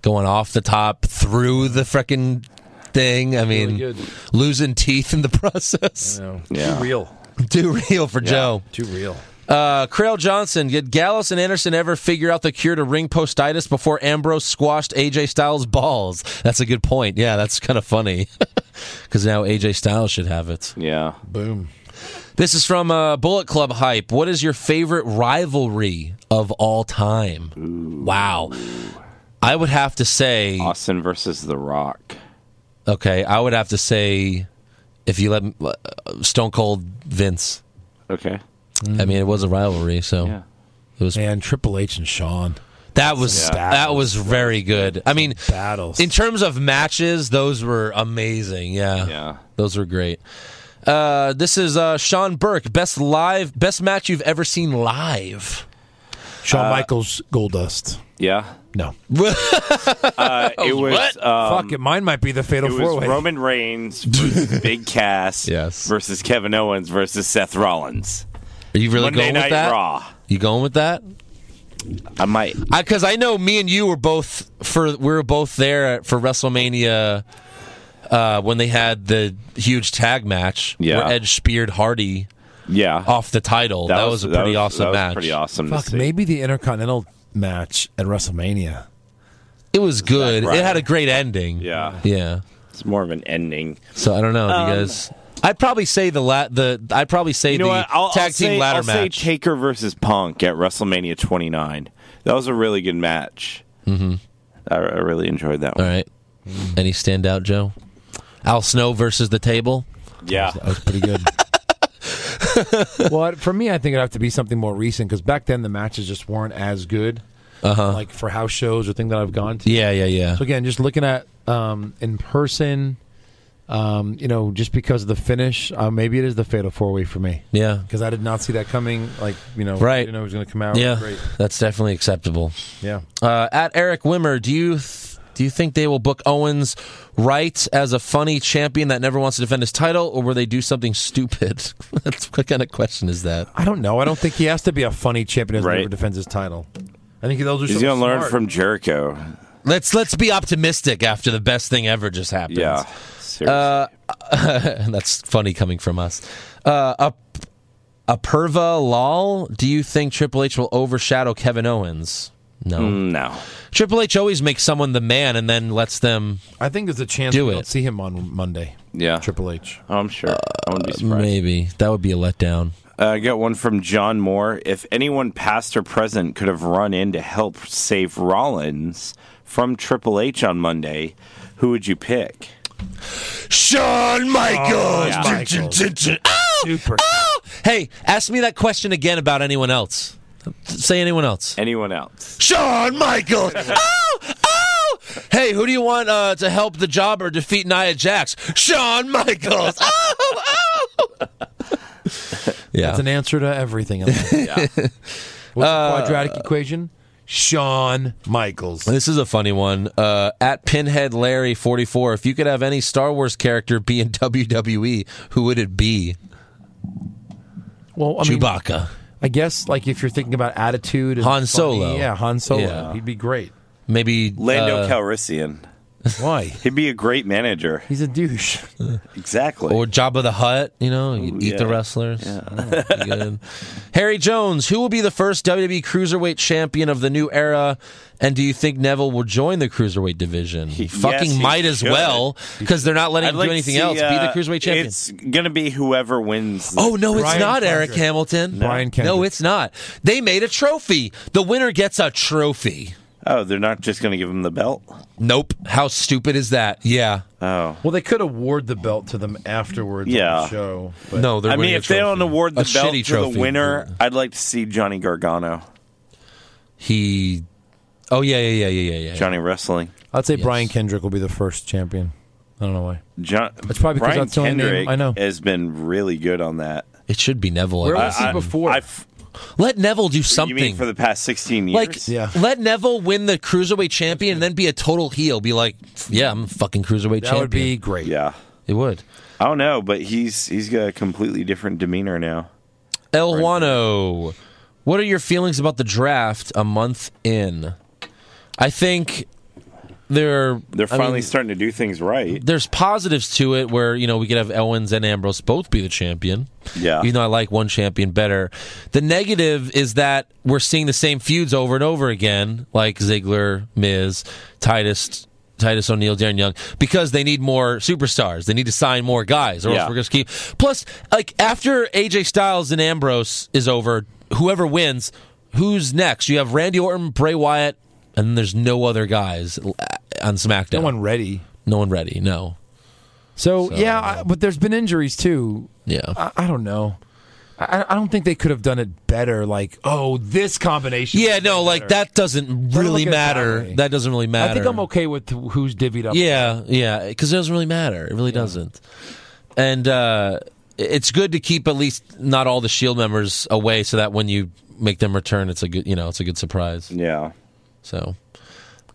[SPEAKER 5] going off the top through the freaking thing. I mean,
[SPEAKER 6] good.
[SPEAKER 5] losing teeth in the <laughs> process.
[SPEAKER 6] Too real.
[SPEAKER 5] Too real for
[SPEAKER 6] Yeah,
[SPEAKER 5] Joe.
[SPEAKER 6] Too real.
[SPEAKER 5] Uh, Crail Johnson, did Gallus and Anderson ever figure out the cure to ring postitis before Ambrose squashed AJ Styles' balls? That's a good point. Yeah, that's kind of funny. <laughs> Because now AJ Styles should have it.
[SPEAKER 7] Yeah.
[SPEAKER 6] Boom.
[SPEAKER 5] This is from uh, Bullet Club Hype. What is your favorite rivalry of all time? Wow. I would have to say.
[SPEAKER 7] Austin versus The Rock.
[SPEAKER 5] Okay, I would have to say, if you let uh, Stone Cold Vince.
[SPEAKER 7] Okay.
[SPEAKER 5] I mean, it was a rivalry, so
[SPEAKER 7] Yeah.
[SPEAKER 5] it was.
[SPEAKER 6] And Triple H and Shawn.
[SPEAKER 5] That was
[SPEAKER 6] Yeah.
[SPEAKER 5] that was very good. I mean,
[SPEAKER 6] battles
[SPEAKER 5] in terms of matches, those were amazing. Yeah,
[SPEAKER 7] yeah,
[SPEAKER 5] those were great. Uh, this is uh, Sean Burke, best live, best match you've ever seen live.
[SPEAKER 7] Uh,
[SPEAKER 16] Shawn Michaels, Goldust.
[SPEAKER 7] Yeah.
[SPEAKER 6] No.
[SPEAKER 7] Um, Uh, it was um,
[SPEAKER 6] Fuck it. Mine might be the fatal
[SPEAKER 7] it was
[SPEAKER 6] four way.
[SPEAKER 5] <laughs>
[SPEAKER 7] Roman Reigns versus Big Cass versus Kevin Owens versus Seth Rollins.
[SPEAKER 5] Are you really
[SPEAKER 7] Monday
[SPEAKER 5] going with
[SPEAKER 7] Night
[SPEAKER 5] that?
[SPEAKER 7] Raw.
[SPEAKER 5] You going with that?
[SPEAKER 7] I might.
[SPEAKER 5] Because I, know me and you were both for we were both there at, for WrestleMania uh, when they had the huge tag match
[SPEAKER 7] Yeah.
[SPEAKER 5] where Edge speared Hardy.
[SPEAKER 7] Yeah.
[SPEAKER 5] Off the title. That, was, a pretty awesome
[SPEAKER 7] that was
[SPEAKER 5] match.
[SPEAKER 7] Pretty awesome. to
[SPEAKER 6] Fuck,
[SPEAKER 7] see.
[SPEAKER 6] maybe the Intercontinental match at WrestleMania.
[SPEAKER 5] It was good.
[SPEAKER 7] right?
[SPEAKER 5] It had a great ending.
[SPEAKER 7] Yeah.
[SPEAKER 5] Yeah.
[SPEAKER 7] It's more of an ending.
[SPEAKER 5] So I don't know,
[SPEAKER 7] Um,
[SPEAKER 5] you guys. I'd probably say the la- the I'd probably say
[SPEAKER 7] You know
[SPEAKER 5] the
[SPEAKER 7] what? I'll,
[SPEAKER 5] tag
[SPEAKER 7] I'll
[SPEAKER 5] team
[SPEAKER 7] say,
[SPEAKER 5] ladder
[SPEAKER 7] I'll
[SPEAKER 5] match.
[SPEAKER 7] Say Taker versus Punk at WrestleMania 29. That was a really good match.
[SPEAKER 5] mm-hmm.
[SPEAKER 7] I, I really enjoyed that one.
[SPEAKER 5] All right. Any standout, Joe? Al Snow versus the table.
[SPEAKER 7] Yeah.
[SPEAKER 6] That was pretty good. <laughs> well, for me, I think it'd have to be something more recent because back then the matches just weren't as good.
[SPEAKER 5] Uh-huh.
[SPEAKER 6] Like for house shows or things that I've gone to.
[SPEAKER 5] Yeah, yeah, yeah.
[SPEAKER 6] So again, just looking at um, in person, um, you know, just because of the finish, uh, maybe it is the fatal four way for me.
[SPEAKER 5] Yeah.
[SPEAKER 6] because I did not see that coming. Like you know,
[SPEAKER 5] Right.
[SPEAKER 6] You know, it was going to come
[SPEAKER 7] Oh,
[SPEAKER 6] out.
[SPEAKER 5] yeah,
[SPEAKER 6] great.
[SPEAKER 5] that's definitely acceptable.
[SPEAKER 6] Yeah.
[SPEAKER 5] Uh, at Eric Wimmer, do you th- do you think they will book Owens right as a funny champion that never wants to defend his title, or will they do something stupid? <laughs> that's what kind of question is that?
[SPEAKER 6] I don't know. I don't think he has to be a funny champion who
[SPEAKER 5] Right.
[SPEAKER 6] never defends his title. I think those are.
[SPEAKER 7] He's
[SPEAKER 6] going
[SPEAKER 7] gonna
[SPEAKER 6] to
[SPEAKER 7] learn from Jericho.
[SPEAKER 5] Let's let's be optimistic after the best thing ever just happened.
[SPEAKER 7] Yeah,
[SPEAKER 5] Uh, <laughs> that's funny coming from us. Uh, a Apurva Lal, do you think Triple H will overshadow Kevin Owens? No,
[SPEAKER 7] Mm, no.
[SPEAKER 5] Triple H always makes someone the man and then lets them.
[SPEAKER 6] I think there's a chance
[SPEAKER 5] do
[SPEAKER 6] we
[SPEAKER 5] it.
[SPEAKER 6] don't see him on Monday.
[SPEAKER 7] Yeah.
[SPEAKER 6] Triple H.
[SPEAKER 7] I'm sure. I wouldn't
[SPEAKER 5] uh,
[SPEAKER 7] be surprised.
[SPEAKER 5] Maybe that would be a letdown.
[SPEAKER 7] Uh, I got one from John Moore. If anyone, past or present, could have run in to help save Rollins from Triple H on Monday, who would you pick?
[SPEAKER 5] Shawn Michaels.
[SPEAKER 6] Oh,
[SPEAKER 7] Shawn Michaels.
[SPEAKER 5] Super. Hey, ask me that question again about anyone else. Say anyone else.
[SPEAKER 7] Anyone else.
[SPEAKER 5] Shawn Michaels. oh, oh. Hey, who do you want uh, to help the job or defeat Nia Jax? Shawn Michaels. Oh, oh. <laughs> Yeah.
[SPEAKER 6] That's an answer to everything. Else. What's the quadratic equation? Shawn Michaels.
[SPEAKER 5] This is a funny one. Uh, at Pinhead Larry forty four. If you could have any Star Wars character be in <laughs> WWE, who would it be?
[SPEAKER 6] Well, I mean,
[SPEAKER 5] Chewbacca.
[SPEAKER 6] I guess like if you're thinking about attitude, and
[SPEAKER 5] Han
[SPEAKER 6] funny-
[SPEAKER 5] Solo.
[SPEAKER 6] yeah, Han Solo,
[SPEAKER 5] Yeah.
[SPEAKER 6] he'd be great.
[SPEAKER 5] Maybe
[SPEAKER 7] Lando
[SPEAKER 5] uh,
[SPEAKER 7] Calrissian.
[SPEAKER 6] Why?
[SPEAKER 7] He'd be a great manager.
[SPEAKER 6] He's a douche.
[SPEAKER 7] Exactly.
[SPEAKER 5] or Jabba the Hutt. You know, you eat the
[SPEAKER 7] yeah.
[SPEAKER 5] wrestlers. Oh, pretty
[SPEAKER 7] <laughs>
[SPEAKER 5] good. Harry Jones. Who will be the first WWE Cruiserweight champion of the new era? And do you think Neville will join the cruiserweight division? He fucking
[SPEAKER 7] Yes, he
[SPEAKER 5] might as
[SPEAKER 7] should.
[SPEAKER 5] well because they're not letting
[SPEAKER 7] I'd
[SPEAKER 5] him
[SPEAKER 7] like
[SPEAKER 5] do
[SPEAKER 7] to
[SPEAKER 5] anything
[SPEAKER 7] see,
[SPEAKER 5] else. be
[SPEAKER 7] uh,
[SPEAKER 5] the cruiserweight champion.
[SPEAKER 7] It's gonna be whoever wins. the-
[SPEAKER 5] Oh no, it's not Eric
[SPEAKER 7] Kendrick.
[SPEAKER 5] Hamilton.
[SPEAKER 7] No. Brian
[SPEAKER 5] No,
[SPEAKER 7] Kendrick.
[SPEAKER 5] it's not. They made a trophy. The winner gets a trophy.
[SPEAKER 7] Oh, they're not just gonna give him the belt.
[SPEAKER 5] Nope. How stupid is that? Yeah.
[SPEAKER 7] Oh.
[SPEAKER 6] Well, they could award the belt to them afterwards. on
[SPEAKER 7] Yeah.
[SPEAKER 6] the show.
[SPEAKER 5] No, they're
[SPEAKER 7] I mean,
[SPEAKER 5] winning a
[SPEAKER 7] if they don't
[SPEAKER 5] trophy.
[SPEAKER 7] award the
[SPEAKER 5] A
[SPEAKER 7] belt
[SPEAKER 5] shitty
[SPEAKER 7] to the
[SPEAKER 5] trophy.
[SPEAKER 7] winner, I'd like to see Johnny Gargano,
[SPEAKER 5] He. Oh yeah, yeah, yeah, yeah, yeah. yeah.
[SPEAKER 7] Johnny Wrestling.
[SPEAKER 6] I'd say Brian Kendrick will be the first champion. I don't know why.
[SPEAKER 7] John.
[SPEAKER 6] It's probably because
[SPEAKER 7] Brian
[SPEAKER 6] that's the only name
[SPEAKER 7] Kendrick
[SPEAKER 6] I know.
[SPEAKER 7] has been really good on that.
[SPEAKER 5] It should be Neville. I
[SPEAKER 6] Where
[SPEAKER 5] guess.
[SPEAKER 6] was he before?
[SPEAKER 5] Let Neville do
[SPEAKER 7] You
[SPEAKER 5] something.
[SPEAKER 7] mean for the past sixteen years?
[SPEAKER 5] like, let Neville win the cruiserweight champion and then be a total heel. Be like, yeah, I'm a fucking cruiserweight champion.
[SPEAKER 6] great.
[SPEAKER 7] Yeah,
[SPEAKER 5] it would.
[SPEAKER 7] I don't know, but he's he's got a completely different demeanor now.
[SPEAKER 5] El Wano, oh. what are your feelings about the draft a month in? I think there
[SPEAKER 7] They're
[SPEAKER 5] I mean,
[SPEAKER 7] finally starting to do things right.
[SPEAKER 5] there's positives to it where you know we could have Owens and Ambrose both be the champion.
[SPEAKER 7] Yeah.
[SPEAKER 5] Even though I like one champion better. The negative is that we're seeing the same feuds over and over again, like Ziggler, Miz, Titus. Titus O'Neil, Darren Young, because they need more superstars. They need to sign more guys, or
[SPEAKER 7] Yeah.
[SPEAKER 5] else we're going to keep. Plus, like after AJ Styles and Ambrose is over, whoever wins, who's next? You have Randy Orton, Bray Wyatt, and then there's no other guys l- on SmackDown. No one
[SPEAKER 6] ready.
[SPEAKER 5] No one ready. No.
[SPEAKER 6] So, uh,
[SPEAKER 5] So-
[SPEAKER 6] yeah, I, but there's been injuries too.
[SPEAKER 5] Yeah,
[SPEAKER 6] I, I don't know. I, I don't think they could have done it better. Like, oh, this combination.
[SPEAKER 5] Yeah, no, like that doesn't
[SPEAKER 6] Try to
[SPEAKER 5] really
[SPEAKER 6] look at it that
[SPEAKER 5] matter.
[SPEAKER 6] way.
[SPEAKER 5] That, doesn't really matter.
[SPEAKER 6] I think I'm okay with who's divvied up.
[SPEAKER 5] Yeah, yeah, because it doesn't really matter. It really doesn't. And uh, it's good to keep at least not all the Shield E members away, so that when you make them return, it's a good, you know, it's a good surprise.
[SPEAKER 7] Yeah.
[SPEAKER 5] So,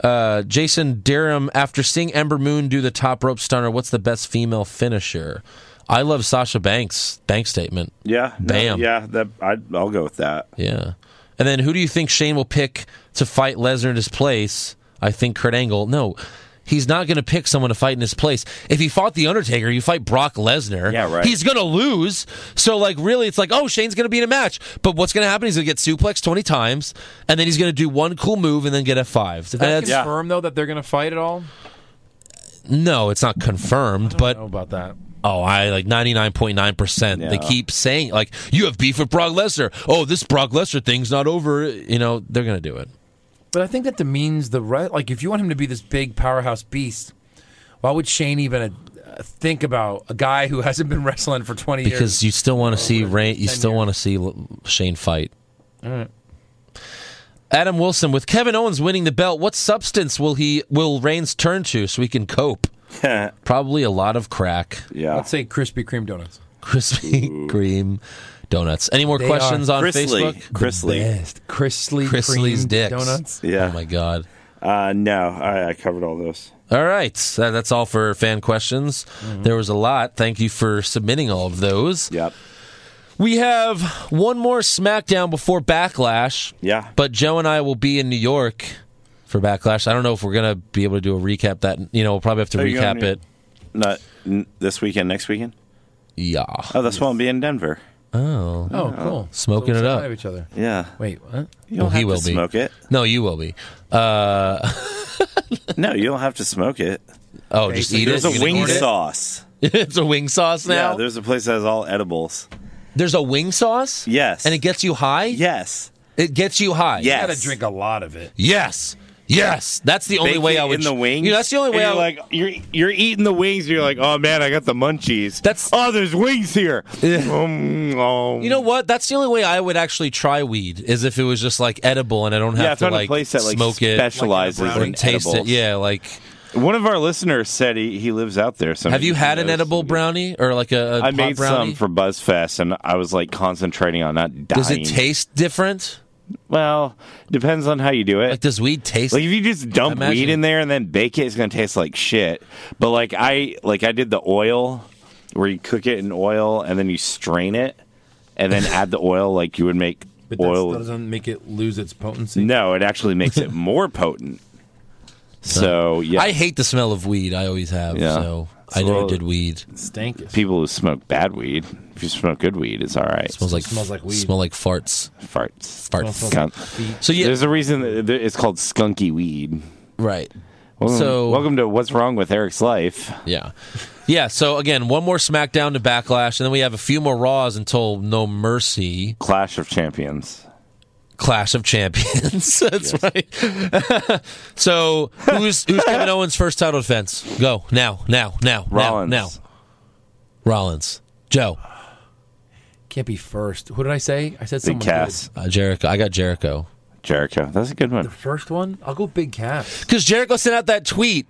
[SPEAKER 5] uh, Jason Durham, after seeing Ember Moon do the top rope stunner, what's the best female finisher? I love Sasha Banks. Bank statement.
[SPEAKER 7] Yeah. no,
[SPEAKER 5] Bam.
[SPEAKER 7] yeah, that <laughs> I'd, I'll go with that.
[SPEAKER 5] Yeah. And then who do you think Shane will pick to fight Lesnar in his place? I think Kurt Angle. No, he's not going to pick someone to fight in his place. If he fought The Undertaker, you fight Brock Lesnar. Yeah, right. He's going to lose. So, like, really, it's like, oh, Shane's going to be in a match. But what's going to happen? He's going to get suplexed 20 times, and then he's going to do one cool move and then get F5.
[SPEAKER 6] Did that confirm though that they're going to fight at all?
[SPEAKER 5] No, it's not confirmed, but
[SPEAKER 6] about that.
[SPEAKER 5] Oh, I like ninety nine point nine percent. They
[SPEAKER 6] Yeah.
[SPEAKER 5] keep saying like you have beef with Brock Lesnar. Oh, this Brock Lesnar thing's not over. You know they're gonna do it.
[SPEAKER 6] But I think that demeans the right. Like, if you want him to be this big powerhouse beast, why would Shane even uh, think about a guy who hasn't been wrestling for twenty years?
[SPEAKER 5] Because you still want to see Ray, you still want to see L- Shane fight.
[SPEAKER 6] All right.
[SPEAKER 5] Adam Wilson with Kevin Owens winning the belt. What substance will he will Reigns turn to so he can cope? Probably a lot of crack. <laughs>
[SPEAKER 7] Yeah,
[SPEAKER 6] Let's say Krispy Kreme donuts.
[SPEAKER 5] Krispy Kreme donuts. Any more
[SPEAKER 6] They
[SPEAKER 5] questions
[SPEAKER 6] are
[SPEAKER 5] on
[SPEAKER 6] Chrisley.
[SPEAKER 5] Facebook?
[SPEAKER 6] Chrisley.
[SPEAKER 5] The
[SPEAKER 6] best. Chrisley
[SPEAKER 5] Chrisley's
[SPEAKER 6] cream
[SPEAKER 5] dicks.
[SPEAKER 6] donuts?
[SPEAKER 5] Yeah. Oh my god.
[SPEAKER 7] Uh, no, I, I covered all those.
[SPEAKER 5] All right, so that's all for fan questions.
[SPEAKER 6] Mm-hmm.
[SPEAKER 5] There was a lot. Thank you for submitting all of those.
[SPEAKER 7] Yep.
[SPEAKER 5] We have one more SmackDown before Backlash.
[SPEAKER 7] Yeah.
[SPEAKER 5] But Joe and I will be in New York for Backlash. I don't know if we're gonna be able to do a recap. That you know, we'll probably have to
[SPEAKER 7] Are you
[SPEAKER 5] recap
[SPEAKER 7] going to-
[SPEAKER 5] it.
[SPEAKER 7] Not n- this weekend, next weekend.
[SPEAKER 5] Yeah.
[SPEAKER 7] Oh, that's won't be in Denver.
[SPEAKER 5] Oh.
[SPEAKER 6] Oh, cool.
[SPEAKER 5] Smoking
[SPEAKER 6] So
[SPEAKER 5] it
[SPEAKER 6] we're
[SPEAKER 5] up.
[SPEAKER 6] side of each other.
[SPEAKER 7] Yeah.
[SPEAKER 6] Wait, what?
[SPEAKER 7] You don't
[SPEAKER 5] well, he
[SPEAKER 7] have to
[SPEAKER 5] will be.
[SPEAKER 7] smoke it.
[SPEAKER 5] No, you will be. Uh,
[SPEAKER 7] No, you don't have to
[SPEAKER 5] <laughs>
[SPEAKER 7] smoke it.
[SPEAKER 5] Oh, just eat it?
[SPEAKER 7] There's
[SPEAKER 5] You're
[SPEAKER 7] a
[SPEAKER 5] gonna
[SPEAKER 7] wing
[SPEAKER 5] eat <laughs> it?
[SPEAKER 7] sauce.
[SPEAKER 5] it's a wing sauce now.
[SPEAKER 7] Yeah, there's a place that has all edibles.
[SPEAKER 5] There's a wing sauce.
[SPEAKER 7] Yes.
[SPEAKER 5] And it gets you high.
[SPEAKER 7] Yes.
[SPEAKER 5] It gets you high.
[SPEAKER 7] Yes.
[SPEAKER 6] You gotta drink a lot of it.
[SPEAKER 5] Yes. Yes. That's the only
[SPEAKER 7] Bake
[SPEAKER 5] way
[SPEAKER 7] it
[SPEAKER 5] I would.
[SPEAKER 7] in the wings.
[SPEAKER 5] You know, that's the only
[SPEAKER 7] and
[SPEAKER 5] way I
[SPEAKER 7] you're
[SPEAKER 5] would.
[SPEAKER 7] like you're you're eating the wings. And you're like, oh man, I got the munchies. That's oh, there's wings here. Mm, oh.
[SPEAKER 5] you know what? That's the only way I would actually try weed is if it was just like edible and I don't have
[SPEAKER 7] yeah, I
[SPEAKER 5] to
[SPEAKER 7] found
[SPEAKER 5] like
[SPEAKER 7] a place that like
[SPEAKER 5] smoke it,
[SPEAKER 7] specializes
[SPEAKER 5] or
[SPEAKER 7] in
[SPEAKER 5] taste
[SPEAKER 7] edibles.
[SPEAKER 5] it. Yeah, like
[SPEAKER 7] one of our listeners said he, he lives out there. So
[SPEAKER 5] have you
[SPEAKER 7] maybe
[SPEAKER 5] had
[SPEAKER 7] he
[SPEAKER 5] an
[SPEAKER 7] knows.
[SPEAKER 5] edible brownie or like a, a
[SPEAKER 7] I
[SPEAKER 5] pot
[SPEAKER 7] made
[SPEAKER 5] brownie?
[SPEAKER 7] some for BuzzFest, and I was like concentrating on not dying.
[SPEAKER 5] Does it taste different?
[SPEAKER 7] Well, depends on how you do it. Like,
[SPEAKER 5] does weed taste?
[SPEAKER 7] Like, if you just dump
[SPEAKER 5] Imagine.
[SPEAKER 7] weed in there and then bake it, it's gonna taste like shit. But like I like I did the oil, where you cook it in oil and then you strain it, and then add the oil like you would make
[SPEAKER 6] But that
[SPEAKER 7] oil.
[SPEAKER 6] still doesn't make it lose its potency.
[SPEAKER 7] No, it actually makes it
[SPEAKER 5] <laughs>
[SPEAKER 7] more potent. So yeah,
[SPEAKER 5] I hate the smell of weed. I always have. So I never did weed.
[SPEAKER 6] Stank.
[SPEAKER 7] People who smoke bad weed. If you smoke good weed, it's all right.
[SPEAKER 5] smells like smells like weed. Smell like farts.
[SPEAKER 7] Farts.
[SPEAKER 5] Farts.
[SPEAKER 7] Smells like feet. So yeah, there's a reason that it- it's called skunky weed.
[SPEAKER 5] Right.
[SPEAKER 7] Welcome,
[SPEAKER 5] So-
[SPEAKER 7] welcome to what's wrong with Eric's life.
[SPEAKER 5] Yeah. Yeah, so again, one more SmackDown to Backlash, and then we have a few more Raws until No Mercy.
[SPEAKER 7] Clash of Champions.
[SPEAKER 5] Clash of Champions. <laughs> That's right. <laughs> so who's who's Kevin Owens' first title defense? Go now, now, now,
[SPEAKER 6] Rollins.
[SPEAKER 5] now, now. Rollins, Joe,
[SPEAKER 6] Can't be first. Who did I say? I said someone.
[SPEAKER 5] uh, Jericho. I got Jericho.
[SPEAKER 7] Jericho, that's a good one.
[SPEAKER 6] good. First one? I'll go Big Cass.
[SPEAKER 5] Because Jericho sent out that tweet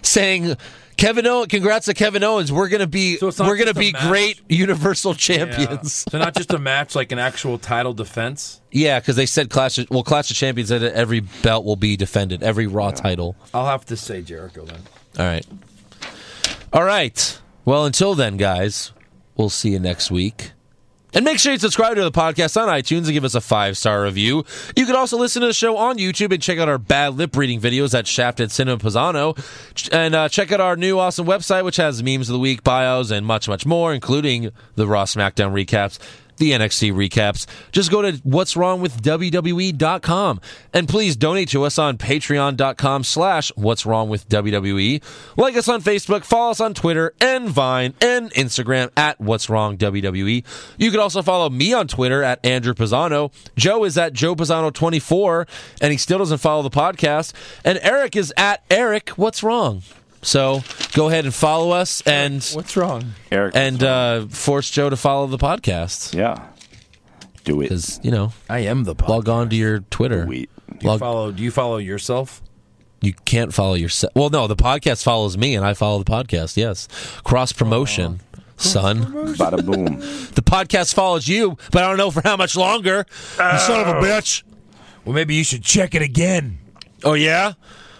[SPEAKER 5] saying, "Kevin Owens, congrats to Kevin Owens. We're gonna be
[SPEAKER 6] not
[SPEAKER 5] we're gonna
[SPEAKER 6] just a
[SPEAKER 5] be
[SPEAKER 6] match.
[SPEAKER 5] great Universal <laughs> Champions."
[SPEAKER 6] Yeah. <laughs> so not just a match, like an actual title defense.
[SPEAKER 5] Yeah, because they said Clash. Of, well, Clash of Champions said that every belt will be defended, every Raw title.
[SPEAKER 6] I'll have to say Jericho then.
[SPEAKER 5] All right. All right. Well, until then, guys, we'll see you next week. And make sure you subscribe to the podcast on iTunes and give us a five star review. You can also listen to the show on YouTube and check out our bad lip reading videos at Shafted Cinema Pisano. Ch- And uh, check out our new awesome website, which has memes of the week, bios, and much, much more, including the Raw SmackDown recaps, the NXT recaps. Just go to what's wrong with WWE.com E and please donate to us on patreon.com slash what's wrong with WWE. Like us on Facebook, follow us on Twitter and Vine and Instagram at what's wrong WWE. You can also follow me on Twitter at Andrew Pisano. Joe is at Joe Pisano24 and he still doesn't follow the podcast. And Eric is at Eric What's Wrong. So go ahead and follow us and
[SPEAKER 6] What's wrong?
[SPEAKER 7] Eric
[SPEAKER 5] and uh, force Joe to follow the podcast.
[SPEAKER 7] Yeah. Do it.
[SPEAKER 5] Because, you know,
[SPEAKER 6] I am the podcast.
[SPEAKER 5] Log on to your Twitter.
[SPEAKER 6] Do you
[SPEAKER 5] Log-
[SPEAKER 6] follow do you follow yourself?
[SPEAKER 5] you can't follow yourself. Well, no, the podcast follows me and I follow the podcast. Yes. Cross promotion,
[SPEAKER 6] Oh,
[SPEAKER 5] son.
[SPEAKER 7] Bada boom.
[SPEAKER 5] the podcast follows you, but I don't know for how much longer.
[SPEAKER 6] Oh.
[SPEAKER 5] You son of a bitch.
[SPEAKER 6] Well, maybe you should check it again.
[SPEAKER 5] Oh, yeah?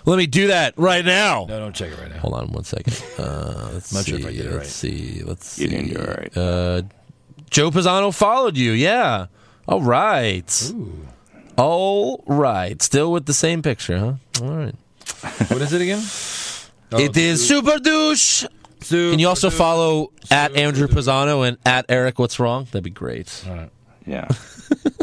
[SPEAKER 5] Let me do that right now.
[SPEAKER 6] No, don't check it right now.
[SPEAKER 5] Hold on one second.
[SPEAKER 6] <laughs>
[SPEAKER 5] Uh, let's
[SPEAKER 6] Not
[SPEAKER 5] see.
[SPEAKER 6] sure if I did it
[SPEAKER 5] let's
[SPEAKER 6] right.
[SPEAKER 5] see. Let's see. Uh, Joe Pisano followed you. Yeah. All right. All right. Still with the same picture, huh? All right.
[SPEAKER 12] what is it again?
[SPEAKER 6] Oh,
[SPEAKER 5] it is Super Douche. Can you also follow at Andrew Pisano and at Eric What's Wrong? That'd be great. All right.
[SPEAKER 7] Yeah.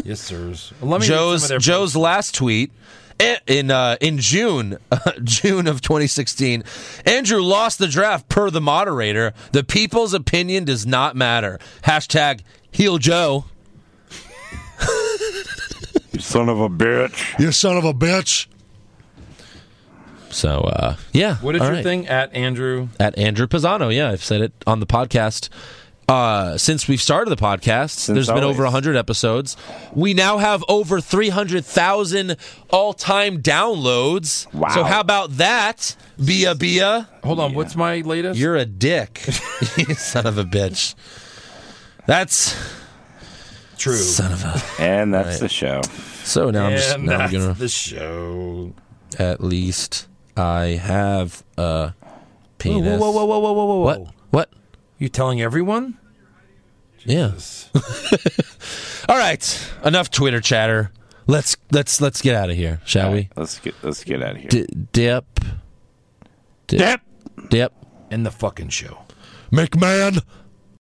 [SPEAKER 12] yes, sirs.
[SPEAKER 5] Let me Joe's Joe's last tweet eh, in uh, in June <laughs> June of 2016. Andrew lost the draft per the moderator. The people's opinion does not matter. Hashtag heal Joe.
[SPEAKER 7] You son of a bitch.
[SPEAKER 17] You son of a bitch.
[SPEAKER 5] So uh, yeah.
[SPEAKER 12] What is
[SPEAKER 5] all
[SPEAKER 12] your
[SPEAKER 5] right.
[SPEAKER 12] thing at Andrew?
[SPEAKER 5] At Andrew Pisano. Yeah, I've said it on the podcast. Uh, since we've started the podcast, there's been
[SPEAKER 12] always.
[SPEAKER 5] over 100 episodes. We now have over 300,000 all time downloads. Wow. So, how about that, Bia Bia?
[SPEAKER 12] Hold on, what's my latest?
[SPEAKER 5] You're a dick. <laughs> you son of a bitch. That's
[SPEAKER 12] true.
[SPEAKER 5] Son of a.
[SPEAKER 7] And that's the show.
[SPEAKER 5] So now I'm just
[SPEAKER 12] And
[SPEAKER 5] now I'm
[SPEAKER 12] that's
[SPEAKER 5] gonna
[SPEAKER 12] the show.
[SPEAKER 5] At least I have a penis.
[SPEAKER 12] Whoa, whoa, whoa, whoa, whoa, whoa, whoa.
[SPEAKER 5] What? What?
[SPEAKER 12] You telling everyone?
[SPEAKER 5] Yeah. <laughs> All right. Enough Twitter chatter. Let's let's let's get out of here, shall we?
[SPEAKER 7] Let's get let's get out of here.
[SPEAKER 5] D- dip. Dip. Dip.
[SPEAKER 12] In the fucking show.
[SPEAKER 17] McMahon,